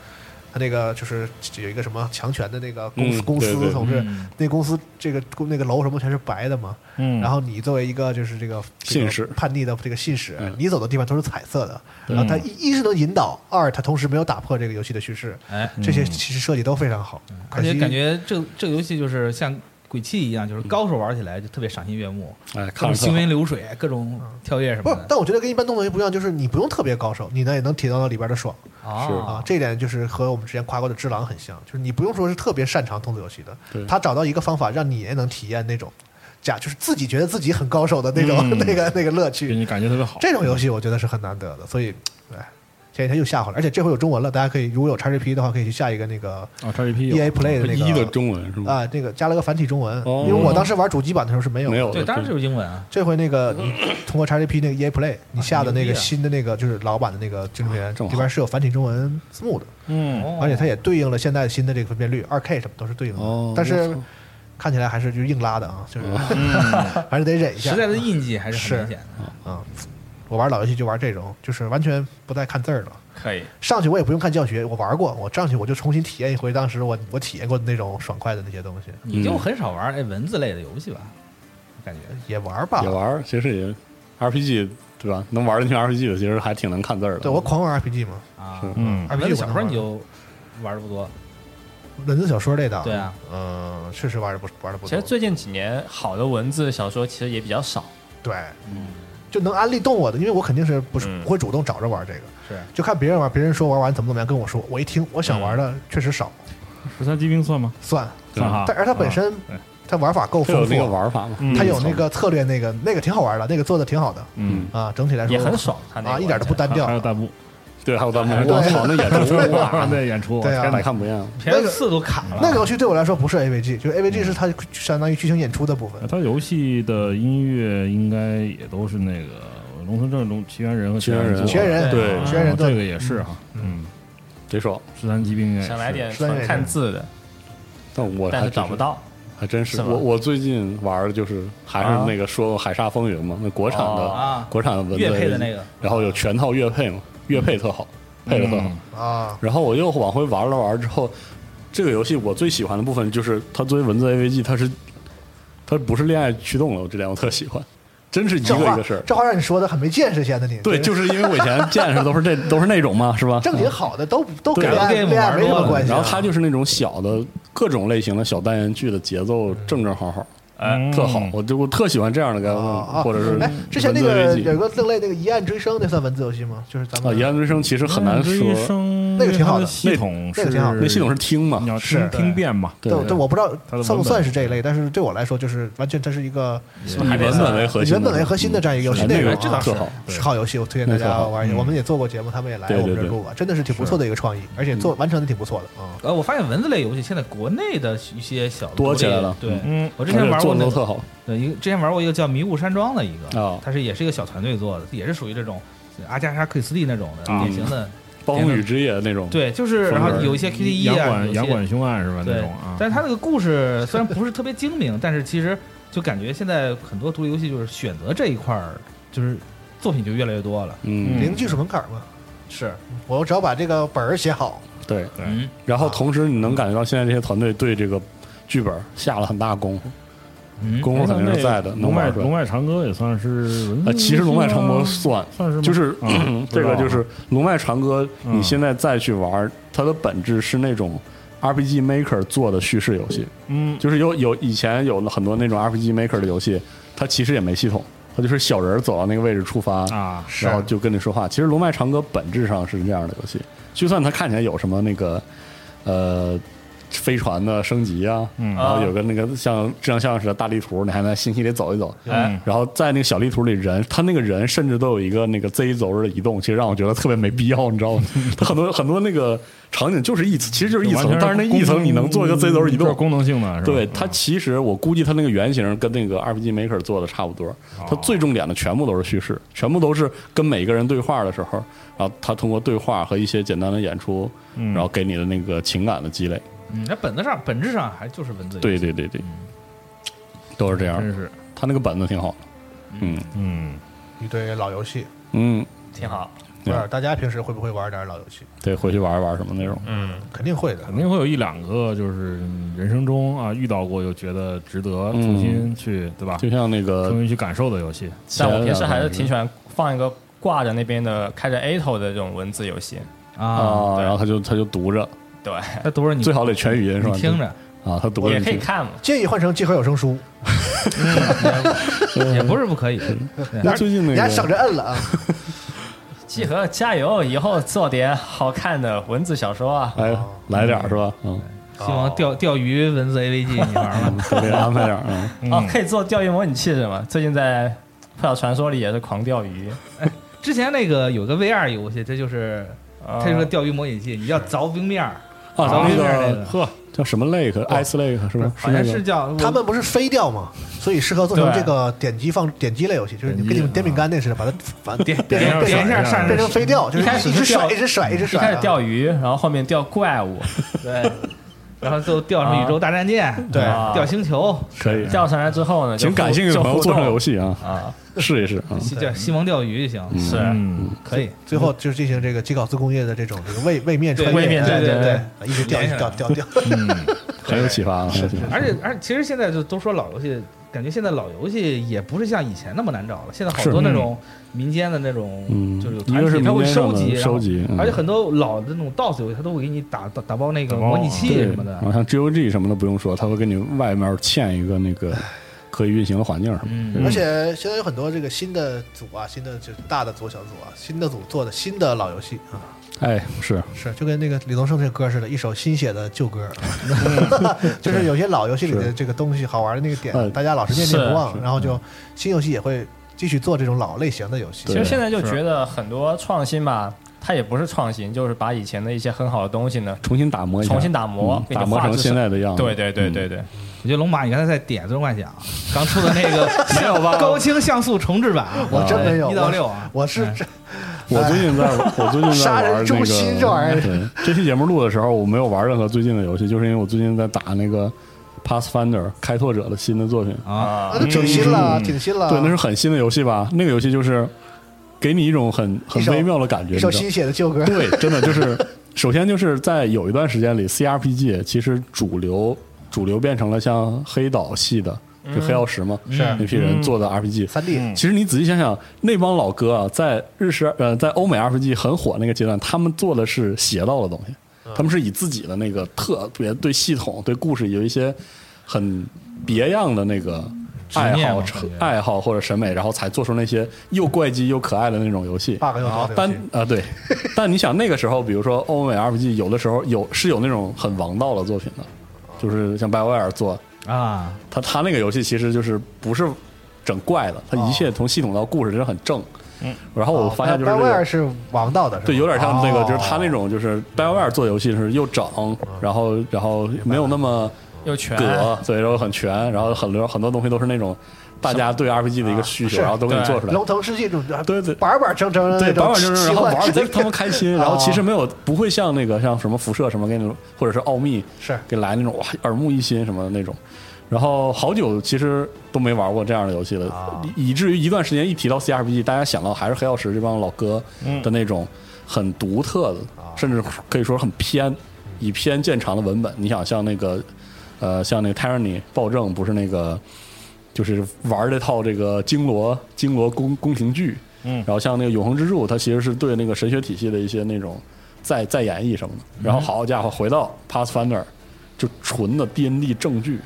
[SPEAKER 4] 它那个就是有一个什么强权的那个公司、
[SPEAKER 5] 嗯
[SPEAKER 4] 公司
[SPEAKER 5] 对对
[SPEAKER 4] 同志，
[SPEAKER 7] 嗯
[SPEAKER 4] 那公司这个那个楼什么全是白的嘛，
[SPEAKER 8] 嗯，
[SPEAKER 4] 然后你作为一个就是这个这
[SPEAKER 5] 信
[SPEAKER 4] 个
[SPEAKER 5] 使
[SPEAKER 4] 叛逆的这个信使，
[SPEAKER 5] 嗯
[SPEAKER 4] 你走的地方都是彩色的，然后它一一是能引导，二它同时没有打破这个游戏的叙事，
[SPEAKER 7] 哎，
[SPEAKER 4] 这些其实设计都非常好，可
[SPEAKER 7] 而
[SPEAKER 4] 惜
[SPEAKER 7] 且感觉这这个游戏就是像鬼泣一样，就是高手玩起来就特别赏心悦目，
[SPEAKER 5] 哎，
[SPEAKER 7] 各
[SPEAKER 5] 看着
[SPEAKER 7] 种
[SPEAKER 5] 特
[SPEAKER 7] 行
[SPEAKER 5] 好
[SPEAKER 7] 云流水，各种跳跃什
[SPEAKER 4] 不
[SPEAKER 7] 么
[SPEAKER 4] 是，
[SPEAKER 7] 的
[SPEAKER 4] 但我觉得跟一般动作游戏不一样，就是你不用特别高手，你呢也能体验到里边的爽。啊
[SPEAKER 7] 啊，，
[SPEAKER 4] 这一点就是和我们之前夸过的《只狼》很像，就是你不用说是特别擅长动作游戏的
[SPEAKER 5] 对，
[SPEAKER 4] 他找到一个方法让你也能体验那种假，就是自己觉得自己很高手的那种、
[SPEAKER 8] 嗯
[SPEAKER 4] 那个那个乐
[SPEAKER 8] 给
[SPEAKER 4] 趣。
[SPEAKER 8] 你感觉特别好。
[SPEAKER 4] 这种游戏我觉得是很难得的，所以，哎，前几天又下回来，而且这回有中文了，大家可以如果有 XGP 的话，可以去下一个那个
[SPEAKER 8] 啊，叉 GP 有
[SPEAKER 4] EA Play 的那
[SPEAKER 5] 一
[SPEAKER 4] 个
[SPEAKER 5] 的中文是吗？
[SPEAKER 4] 啊，那个加了个繁体中文，
[SPEAKER 5] 哦
[SPEAKER 4] 因为我当时玩主机版的时候是没有的
[SPEAKER 5] 没有的，
[SPEAKER 7] 对，当然就是英文啊，
[SPEAKER 4] 这回那个你通过 XGP 那个 EA Play，你下的那
[SPEAKER 7] 牛
[SPEAKER 4] 个
[SPEAKER 7] 逼啊
[SPEAKER 4] 新的那个就是老版的那个《精灵园
[SPEAKER 5] 这》么好
[SPEAKER 4] 里边是有繁体中文字幕的，
[SPEAKER 8] 嗯，
[SPEAKER 7] 哦
[SPEAKER 4] 而且它也对应了现在新的这个分辨率，二 K 什么都是对应
[SPEAKER 5] 哦
[SPEAKER 4] 的。但
[SPEAKER 5] 我
[SPEAKER 4] 是
[SPEAKER 5] 操
[SPEAKER 4] 看起来还是就是硬拉的啊，就是 还是得忍一下。
[SPEAKER 7] 时代的印记还是很明显的，
[SPEAKER 4] 啊，我玩老游戏就玩这种，就是完全不再看字儿了。
[SPEAKER 6] 可以，
[SPEAKER 4] 上去我也不用看教学，我玩过，我上去我就重新体验一回当时我我体验过的那种爽快的那些东西，
[SPEAKER 7] 你
[SPEAKER 5] 嗯
[SPEAKER 7] 就很少玩哎文字类的游戏吧？感觉
[SPEAKER 4] 也玩吧
[SPEAKER 5] 也。玩儿，其实也 RPG 对吧？能玩进去 RPG 的，其实还挺能看字儿的。
[SPEAKER 4] 对我狂玩 RPG 嘛，
[SPEAKER 7] 啊
[SPEAKER 5] 是，
[SPEAKER 8] 嗯
[SPEAKER 7] 文字小说你就玩的不多，
[SPEAKER 4] 文字小说类的。
[SPEAKER 7] 对啊，
[SPEAKER 4] 嗯，确实玩的不玩的不多。
[SPEAKER 6] 其实最近几年好的文字小说其实也比较少，
[SPEAKER 4] 对，就能安利动我的，因为我肯定是不是
[SPEAKER 6] 嗯
[SPEAKER 4] 不会主动找着玩这个，
[SPEAKER 7] 是
[SPEAKER 4] 就看别人玩，别人说玩完怎么怎么样，跟我说，我一听我想玩的确实少，
[SPEAKER 8] 十三机兵算吗？
[SPEAKER 4] 算，
[SPEAKER 8] 算哈。
[SPEAKER 4] 但而它本身
[SPEAKER 8] 对
[SPEAKER 4] 它玩法够
[SPEAKER 5] 它有
[SPEAKER 4] 丰
[SPEAKER 5] 那个
[SPEAKER 4] 富，啊
[SPEAKER 5] 玩法嘛？
[SPEAKER 8] 嗯
[SPEAKER 4] 它有那个策略，那个那个挺好玩的，那个做的挺好的
[SPEAKER 8] 嗯，
[SPEAKER 4] 啊，整体来说
[SPEAKER 6] 也很爽。它那
[SPEAKER 4] 啊，
[SPEAKER 6] 个
[SPEAKER 4] 一点都不单
[SPEAKER 8] 还还
[SPEAKER 4] 调。
[SPEAKER 8] 有弹幕，
[SPEAKER 5] 对，还有弹幕，
[SPEAKER 4] 对
[SPEAKER 5] 我操，那演 出哇，
[SPEAKER 8] 那演出，
[SPEAKER 4] 对
[SPEAKER 5] 百
[SPEAKER 4] 啊，
[SPEAKER 5] 看不厌。
[SPEAKER 4] 那个
[SPEAKER 7] PS 四都卡
[SPEAKER 5] 嗯
[SPEAKER 7] 了，
[SPEAKER 4] 那个游戏对我来说不是 AVG，就是 AVG 是它相当于剧情演出的部分
[SPEAKER 8] 他游戏的音乐应该也都是那个《龙村镇龙奇缘人》和
[SPEAKER 5] 奇缘人
[SPEAKER 8] 做的
[SPEAKER 4] 奇缘人
[SPEAKER 5] 对
[SPEAKER 8] 啊
[SPEAKER 4] 奇缘人做
[SPEAKER 8] 这
[SPEAKER 4] 的
[SPEAKER 8] 个也是哈，嗯，
[SPEAKER 5] 贼爽。
[SPEAKER 8] 十三级兵也是
[SPEAKER 6] 想来点
[SPEAKER 4] 是的
[SPEAKER 6] 纯看字的，
[SPEAKER 5] 但我
[SPEAKER 6] 但
[SPEAKER 5] 还
[SPEAKER 6] 是
[SPEAKER 5] 真
[SPEAKER 6] 找不，到。
[SPEAKER 5] 还真是
[SPEAKER 6] 是吗
[SPEAKER 5] 我我最近玩的就是还是
[SPEAKER 6] 啊
[SPEAKER 5] 那个说《海沙风云》嘛，那国产
[SPEAKER 6] 哦
[SPEAKER 5] 的
[SPEAKER 7] 啊
[SPEAKER 5] 国产的文字
[SPEAKER 7] 乐配的那个，
[SPEAKER 5] 然后有全套乐配嘛，乐配特好，配的特好。
[SPEAKER 4] 啊，
[SPEAKER 5] 然后我又往回玩了玩之后，这个游戏我最喜欢的部分就是它作为文字 AVG，它是它不是恋爱驱动的，我这点我特喜欢，真是一
[SPEAKER 4] 这
[SPEAKER 5] 个一
[SPEAKER 4] 话
[SPEAKER 5] 个事儿。
[SPEAKER 4] 这话让你说的很没见识，显得你
[SPEAKER 5] 对，就是因为我以前见识都是这都是那种嘛，是吧？
[SPEAKER 4] 正经好的都都跟
[SPEAKER 5] 对
[SPEAKER 4] 恋爱
[SPEAKER 7] game
[SPEAKER 4] 恋爱没什
[SPEAKER 7] 玩多
[SPEAKER 4] 么
[SPEAKER 7] 了
[SPEAKER 4] 关系啊。
[SPEAKER 5] 然后它就是那种小的各种类型的小单元剧的节奏正正好好，
[SPEAKER 6] 哎，
[SPEAKER 5] 特好，我就我特喜欢这样的 g a
[SPEAKER 4] 啊
[SPEAKER 5] m
[SPEAKER 4] 嗯啊
[SPEAKER 5] 嗯或者是
[SPEAKER 4] 哎，之前那
[SPEAKER 5] 文
[SPEAKER 4] 个
[SPEAKER 5] 字游戏
[SPEAKER 4] 有个另类那个《一案追声》，那算文字游戏吗？就是咱
[SPEAKER 5] 啊，
[SPEAKER 4] 们
[SPEAKER 5] 言论声其实很难
[SPEAKER 8] 医
[SPEAKER 5] 说，
[SPEAKER 8] 生
[SPEAKER 4] 那个挺好的
[SPEAKER 8] 它系统
[SPEAKER 4] 那个挺好
[SPEAKER 5] 那系统是听嘛
[SPEAKER 7] 嗯
[SPEAKER 8] 你，要
[SPEAKER 4] 是
[SPEAKER 8] 听听辨嘛，
[SPEAKER 5] 对
[SPEAKER 4] 对对，我不知
[SPEAKER 8] 它
[SPEAKER 4] 道
[SPEAKER 8] 的
[SPEAKER 4] 算不
[SPEAKER 8] 文本
[SPEAKER 4] 算是这一类，但是对我来说，就是完全它是一个
[SPEAKER 5] 以文本为核
[SPEAKER 4] 以
[SPEAKER 5] 心的，
[SPEAKER 4] 文本为核心的这样一个游戏
[SPEAKER 5] 哎
[SPEAKER 4] 内
[SPEAKER 5] 那
[SPEAKER 4] 容
[SPEAKER 5] 个
[SPEAKER 4] 啊，
[SPEAKER 5] 真的特好，
[SPEAKER 4] 是好游戏，我推荐大
[SPEAKER 5] 那
[SPEAKER 4] 家
[SPEAKER 5] 个好
[SPEAKER 4] 玩一下。
[SPEAKER 8] 嗯
[SPEAKER 4] 我们也做过节目，他们也来
[SPEAKER 5] 对对
[SPEAKER 4] 我们这
[SPEAKER 5] 对嗯
[SPEAKER 4] 录啊过，真的是挺不错的一个创意，而且做完成的挺不错的啊。
[SPEAKER 7] 呃，我发现文字类游戏现在国内的一些小
[SPEAKER 5] 多起来了
[SPEAKER 7] 对，
[SPEAKER 8] 嗯，
[SPEAKER 7] 我之前玩
[SPEAKER 5] 而且做的
[SPEAKER 7] 过那
[SPEAKER 5] 都
[SPEAKER 7] 个，
[SPEAKER 5] 特好
[SPEAKER 7] 对，一个之前玩过一个叫《迷雾山庄》的一个，
[SPEAKER 5] 啊，
[SPEAKER 7] 它是也是一个小团队做的，也是属于这种阿加莎克里斯蒂那种的
[SPEAKER 8] 啊
[SPEAKER 7] 典型的，
[SPEAKER 5] 暴风雨之夜那种，
[SPEAKER 7] 对，就是然后有一些 QTE
[SPEAKER 8] 洋
[SPEAKER 7] 啊，
[SPEAKER 8] 呃管
[SPEAKER 7] 有一
[SPEAKER 8] 洋
[SPEAKER 7] 些
[SPEAKER 8] 管凶案是吧？那
[SPEAKER 7] 对
[SPEAKER 8] 种啊，
[SPEAKER 7] 但是它那个故事虽然不是特别精明，但是其实就感觉现在很多独立游戏就是选择这一块儿，就是作品就越来越多了。
[SPEAKER 5] 嗯，
[SPEAKER 4] 零技术门槛嘛，嗯
[SPEAKER 7] 是，
[SPEAKER 4] 我只要把这个本儿写好，
[SPEAKER 5] 对。
[SPEAKER 7] 嗯，
[SPEAKER 5] 然后同时你能感觉到现在这些团队对这个剧本下了很大功夫，
[SPEAKER 7] 嗯
[SPEAKER 5] 功夫肯定是在的，能
[SPEAKER 8] 龙脉
[SPEAKER 5] 玩出
[SPEAKER 8] 龙
[SPEAKER 5] 来。
[SPEAKER 8] 脉长歌也算是文字
[SPEAKER 5] 呃，其实龙脉长
[SPEAKER 8] 游
[SPEAKER 5] 歌
[SPEAKER 7] 嗯
[SPEAKER 8] 戏吗
[SPEAKER 5] 算，
[SPEAKER 8] 算是吗
[SPEAKER 5] 就是嗯
[SPEAKER 8] 啊
[SPEAKER 5] 这个就是龙脉长歌，
[SPEAKER 8] 嗯
[SPEAKER 5] 你现在再去玩，它的本质是那种 RPG Maker 做的叙事游戏，
[SPEAKER 8] 嗯，
[SPEAKER 5] 就是有有以前有很多那种 RPG Maker 的游戏，它其实也没系统，它就是小人儿走到那个位置触发，
[SPEAKER 8] 啊，
[SPEAKER 5] 然后就跟你说话。其实龙脉长歌本质上是这样的游戏，就算它看起来有什么那个呃飞船的升级啊，
[SPEAKER 8] 嗯
[SPEAKER 5] 然后有个那个像智能像似的大地图，你还能在星系里走一走。
[SPEAKER 8] 嗯
[SPEAKER 5] 然后在那个小地图里人，他那个人甚至都有一个那个 Z 轴的移动，其实让我觉得特别没必要，你知道 吗？他很多很多那个场景就是一，其实就是一
[SPEAKER 8] 完
[SPEAKER 5] 层
[SPEAKER 8] 全，嗯
[SPEAKER 5] 但是那一层你能做一个 Z 轴移
[SPEAKER 8] 这是
[SPEAKER 5] 动，
[SPEAKER 8] 功能性的，是吧嗯
[SPEAKER 5] 对它其实我估计它那个原型跟那个 RPG Maker 做的差不多，它最重点的全部都是叙事，全部都是跟每个人对话的时候，然后他通过对话和一些简单的演出，
[SPEAKER 8] 嗯
[SPEAKER 5] 然后给你的那个情感的积累。
[SPEAKER 7] 嗯，那本子上本质上还就是文字游戏。
[SPEAKER 5] 对对对对，都是这样
[SPEAKER 8] 真
[SPEAKER 5] 的。
[SPEAKER 8] 是，
[SPEAKER 5] 他那个本子挺好的，嗯
[SPEAKER 8] 嗯，
[SPEAKER 4] 一堆老游戏。
[SPEAKER 5] 嗯，
[SPEAKER 6] 挺好。
[SPEAKER 4] 不知道大家平时会不会玩点老游戏？
[SPEAKER 5] 对，回去玩一玩什么那种。
[SPEAKER 3] 嗯，
[SPEAKER 4] 肯定会的。
[SPEAKER 8] 肯定会有一两个，就是人生中啊遇到过又觉得值得
[SPEAKER 5] 嗯
[SPEAKER 8] 重新去，对吧？
[SPEAKER 5] 就像那个
[SPEAKER 8] 重新去感受的游戏，
[SPEAKER 5] 前
[SPEAKER 6] 但我
[SPEAKER 5] 两
[SPEAKER 6] 平时
[SPEAKER 5] 天啊
[SPEAKER 6] 还是挺喜欢放一个挂着那边的开着 A 头的这种文字游戏。
[SPEAKER 7] 啊，
[SPEAKER 5] 啊，
[SPEAKER 6] 对
[SPEAKER 5] 然后他就他就读着，
[SPEAKER 6] 对，
[SPEAKER 7] 他读着你
[SPEAKER 5] 最好得全语音是吧？
[SPEAKER 7] 你听着，
[SPEAKER 5] 啊，他读着
[SPEAKER 6] 也
[SPEAKER 5] 你
[SPEAKER 6] 可以
[SPEAKER 5] 听。
[SPEAKER 6] 看嘛。
[SPEAKER 4] 建议换成集合有声书，
[SPEAKER 7] 也不是不可以。
[SPEAKER 5] 那最近那
[SPEAKER 4] 你还省
[SPEAKER 5] 个
[SPEAKER 4] 着摁了啊！
[SPEAKER 6] 集合加油，以后做点好看的文字小说啊。
[SPEAKER 5] 哎，来点儿是吧？嗯，
[SPEAKER 7] 希望钓钓鱼文字 AVG 你 玩吗？
[SPEAKER 5] 给你啊安排点儿 嗯。
[SPEAKER 6] 哦，可以做钓鱼模拟器是吗？最近在《破晓传说》里也是狂钓鱼。
[SPEAKER 7] 之前那个有个 VR 游戏，这就是
[SPEAKER 6] 他
[SPEAKER 7] 它就是个钓鱼模拟器，你要凿冰面儿，
[SPEAKER 5] 啊，
[SPEAKER 7] 凿
[SPEAKER 5] 咱们
[SPEAKER 7] 冰
[SPEAKER 5] 那
[SPEAKER 7] 面儿那
[SPEAKER 5] 个
[SPEAKER 7] 个，
[SPEAKER 8] 呵，
[SPEAKER 5] 叫什么 lake，ice lake 是吧？
[SPEAKER 7] 哦好像
[SPEAKER 5] 那
[SPEAKER 7] 是
[SPEAKER 5] 个
[SPEAKER 7] 叫
[SPEAKER 4] 他们不是飞掉吗？所以适合做成这个点击放点击类游戏，就是你跟你们点饼干那似的，把它反
[SPEAKER 7] 点
[SPEAKER 4] 变
[SPEAKER 7] 点
[SPEAKER 4] 成
[SPEAKER 7] 点一下上
[SPEAKER 4] 变成飞掉，就是
[SPEAKER 6] 一开始
[SPEAKER 4] 一直
[SPEAKER 6] 是钓
[SPEAKER 4] 甩，一直甩，一直
[SPEAKER 6] 一
[SPEAKER 4] 甩
[SPEAKER 6] 开始
[SPEAKER 4] 啊。
[SPEAKER 6] 钓鱼，然后后面钓怪物，
[SPEAKER 7] 对，然后就钓什么宇宙大战舰，
[SPEAKER 4] 对
[SPEAKER 6] 啊
[SPEAKER 7] 钓星球，
[SPEAKER 5] 可以，
[SPEAKER 6] 钓上来之后呢，就
[SPEAKER 5] 请感
[SPEAKER 6] 互
[SPEAKER 5] 兴趣的
[SPEAKER 6] 就
[SPEAKER 5] 朋友
[SPEAKER 6] 互
[SPEAKER 5] 做成
[SPEAKER 6] 动
[SPEAKER 5] 游戏啊，
[SPEAKER 6] 啊，
[SPEAKER 5] 试一试啊。
[SPEAKER 7] 西叫西蒙钓鱼就行，
[SPEAKER 6] 是
[SPEAKER 8] 嗯，
[SPEAKER 7] 可以。
[SPEAKER 4] 最后就是进行这个吉考斯工业的这种这个位位面穿越，
[SPEAKER 7] 对位面
[SPEAKER 4] 对
[SPEAKER 7] 对
[SPEAKER 4] 对
[SPEAKER 7] 对
[SPEAKER 4] 对，啊一直钓一直钓钓钓，
[SPEAKER 5] 很有启发啊。是
[SPEAKER 7] 而且而且其实现在就都说老游戏，感觉现在老游戏也不是像以前那么难找了，现在好多
[SPEAKER 5] 是
[SPEAKER 7] 那种民间的那种
[SPEAKER 5] 嗯
[SPEAKER 7] 就是有，
[SPEAKER 5] 一
[SPEAKER 7] 团
[SPEAKER 5] 个是
[SPEAKER 7] 体，他
[SPEAKER 5] 民
[SPEAKER 7] 会
[SPEAKER 5] 间上
[SPEAKER 7] 收
[SPEAKER 5] 的
[SPEAKER 7] 集，然后
[SPEAKER 5] 收集，嗯
[SPEAKER 7] 而且很多老的那种 DOS 游戏，他都会给你打打打包那个
[SPEAKER 8] 打包啊
[SPEAKER 7] 模拟器
[SPEAKER 5] 对
[SPEAKER 7] 什么的
[SPEAKER 5] 然。后像 GOG 什么的不用说，它会给你外面嵌一个那个可以运行的环境什么
[SPEAKER 7] 嗯，
[SPEAKER 4] 而且现在有很多这个新的组啊，新的就是大的组、小组啊，新的组做的新的老游戏啊，
[SPEAKER 5] 的。哎，是
[SPEAKER 4] 是就跟那个李宗盛这歌似的，一首新写的旧歌，嗯 就是有些老游戏里的
[SPEAKER 5] 是
[SPEAKER 4] 这个东西好玩的那个点，
[SPEAKER 5] 呃
[SPEAKER 4] 大家老是念念不忘，
[SPEAKER 5] 是
[SPEAKER 4] 然后就新游戏也会继续做这种老类型的游戏
[SPEAKER 6] 其
[SPEAKER 5] 对。
[SPEAKER 6] 实现在就觉得很多创新吧，它也不是创新，就是把以前的一些很好的东西呢，
[SPEAKER 5] 重新打磨一下，
[SPEAKER 6] 重新打磨
[SPEAKER 5] 嗯
[SPEAKER 6] 给你
[SPEAKER 5] 打磨
[SPEAKER 6] 画
[SPEAKER 5] 成
[SPEAKER 6] 质
[SPEAKER 5] 现在的嗯样子。
[SPEAKER 6] 对对对对对，
[SPEAKER 7] 我觉得龙马，你刚才在点《最终幻想》刚出的那个 没有吧？高清像素重制版，
[SPEAKER 4] 我真没有
[SPEAKER 7] 一到六啊，
[SPEAKER 4] 我是
[SPEAKER 7] 哎
[SPEAKER 5] 我最近在，我最近在
[SPEAKER 4] 哎杀
[SPEAKER 5] 玩
[SPEAKER 4] 人
[SPEAKER 5] 那个。
[SPEAKER 4] 诛心这玩意儿
[SPEAKER 5] 对，这期节目录的时候，我没有玩任何最近的游戏，就是因为我最近在打那个 Pathfinder 开拓者的新的作品。
[SPEAKER 4] 啊，那挺新了，挺新了。
[SPEAKER 5] 嗯对，那是很新的游戏吧？那个游戏就是给你一种很很
[SPEAKER 4] 一首
[SPEAKER 5] 微妙的感觉，
[SPEAKER 4] 一
[SPEAKER 5] 你
[SPEAKER 4] 首
[SPEAKER 5] 知道吗
[SPEAKER 4] 新写的旧歌。
[SPEAKER 5] 对，真的就是，首先就是在有一段时间里，CRPG 其实主流主流变成了像黑岛系的，就黑曜石嘛，
[SPEAKER 4] 是
[SPEAKER 5] 那批人做的 RPG。
[SPEAKER 4] 三
[SPEAKER 7] 嗯
[SPEAKER 4] D，
[SPEAKER 5] 其实你仔细想想，那帮老哥啊，在日式呃，在欧美 RPG 很火那个阶段，他们做的是邪道的东
[SPEAKER 7] 嗯
[SPEAKER 5] 西，他们是以自己的那个特别对系统、对故事有一些很别样的那个爱
[SPEAKER 7] 执念
[SPEAKER 5] 好
[SPEAKER 7] 嘛
[SPEAKER 5] 成、
[SPEAKER 7] 感觉
[SPEAKER 5] 爱好或者审美，然后才做出那些又怪机又可爱的那种游戏。
[SPEAKER 4] bug 又多的游戏
[SPEAKER 5] 但啊、对，但你想那个时候，比如说欧美 RPG，有的时候有是有那种很王道的作品的，就是像 BioWare 做，
[SPEAKER 7] 啊，
[SPEAKER 5] 他他那个游戏其实就是不是整怪的，他一切从系统到故事真的很正。
[SPEAKER 8] 嗯，
[SPEAKER 5] 然后我发现就是、
[SPEAKER 4] 哦
[SPEAKER 5] 这个
[SPEAKER 4] BioWare 是王道的，是吧
[SPEAKER 5] 对，有点像那个，就是他那。
[SPEAKER 4] 哦
[SPEAKER 5] 种，就是 BioWare 做游戏是又整，
[SPEAKER 4] 嗯
[SPEAKER 5] 然后然后没有那么
[SPEAKER 6] 又全
[SPEAKER 5] 葛，对，然后很全，然后很多很多东西都是那种大家对 RPG 的一个需求，
[SPEAKER 4] 是
[SPEAKER 5] 然后都给你做出来。
[SPEAKER 4] 龙腾世纪这种，
[SPEAKER 5] 对对
[SPEAKER 4] 板板正正的
[SPEAKER 5] 对，
[SPEAKER 4] 那种，
[SPEAKER 5] 玩玩就是然后玩的
[SPEAKER 4] 的哦
[SPEAKER 5] 他妈开心，然后其实没有不会像那个像什么辐射什么给你，或者是奥秘
[SPEAKER 4] 是
[SPEAKER 5] 给来那种哇耳目一新什么的那种。然后好久其实都没玩过这样的游戏了，
[SPEAKER 4] 啊
[SPEAKER 5] 以以至于一段时间一提到 CRPG，大家想到还是黑曜石这帮老哥
[SPEAKER 4] 嗯
[SPEAKER 5] 的那种很独特的，
[SPEAKER 4] 啊
[SPEAKER 5] 甚至可以说很偏，以偏见长的文本。你想像那个呃，像那个 Tyranny 暴政不是那个。就是玩这套这个经罗经罗宫宫廷剧，
[SPEAKER 8] 嗯
[SPEAKER 5] 然后像那个永恒之柱，它其实是对那个神学体系的一些那种再再演绎什么的。然后好家伙，回到 Pathfinder，就纯的 D N D 正剧，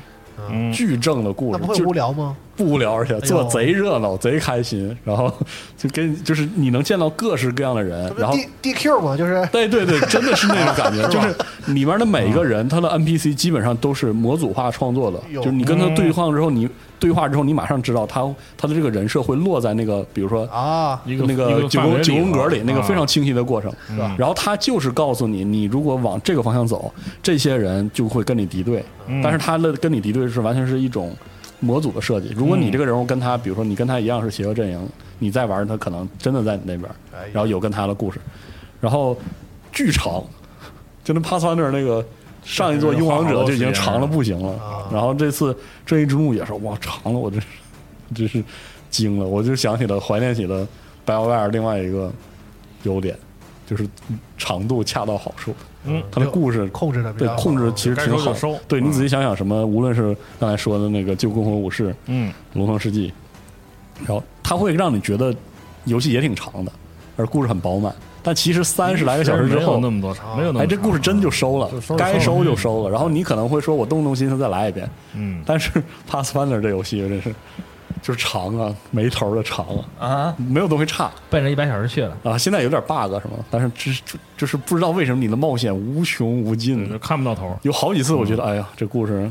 [SPEAKER 8] 嗯
[SPEAKER 5] 巨正的故
[SPEAKER 4] 那
[SPEAKER 5] 事
[SPEAKER 4] 不，会
[SPEAKER 5] 就
[SPEAKER 4] 无哎聊吗？
[SPEAKER 5] 不无聊，而且做得贼热闹、贼开心。然后就跟就是你能见到各式各样的人
[SPEAKER 4] 这，不
[SPEAKER 5] 然后
[SPEAKER 4] D D Q 吗？就是
[SPEAKER 5] 对对对，真的是那种 感觉，就是里面的每一个人，他的 NPC 基本上都是模组化创作的，
[SPEAKER 4] 哎呦
[SPEAKER 5] 就是你跟他对话之后，你对话之后，你马上知道他他的这个人设会落在那个，比如说
[SPEAKER 4] 啊，
[SPEAKER 8] 一个
[SPEAKER 5] 那
[SPEAKER 8] 一
[SPEAKER 5] 个
[SPEAKER 8] 个
[SPEAKER 5] 九
[SPEAKER 8] 范围
[SPEAKER 5] 宫九
[SPEAKER 8] 里
[SPEAKER 5] 宫格里
[SPEAKER 8] 头
[SPEAKER 5] 那个
[SPEAKER 8] 啊嗯
[SPEAKER 5] 非常清晰的过程，
[SPEAKER 8] 是吧
[SPEAKER 5] 然后他就是告诉你，你如果往这个方向走，这些人就会跟你敌对，
[SPEAKER 8] 嗯
[SPEAKER 5] 但是他的跟你敌对是完全是一种模组的设计。如果
[SPEAKER 8] 嗯
[SPEAKER 5] 你这个人物跟他，比如说你跟他一样是邪恶阵营，你再玩他可能真的在你那边，
[SPEAKER 4] 哎呀
[SPEAKER 5] 然后有跟他的故事，然后巨长，就那帕斯万那那个。上一座《勇王者》就已经长了不行了
[SPEAKER 4] 啊，
[SPEAKER 5] 然后这次《正义之怒》也是哇长了，我真是真是惊了，我就想起了怀念起了 BioWare 另外一个优点，就是长度恰到好处。
[SPEAKER 8] 嗯，
[SPEAKER 5] 它的故事
[SPEAKER 4] 控制的比
[SPEAKER 5] 对
[SPEAKER 4] 较好
[SPEAKER 5] 控制其实
[SPEAKER 8] 该
[SPEAKER 5] 挺
[SPEAKER 8] 收
[SPEAKER 5] 好
[SPEAKER 8] 啊就。收，嗯
[SPEAKER 5] 对你仔细想想，什么无论是刚才说的那个《旧共和武士》《
[SPEAKER 8] 嗯
[SPEAKER 5] 龙腾世纪》，然后它会让你觉得游戏也挺长的，而故事很饱满。但其实三十来个小时之
[SPEAKER 8] 没有
[SPEAKER 5] 后，
[SPEAKER 8] 那么多长，没有那么
[SPEAKER 5] 哎，这
[SPEAKER 8] 长
[SPEAKER 5] 故事真就收了
[SPEAKER 8] 就收，了嗯
[SPEAKER 5] 该
[SPEAKER 8] 收
[SPEAKER 5] 收
[SPEAKER 8] 了
[SPEAKER 5] 就收了。然后你可能会说，我动动心思再来一遍，
[SPEAKER 8] 嗯
[SPEAKER 5] 但是 Pathfinder 这游戏真是就是长啊，没头儿的长啊，
[SPEAKER 6] 啊，
[SPEAKER 5] 没有东西差
[SPEAKER 7] 奔着一百小时去了，
[SPEAKER 5] 啊。现在有点 bug 什么，但是这就就是不知道为什么你的冒险无穷无尽啊
[SPEAKER 8] 对，就看不到头儿。
[SPEAKER 5] 有好几次我觉得，哎呀，这故事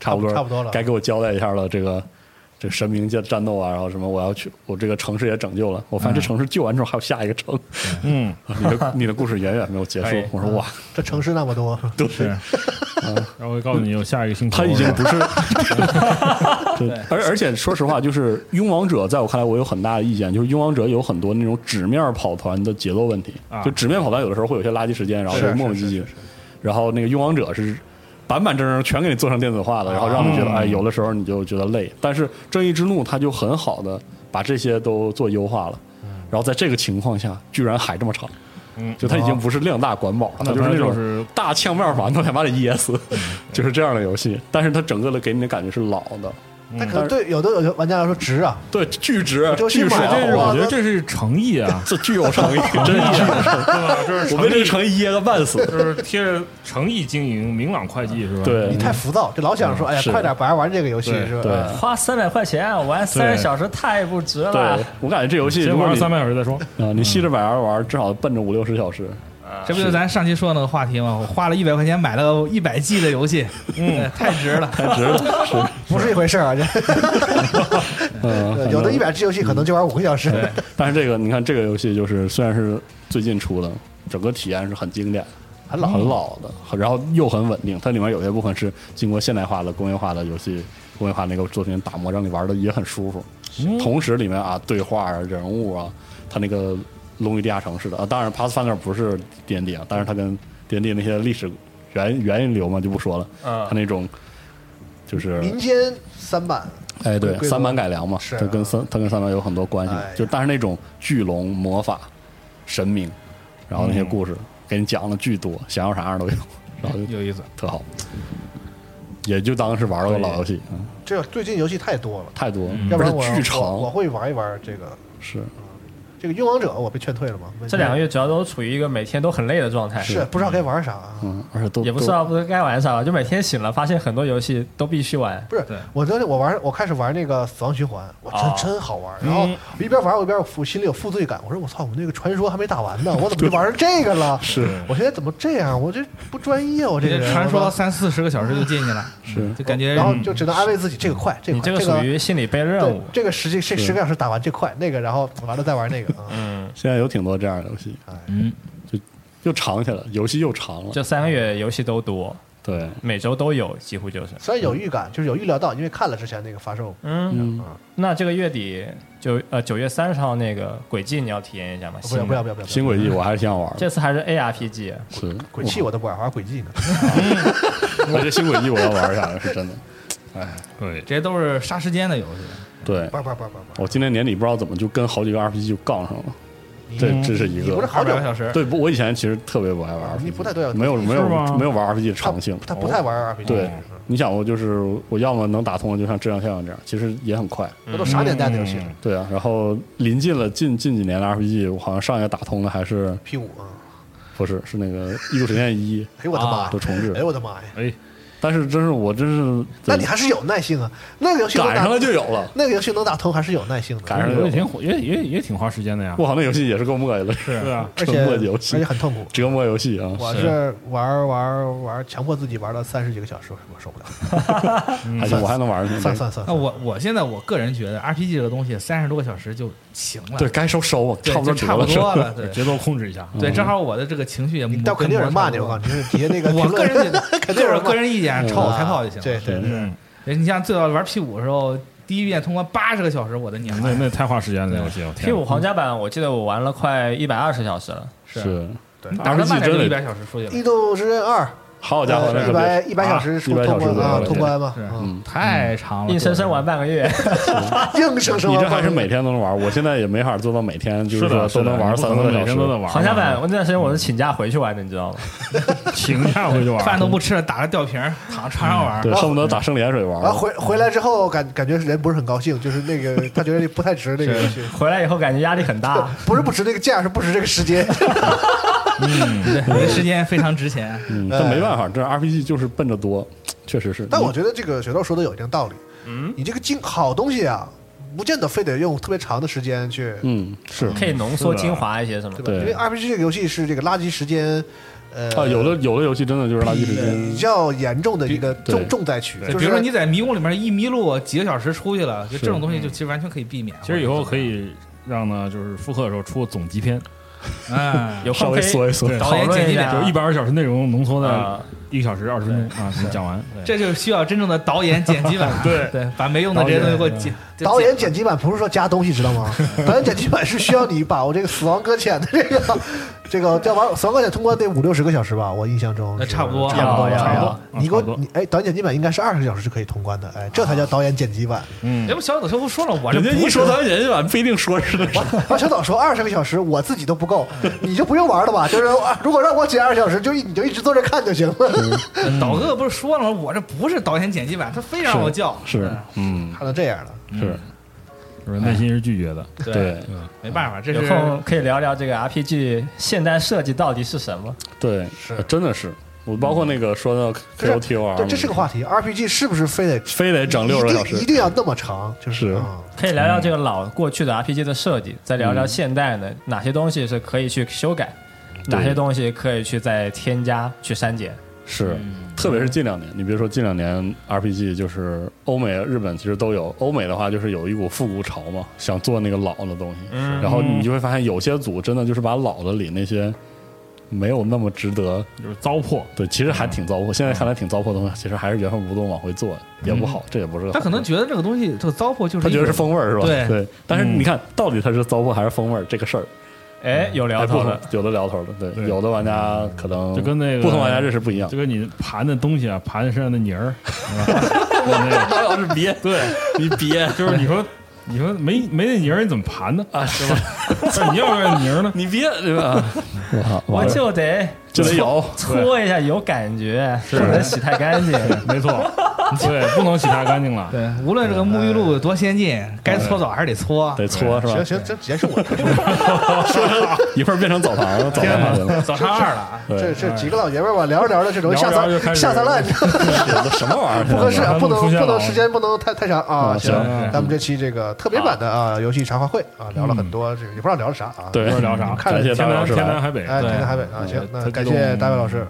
[SPEAKER 5] 差不多
[SPEAKER 4] 差不多了
[SPEAKER 5] 该给我交代一下了。这个这个神明界战斗啊，然后什么我要去，我这个城市也拯救了。我发现这城市救完之后还有下一个城，
[SPEAKER 8] 嗯，
[SPEAKER 5] 你的你的故事远远没有结束
[SPEAKER 6] 哎。
[SPEAKER 5] 我说哇，
[SPEAKER 4] 这城市那么 多，
[SPEAKER 8] 是，然后会告诉你有下一个星球。
[SPEAKER 5] 他已经
[SPEAKER 8] 是吧
[SPEAKER 5] 不是， 对，而而且说实话，就是《勇王者》在我看来，我有很大的意见，就是《勇王者》有很多那种纸面跑团的节奏问题，
[SPEAKER 8] 啊
[SPEAKER 5] 就纸面跑团有的时候会有些垃圾时间，然后
[SPEAKER 4] 是
[SPEAKER 5] 就磨磨唧唧，然后那个《勇王者》是。板板正正全给你做成电子化的，然后让你觉得，
[SPEAKER 4] 啊
[SPEAKER 8] 嗯
[SPEAKER 5] 哎，有的时候你就觉得累。但是《正义之怒》它就很好的把这些都做优化了，然后在这个情况下，居然还这么长，
[SPEAKER 8] 嗯
[SPEAKER 5] 就它已经不是量大管饱了，它
[SPEAKER 8] 那
[SPEAKER 5] 就是
[SPEAKER 8] 它
[SPEAKER 5] 那种
[SPEAKER 8] 就是
[SPEAKER 5] 大呛面馒头想把你噎死，就是这样的游戏。但是它整个的给你的感觉是老的，
[SPEAKER 4] 但可能对有的有的玩家来说值啊，
[SPEAKER 5] 对，巨值，
[SPEAKER 4] 就去
[SPEAKER 5] 巨爽
[SPEAKER 4] 买
[SPEAKER 8] 这是
[SPEAKER 4] 了
[SPEAKER 5] 啊，
[SPEAKER 8] 我觉得这是诚意啊
[SPEAKER 5] 这具有诚意，真是巨有诚
[SPEAKER 8] 对吧？这是
[SPEAKER 5] 意，我被
[SPEAKER 8] 诚
[SPEAKER 5] 这
[SPEAKER 8] 意
[SPEAKER 5] 个诚意噎个半死。
[SPEAKER 8] 就是贴着诚意经营，明朗会计是吧？
[SPEAKER 5] 对
[SPEAKER 4] 你太浮躁，就老想说，哎呀，
[SPEAKER 5] 嗯是
[SPEAKER 4] 快点玩玩这个游戏
[SPEAKER 8] 对
[SPEAKER 4] 是
[SPEAKER 5] 对
[SPEAKER 4] 吧？啊
[SPEAKER 6] 啊花三百块钱玩三十
[SPEAKER 8] 对
[SPEAKER 6] 小时太不值
[SPEAKER 5] 对
[SPEAKER 6] 了。
[SPEAKER 5] 我感觉这游戏，
[SPEAKER 8] 先
[SPEAKER 5] 如果
[SPEAKER 8] 玩
[SPEAKER 5] 你
[SPEAKER 8] 三百小时再说。
[SPEAKER 5] 啊，你吸着百玩玩，至少奔着五六十小时。
[SPEAKER 7] 这不就是咱上期说的那个话题吗？我花了一百块钱买了一百 G 的游戏，嗯，太值了。
[SPEAKER 4] 不是一回事儿啊，这
[SPEAKER 5] 嗯，反 正
[SPEAKER 4] 有的一百只游戏可能就玩五个小时，
[SPEAKER 5] 但是这个你看，这个游戏就是虽然是最近出的，整个体验是很经典、很老、很老的，很然后又很稳定。它里面有些部分是经过现代化的、工业化的游戏、工业化那个作品打磨，让你玩的也很舒服。同时，里面啊，对话啊、人物啊，它那个《龙与地下城》似的啊，当然 Pathfinder 不是 D N D 啊，但是它跟 D N D 那些历史源源流嘛就不说了，它
[SPEAKER 6] 嗯，
[SPEAKER 5] 那种就是
[SPEAKER 4] 民间三版
[SPEAKER 5] 哎，对，
[SPEAKER 4] 规模
[SPEAKER 5] 三版改良嘛，
[SPEAKER 4] 是
[SPEAKER 5] 它
[SPEAKER 4] 啊
[SPEAKER 5] 跟三它跟三版有很多关系，
[SPEAKER 4] 哎呀
[SPEAKER 5] 就但是那种巨龙、魔法、神明，然后那些
[SPEAKER 4] 嗯
[SPEAKER 5] 故事、给你讲的巨多，想要啥样都有，然后就
[SPEAKER 7] 有意思，
[SPEAKER 5] 特好，也就当是玩了个老游戏，嗯
[SPEAKER 4] 这最近游戏太多了，
[SPEAKER 5] 太多了，
[SPEAKER 8] 嗯
[SPEAKER 4] 要不然
[SPEAKER 5] 而
[SPEAKER 4] 我
[SPEAKER 5] 且巨
[SPEAKER 4] 我我
[SPEAKER 5] 长
[SPEAKER 4] 会玩一玩这个。
[SPEAKER 5] 是。
[SPEAKER 4] 这个《勇王者》我被劝退了嘛？
[SPEAKER 6] 这两个月主要都处于一个每天都很累的状态，
[SPEAKER 4] 是不知道该玩啥、啊。
[SPEAKER 5] 嗯，而且都
[SPEAKER 6] 也不知道不知道该玩啥，就每天醒了发现很多游戏都必须玩。
[SPEAKER 4] 不是，我昨天我玩，我开始玩那个《死亡循环》，我真、
[SPEAKER 6] 哦
[SPEAKER 4] 真好玩。然后我一边玩，我一边我心里有负罪感。我说我操，我那个传说还没打完呢，我怎么就玩成这个了？是我现在怎么这样？我这不专业，啊我这
[SPEAKER 7] 这
[SPEAKER 4] 个人。
[SPEAKER 7] 传说
[SPEAKER 4] 我操
[SPEAKER 7] 三四十个小时就进去了，
[SPEAKER 5] 是
[SPEAKER 7] 嗯就感觉
[SPEAKER 4] 然后就只能安慰自己，这个快，这个
[SPEAKER 6] 你
[SPEAKER 4] 快
[SPEAKER 6] 这个属于心理背任
[SPEAKER 4] 对
[SPEAKER 6] 务，
[SPEAKER 4] 这个实际这
[SPEAKER 5] 是
[SPEAKER 4] 十个小时打完这快，那个然后完了再玩那个。嗯，
[SPEAKER 5] 现在有挺多这样的游戏，
[SPEAKER 4] 哎
[SPEAKER 7] 嗯，
[SPEAKER 5] 就又长起来了，游戏又长了，
[SPEAKER 6] 这三个月游戏都多，
[SPEAKER 5] 对，
[SPEAKER 6] 每周都有，几乎就是。
[SPEAKER 4] 虽然有预感，就是有预料到，因为看了之前那个发售。
[SPEAKER 6] 嗯，
[SPEAKER 5] 嗯，
[SPEAKER 6] 那这个月底就呃九月三十号那个轨迹你要体验一下吗？
[SPEAKER 4] 不要
[SPEAKER 6] 新
[SPEAKER 4] 不
[SPEAKER 6] 的
[SPEAKER 4] 要不要不要！
[SPEAKER 5] 新轨迹我还是想玩的，
[SPEAKER 6] 这次还是 ARPG，
[SPEAKER 5] 是
[SPEAKER 4] 鬼泣我都不玩，玩鬼泣呢。
[SPEAKER 5] 我这新轨迹我要玩一下，是真的。
[SPEAKER 8] 对，
[SPEAKER 7] 这些都是杀时间的游戏。
[SPEAKER 5] 对，
[SPEAKER 4] 不不不不不，
[SPEAKER 5] 我今年年底不知道怎么就跟好几个 RPG 就杠上了，嗯这这是一
[SPEAKER 4] 嗯你不是
[SPEAKER 5] 个。
[SPEAKER 4] 好久
[SPEAKER 7] 200个小时
[SPEAKER 5] 对，不，我以前其实特别不爱玩 RPG，
[SPEAKER 4] 你不太对啊
[SPEAKER 5] 没有没有
[SPEAKER 8] 是吗
[SPEAKER 5] 没有玩 RPG 的长性。
[SPEAKER 4] 他不太哦玩 RPG。
[SPEAKER 5] 对，你想我就是我要么能打通了，就像《质量效应》这样，其实也很快。
[SPEAKER 4] 这都啥年
[SPEAKER 6] 嗯
[SPEAKER 4] 代的游戏了
[SPEAKER 5] 对啊，然后临近了近近几年的 RPG，我好像上一个打通的还是
[SPEAKER 4] ？P 五啊！
[SPEAKER 5] 不是是那个《异度神剑一
[SPEAKER 4] 哎呦我的妈！》
[SPEAKER 5] 的重置
[SPEAKER 4] 哎，呦我的妈呀！
[SPEAKER 8] 哎，
[SPEAKER 5] 但是真是我真是
[SPEAKER 4] 那你还是有耐性啊，那个游戏能
[SPEAKER 5] 赶
[SPEAKER 4] 打
[SPEAKER 5] 上了就有了，
[SPEAKER 4] 那个游戏能打通还是有耐性的，
[SPEAKER 5] 赶上
[SPEAKER 8] 也
[SPEAKER 5] 了就有
[SPEAKER 8] 挺
[SPEAKER 5] 了。
[SPEAKER 8] 火，也也也挺花时间的呀。
[SPEAKER 5] 我靠，那游戏也是够磨叽的，
[SPEAKER 8] 对啊，
[SPEAKER 4] 而
[SPEAKER 5] 折
[SPEAKER 4] 且
[SPEAKER 5] 磨
[SPEAKER 4] 而
[SPEAKER 5] 游戏
[SPEAKER 4] 且，很痛苦。
[SPEAKER 5] 折磨游戏啊，
[SPEAKER 4] 我是玩玩玩，强迫自己玩到三十几个小时，我受不了。
[SPEAKER 5] 还行，我还能玩呢。
[SPEAKER 4] 算算算，
[SPEAKER 7] 那我我现在我个人觉得 RPG 这个东西三十多个小时就行了，
[SPEAKER 5] 对，该收收，
[SPEAKER 7] 对，
[SPEAKER 5] 差不多
[SPEAKER 7] 就差不
[SPEAKER 5] 得了
[SPEAKER 7] 多了，对
[SPEAKER 8] 节奏控制一下。
[SPEAKER 7] 对，正好我的这个情绪也
[SPEAKER 4] 但肯定有人骂你，我
[SPEAKER 7] 我
[SPEAKER 4] 告诉你，就是底下那个
[SPEAKER 7] 我
[SPEAKER 4] 评
[SPEAKER 7] 个
[SPEAKER 4] 论
[SPEAKER 7] 人觉得
[SPEAKER 4] 肯定
[SPEAKER 7] 这
[SPEAKER 4] 有
[SPEAKER 7] 是我
[SPEAKER 4] 人骂嗯
[SPEAKER 7] 个人意见，朝我开炮就行。
[SPEAKER 4] 对对，
[SPEAKER 8] 嗯，
[SPEAKER 7] 对，你像最早玩 P 五的时候，第一遍通关八十个小时，我的娘
[SPEAKER 8] 那
[SPEAKER 7] 呀！
[SPEAKER 8] 那太花时间了，那游戏。我天
[SPEAKER 6] P
[SPEAKER 5] 啊
[SPEAKER 6] 五皇家版，我记得我玩了快一百二十小时了。
[SPEAKER 5] 是，
[SPEAKER 7] 打个慢点就
[SPEAKER 5] RPG
[SPEAKER 7] 一
[SPEAKER 5] 真的
[SPEAKER 7] 百小时出去
[SPEAKER 4] 《异
[SPEAKER 7] 了，
[SPEAKER 4] 度之刃二
[SPEAKER 5] 好》家伙，那
[SPEAKER 4] 呃一
[SPEAKER 5] 可
[SPEAKER 4] 百
[SPEAKER 5] 别，
[SPEAKER 4] 一百小时出
[SPEAKER 5] 100
[SPEAKER 4] 通
[SPEAKER 5] 小
[SPEAKER 4] 关
[SPEAKER 5] 时左右
[SPEAKER 4] 啊，
[SPEAKER 5] 了
[SPEAKER 4] 通关嘛，
[SPEAKER 7] 是
[SPEAKER 4] 嗯，
[SPEAKER 5] 嗯，
[SPEAKER 7] 太长了，
[SPEAKER 6] 硬生生玩半个月，
[SPEAKER 4] 硬生生啊
[SPEAKER 5] 你
[SPEAKER 4] 玩
[SPEAKER 5] 这
[SPEAKER 4] 半
[SPEAKER 5] 还是
[SPEAKER 4] 个月
[SPEAKER 5] 每天都能玩，我现在也没法做到每天就是说
[SPEAKER 8] 的，
[SPEAKER 5] 都能玩三
[SPEAKER 8] 三
[SPEAKER 5] 四个
[SPEAKER 8] 每
[SPEAKER 5] 小
[SPEAKER 8] 天都在
[SPEAKER 5] 时。
[SPEAKER 8] 玩。
[SPEAKER 6] 皇家版我那段时间我是请假回去玩的，你知道吗？
[SPEAKER 8] 请假回去玩，
[SPEAKER 7] 饭都不吃了，打着吊瓶儿躺床上玩。
[SPEAKER 5] 对，恨不得打圣涟水玩
[SPEAKER 4] 然啊后。回回来之后感感觉人不是很高兴，就是那个他觉得不太值那个游戏，啊
[SPEAKER 6] 回来以后感觉压力很大。
[SPEAKER 4] 不是不值那个价，是不值这个时间。
[SPEAKER 7] 对，你的时间非常值钱。
[SPEAKER 5] 嗯，但没办法，这 RPG 就是笨着多，确实是。
[SPEAKER 4] 但我觉得这个雪豆说的有一定道理，嗯，你这个精好东西啊，不见得非得用特别长的时间去，
[SPEAKER 5] 嗯是
[SPEAKER 6] 可以浓缩精华一些什么
[SPEAKER 4] 对吧？
[SPEAKER 5] 对
[SPEAKER 4] 因为 RPG 这个游戏是这个垃圾时间，呃，
[SPEAKER 5] 啊，有的有的游戏真的就是垃圾时
[SPEAKER 4] 比
[SPEAKER 5] 间，
[SPEAKER 4] 较严重的一个
[SPEAKER 5] 对
[SPEAKER 4] 重重灾区，
[SPEAKER 7] 就
[SPEAKER 4] 就
[SPEAKER 7] 比如说你
[SPEAKER 4] 是
[SPEAKER 7] 在迷宫里面一迷路，几个小时出去了，就这种东西就其实完全可以避免。
[SPEAKER 8] 其实以后可，以让呢，就是复刻的时候出个总集篇，
[SPEAKER 7] 嗯，
[SPEAKER 6] 有
[SPEAKER 5] 稍
[SPEAKER 6] 空可
[SPEAKER 5] 微缩
[SPEAKER 6] 以
[SPEAKER 5] 一缩。
[SPEAKER 8] 对
[SPEAKER 6] 讨论一
[SPEAKER 7] 导演剪辑
[SPEAKER 8] 就
[SPEAKER 6] 下
[SPEAKER 8] 一。百二十小时内容浓缩在
[SPEAKER 6] 啊
[SPEAKER 8] 一个小时二十分钟啊，你讲完。
[SPEAKER 7] 这就需要真正的导演剪辑版。对对，把没用的这些东西给我剪。就
[SPEAKER 4] 导演剪辑版不是说加东西，知道吗？导演剪辑版是需要你把我这个死亡搁浅的这个 这个要玩死亡搁浅通关得五六十个小时吧，我印象中
[SPEAKER 7] 那
[SPEAKER 4] 是
[SPEAKER 7] 差不多
[SPEAKER 4] 差不多吧，
[SPEAKER 6] 要
[SPEAKER 4] 差不
[SPEAKER 6] 要
[SPEAKER 4] 多。你给我
[SPEAKER 8] 差不多
[SPEAKER 4] 你哎，导演剪辑版应该是二十个小时是可以通关的，哎，这才叫导演剪辑版。
[SPEAKER 7] 要不小紫师傅说了，哎我这
[SPEAKER 5] 人家
[SPEAKER 7] 不
[SPEAKER 5] 一说咱人家不一定说是的，
[SPEAKER 4] 然后小岛说二十个小时我自己都不够，你就不用玩了吧？就是啊如果让我减二十小时，就一你就一直坐这看就行了。
[SPEAKER 7] 导哥不是说了吗？我这不是导演剪辑版，他非让我叫，
[SPEAKER 5] 是
[SPEAKER 8] 嗯，
[SPEAKER 4] 看到这样了，
[SPEAKER 5] 是，
[SPEAKER 8] 就是内心是拒绝的。
[SPEAKER 5] 对，
[SPEAKER 7] 没办法，这
[SPEAKER 6] 有
[SPEAKER 7] 是
[SPEAKER 6] 空可以聊聊这个 RPG 现代设计到底是什么？
[SPEAKER 5] 对，呃真的是。我包括那个说到
[SPEAKER 4] 这是
[SPEAKER 5] K O T O R，
[SPEAKER 4] 对，这是个话题。RPG 是不是非得
[SPEAKER 5] 非得整六十
[SPEAKER 4] 一
[SPEAKER 5] 个小
[SPEAKER 4] 定一
[SPEAKER 5] 时，
[SPEAKER 4] 定要那么长？就是
[SPEAKER 5] 是
[SPEAKER 4] 啊
[SPEAKER 6] 可以聊
[SPEAKER 5] 嗯
[SPEAKER 6] 聊这个老过去的 RPG 的设计，再聊聊现代的哪些东西是可以去修改，哪些东西可以去再添加、去删减。
[SPEAKER 5] 是，特别是近两年，你比如说近两年 RPG 就是欧美、日本其实都有，欧美的话就是有一股复古潮嘛，想做那个老的东西，
[SPEAKER 6] 嗯
[SPEAKER 5] 然后你就会发现有些组真的就是把老的里那些没有那么值得，
[SPEAKER 8] 就是糟粕，
[SPEAKER 5] 对，其实还挺糟粕，现在看来挺糟粕的东西，其实还是原封不动往回做，也不好，这也不是个好
[SPEAKER 7] 他
[SPEAKER 5] 事。
[SPEAKER 7] 可能觉得这个东西这个糟粕就是
[SPEAKER 5] 他
[SPEAKER 7] 一
[SPEAKER 5] 觉得是
[SPEAKER 7] 种
[SPEAKER 5] 风味儿是吧？
[SPEAKER 7] 对
[SPEAKER 5] 对，但是
[SPEAKER 8] 嗯
[SPEAKER 5] 你看，到底它是糟粕还是风味儿这个事儿，
[SPEAKER 6] 哎，有聊
[SPEAKER 5] 还
[SPEAKER 6] 头
[SPEAKER 5] 嗯不
[SPEAKER 6] 了
[SPEAKER 5] 同，，有的聊头的，对，
[SPEAKER 8] 对
[SPEAKER 5] 有的玩家可能
[SPEAKER 8] 就跟那个
[SPEAKER 5] 不同玩家认识不一样
[SPEAKER 8] 就，跟你盘的东西啊，盘身上的 泥儿，是吧我那个
[SPEAKER 5] 老是别
[SPEAKER 8] 对
[SPEAKER 5] 你别
[SPEAKER 8] 就是你说，你说没没那泥儿，你怎么盘呢？
[SPEAKER 5] 啊，是吧？
[SPEAKER 8] 但你要这名儿呢？
[SPEAKER 3] 你别对吧？
[SPEAKER 5] 我操，
[SPEAKER 6] 我
[SPEAKER 5] 完了
[SPEAKER 6] 就得
[SPEAKER 5] 就得有，
[SPEAKER 6] 搓一下，有感觉，不能洗太干净。
[SPEAKER 8] 没错，对，不能洗太干净了。
[SPEAKER 7] 对，无论这个沐浴露有多先进，该搓澡还是得搓。
[SPEAKER 5] 得搓是吧
[SPEAKER 4] 啊行？行，这结束我的，
[SPEAKER 5] 一会儿变成澡堂了，澡堂去 了。
[SPEAKER 7] 早上二了啊，
[SPEAKER 4] 这
[SPEAKER 5] 对
[SPEAKER 4] 这几个老爷们儿吧，聊着聊着这容易下
[SPEAKER 8] 聊着聊着就开
[SPEAKER 4] 三
[SPEAKER 8] 始
[SPEAKER 4] 下三滥，
[SPEAKER 5] 这什么玩意
[SPEAKER 4] 不
[SPEAKER 5] 儿？
[SPEAKER 4] 合适啊，
[SPEAKER 8] 嗯
[SPEAKER 4] 不能
[SPEAKER 8] 出现了
[SPEAKER 4] 不能时间不能太太长啊。
[SPEAKER 5] 啊
[SPEAKER 4] 行
[SPEAKER 5] 行，
[SPEAKER 8] 嗯
[SPEAKER 4] 咱们这期这个特别版的啊游戏茶话会啊，聊了很多，这个也不知道聊了啥啊。
[SPEAKER 5] 对
[SPEAKER 8] 一会儿聊啥？
[SPEAKER 5] 看着
[SPEAKER 8] 天
[SPEAKER 5] 大白老
[SPEAKER 8] 南
[SPEAKER 5] 师
[SPEAKER 8] 天南
[SPEAKER 5] 来，
[SPEAKER 8] 海北，
[SPEAKER 4] 哎，
[SPEAKER 7] 对
[SPEAKER 4] 天天海北啊，行，那
[SPEAKER 8] 他
[SPEAKER 4] 感
[SPEAKER 8] 激
[SPEAKER 4] 谢
[SPEAKER 8] 动嗯
[SPEAKER 4] 大卫老师。嗯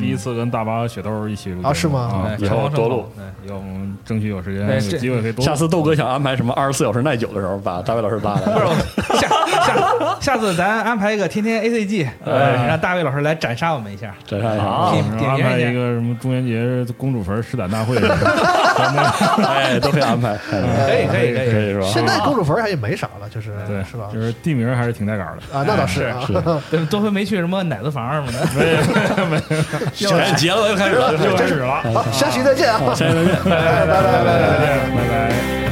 [SPEAKER 8] 第一次跟大巴、雪豆一起录节目
[SPEAKER 4] 啊是吗
[SPEAKER 8] 啊
[SPEAKER 5] 以后多录。
[SPEAKER 7] 对
[SPEAKER 8] 以后我们争取有时间
[SPEAKER 7] 哎
[SPEAKER 8] 有
[SPEAKER 7] 这
[SPEAKER 8] 机会可以多录。
[SPEAKER 5] 下次豆哥想安排什么二十四小时耐久的时候，把大卫老师拉来。
[SPEAKER 7] 下下下次咱安排一个天天 A C G，呃
[SPEAKER 5] 哎
[SPEAKER 7] 让大卫老师来斩杀我们一下。
[SPEAKER 5] 这看一下，
[SPEAKER 8] 啊
[SPEAKER 7] 点
[SPEAKER 8] 然后
[SPEAKER 7] 点
[SPEAKER 8] 安
[SPEAKER 7] 评
[SPEAKER 8] 排
[SPEAKER 7] 一下
[SPEAKER 8] 一个什么中元节公主坟施展大会什么的，
[SPEAKER 5] 哎，都可以安排，哎
[SPEAKER 7] 可以可以可以，
[SPEAKER 5] 可以是吧？
[SPEAKER 4] 现在公主坟儿还也没啥了，就是
[SPEAKER 8] 对，
[SPEAKER 4] 是吧
[SPEAKER 8] 就？是地名还是挺带杆儿的。
[SPEAKER 4] 啊，那倒是啊，
[SPEAKER 7] 对多亏没去什么奶子房什么的。
[SPEAKER 5] 行，结了，又开始了，
[SPEAKER 8] 又开始了，
[SPEAKER 4] 好，下期再见啊。
[SPEAKER 5] 下期再见。
[SPEAKER 4] 拜拜拜拜拜拜
[SPEAKER 8] 拜拜。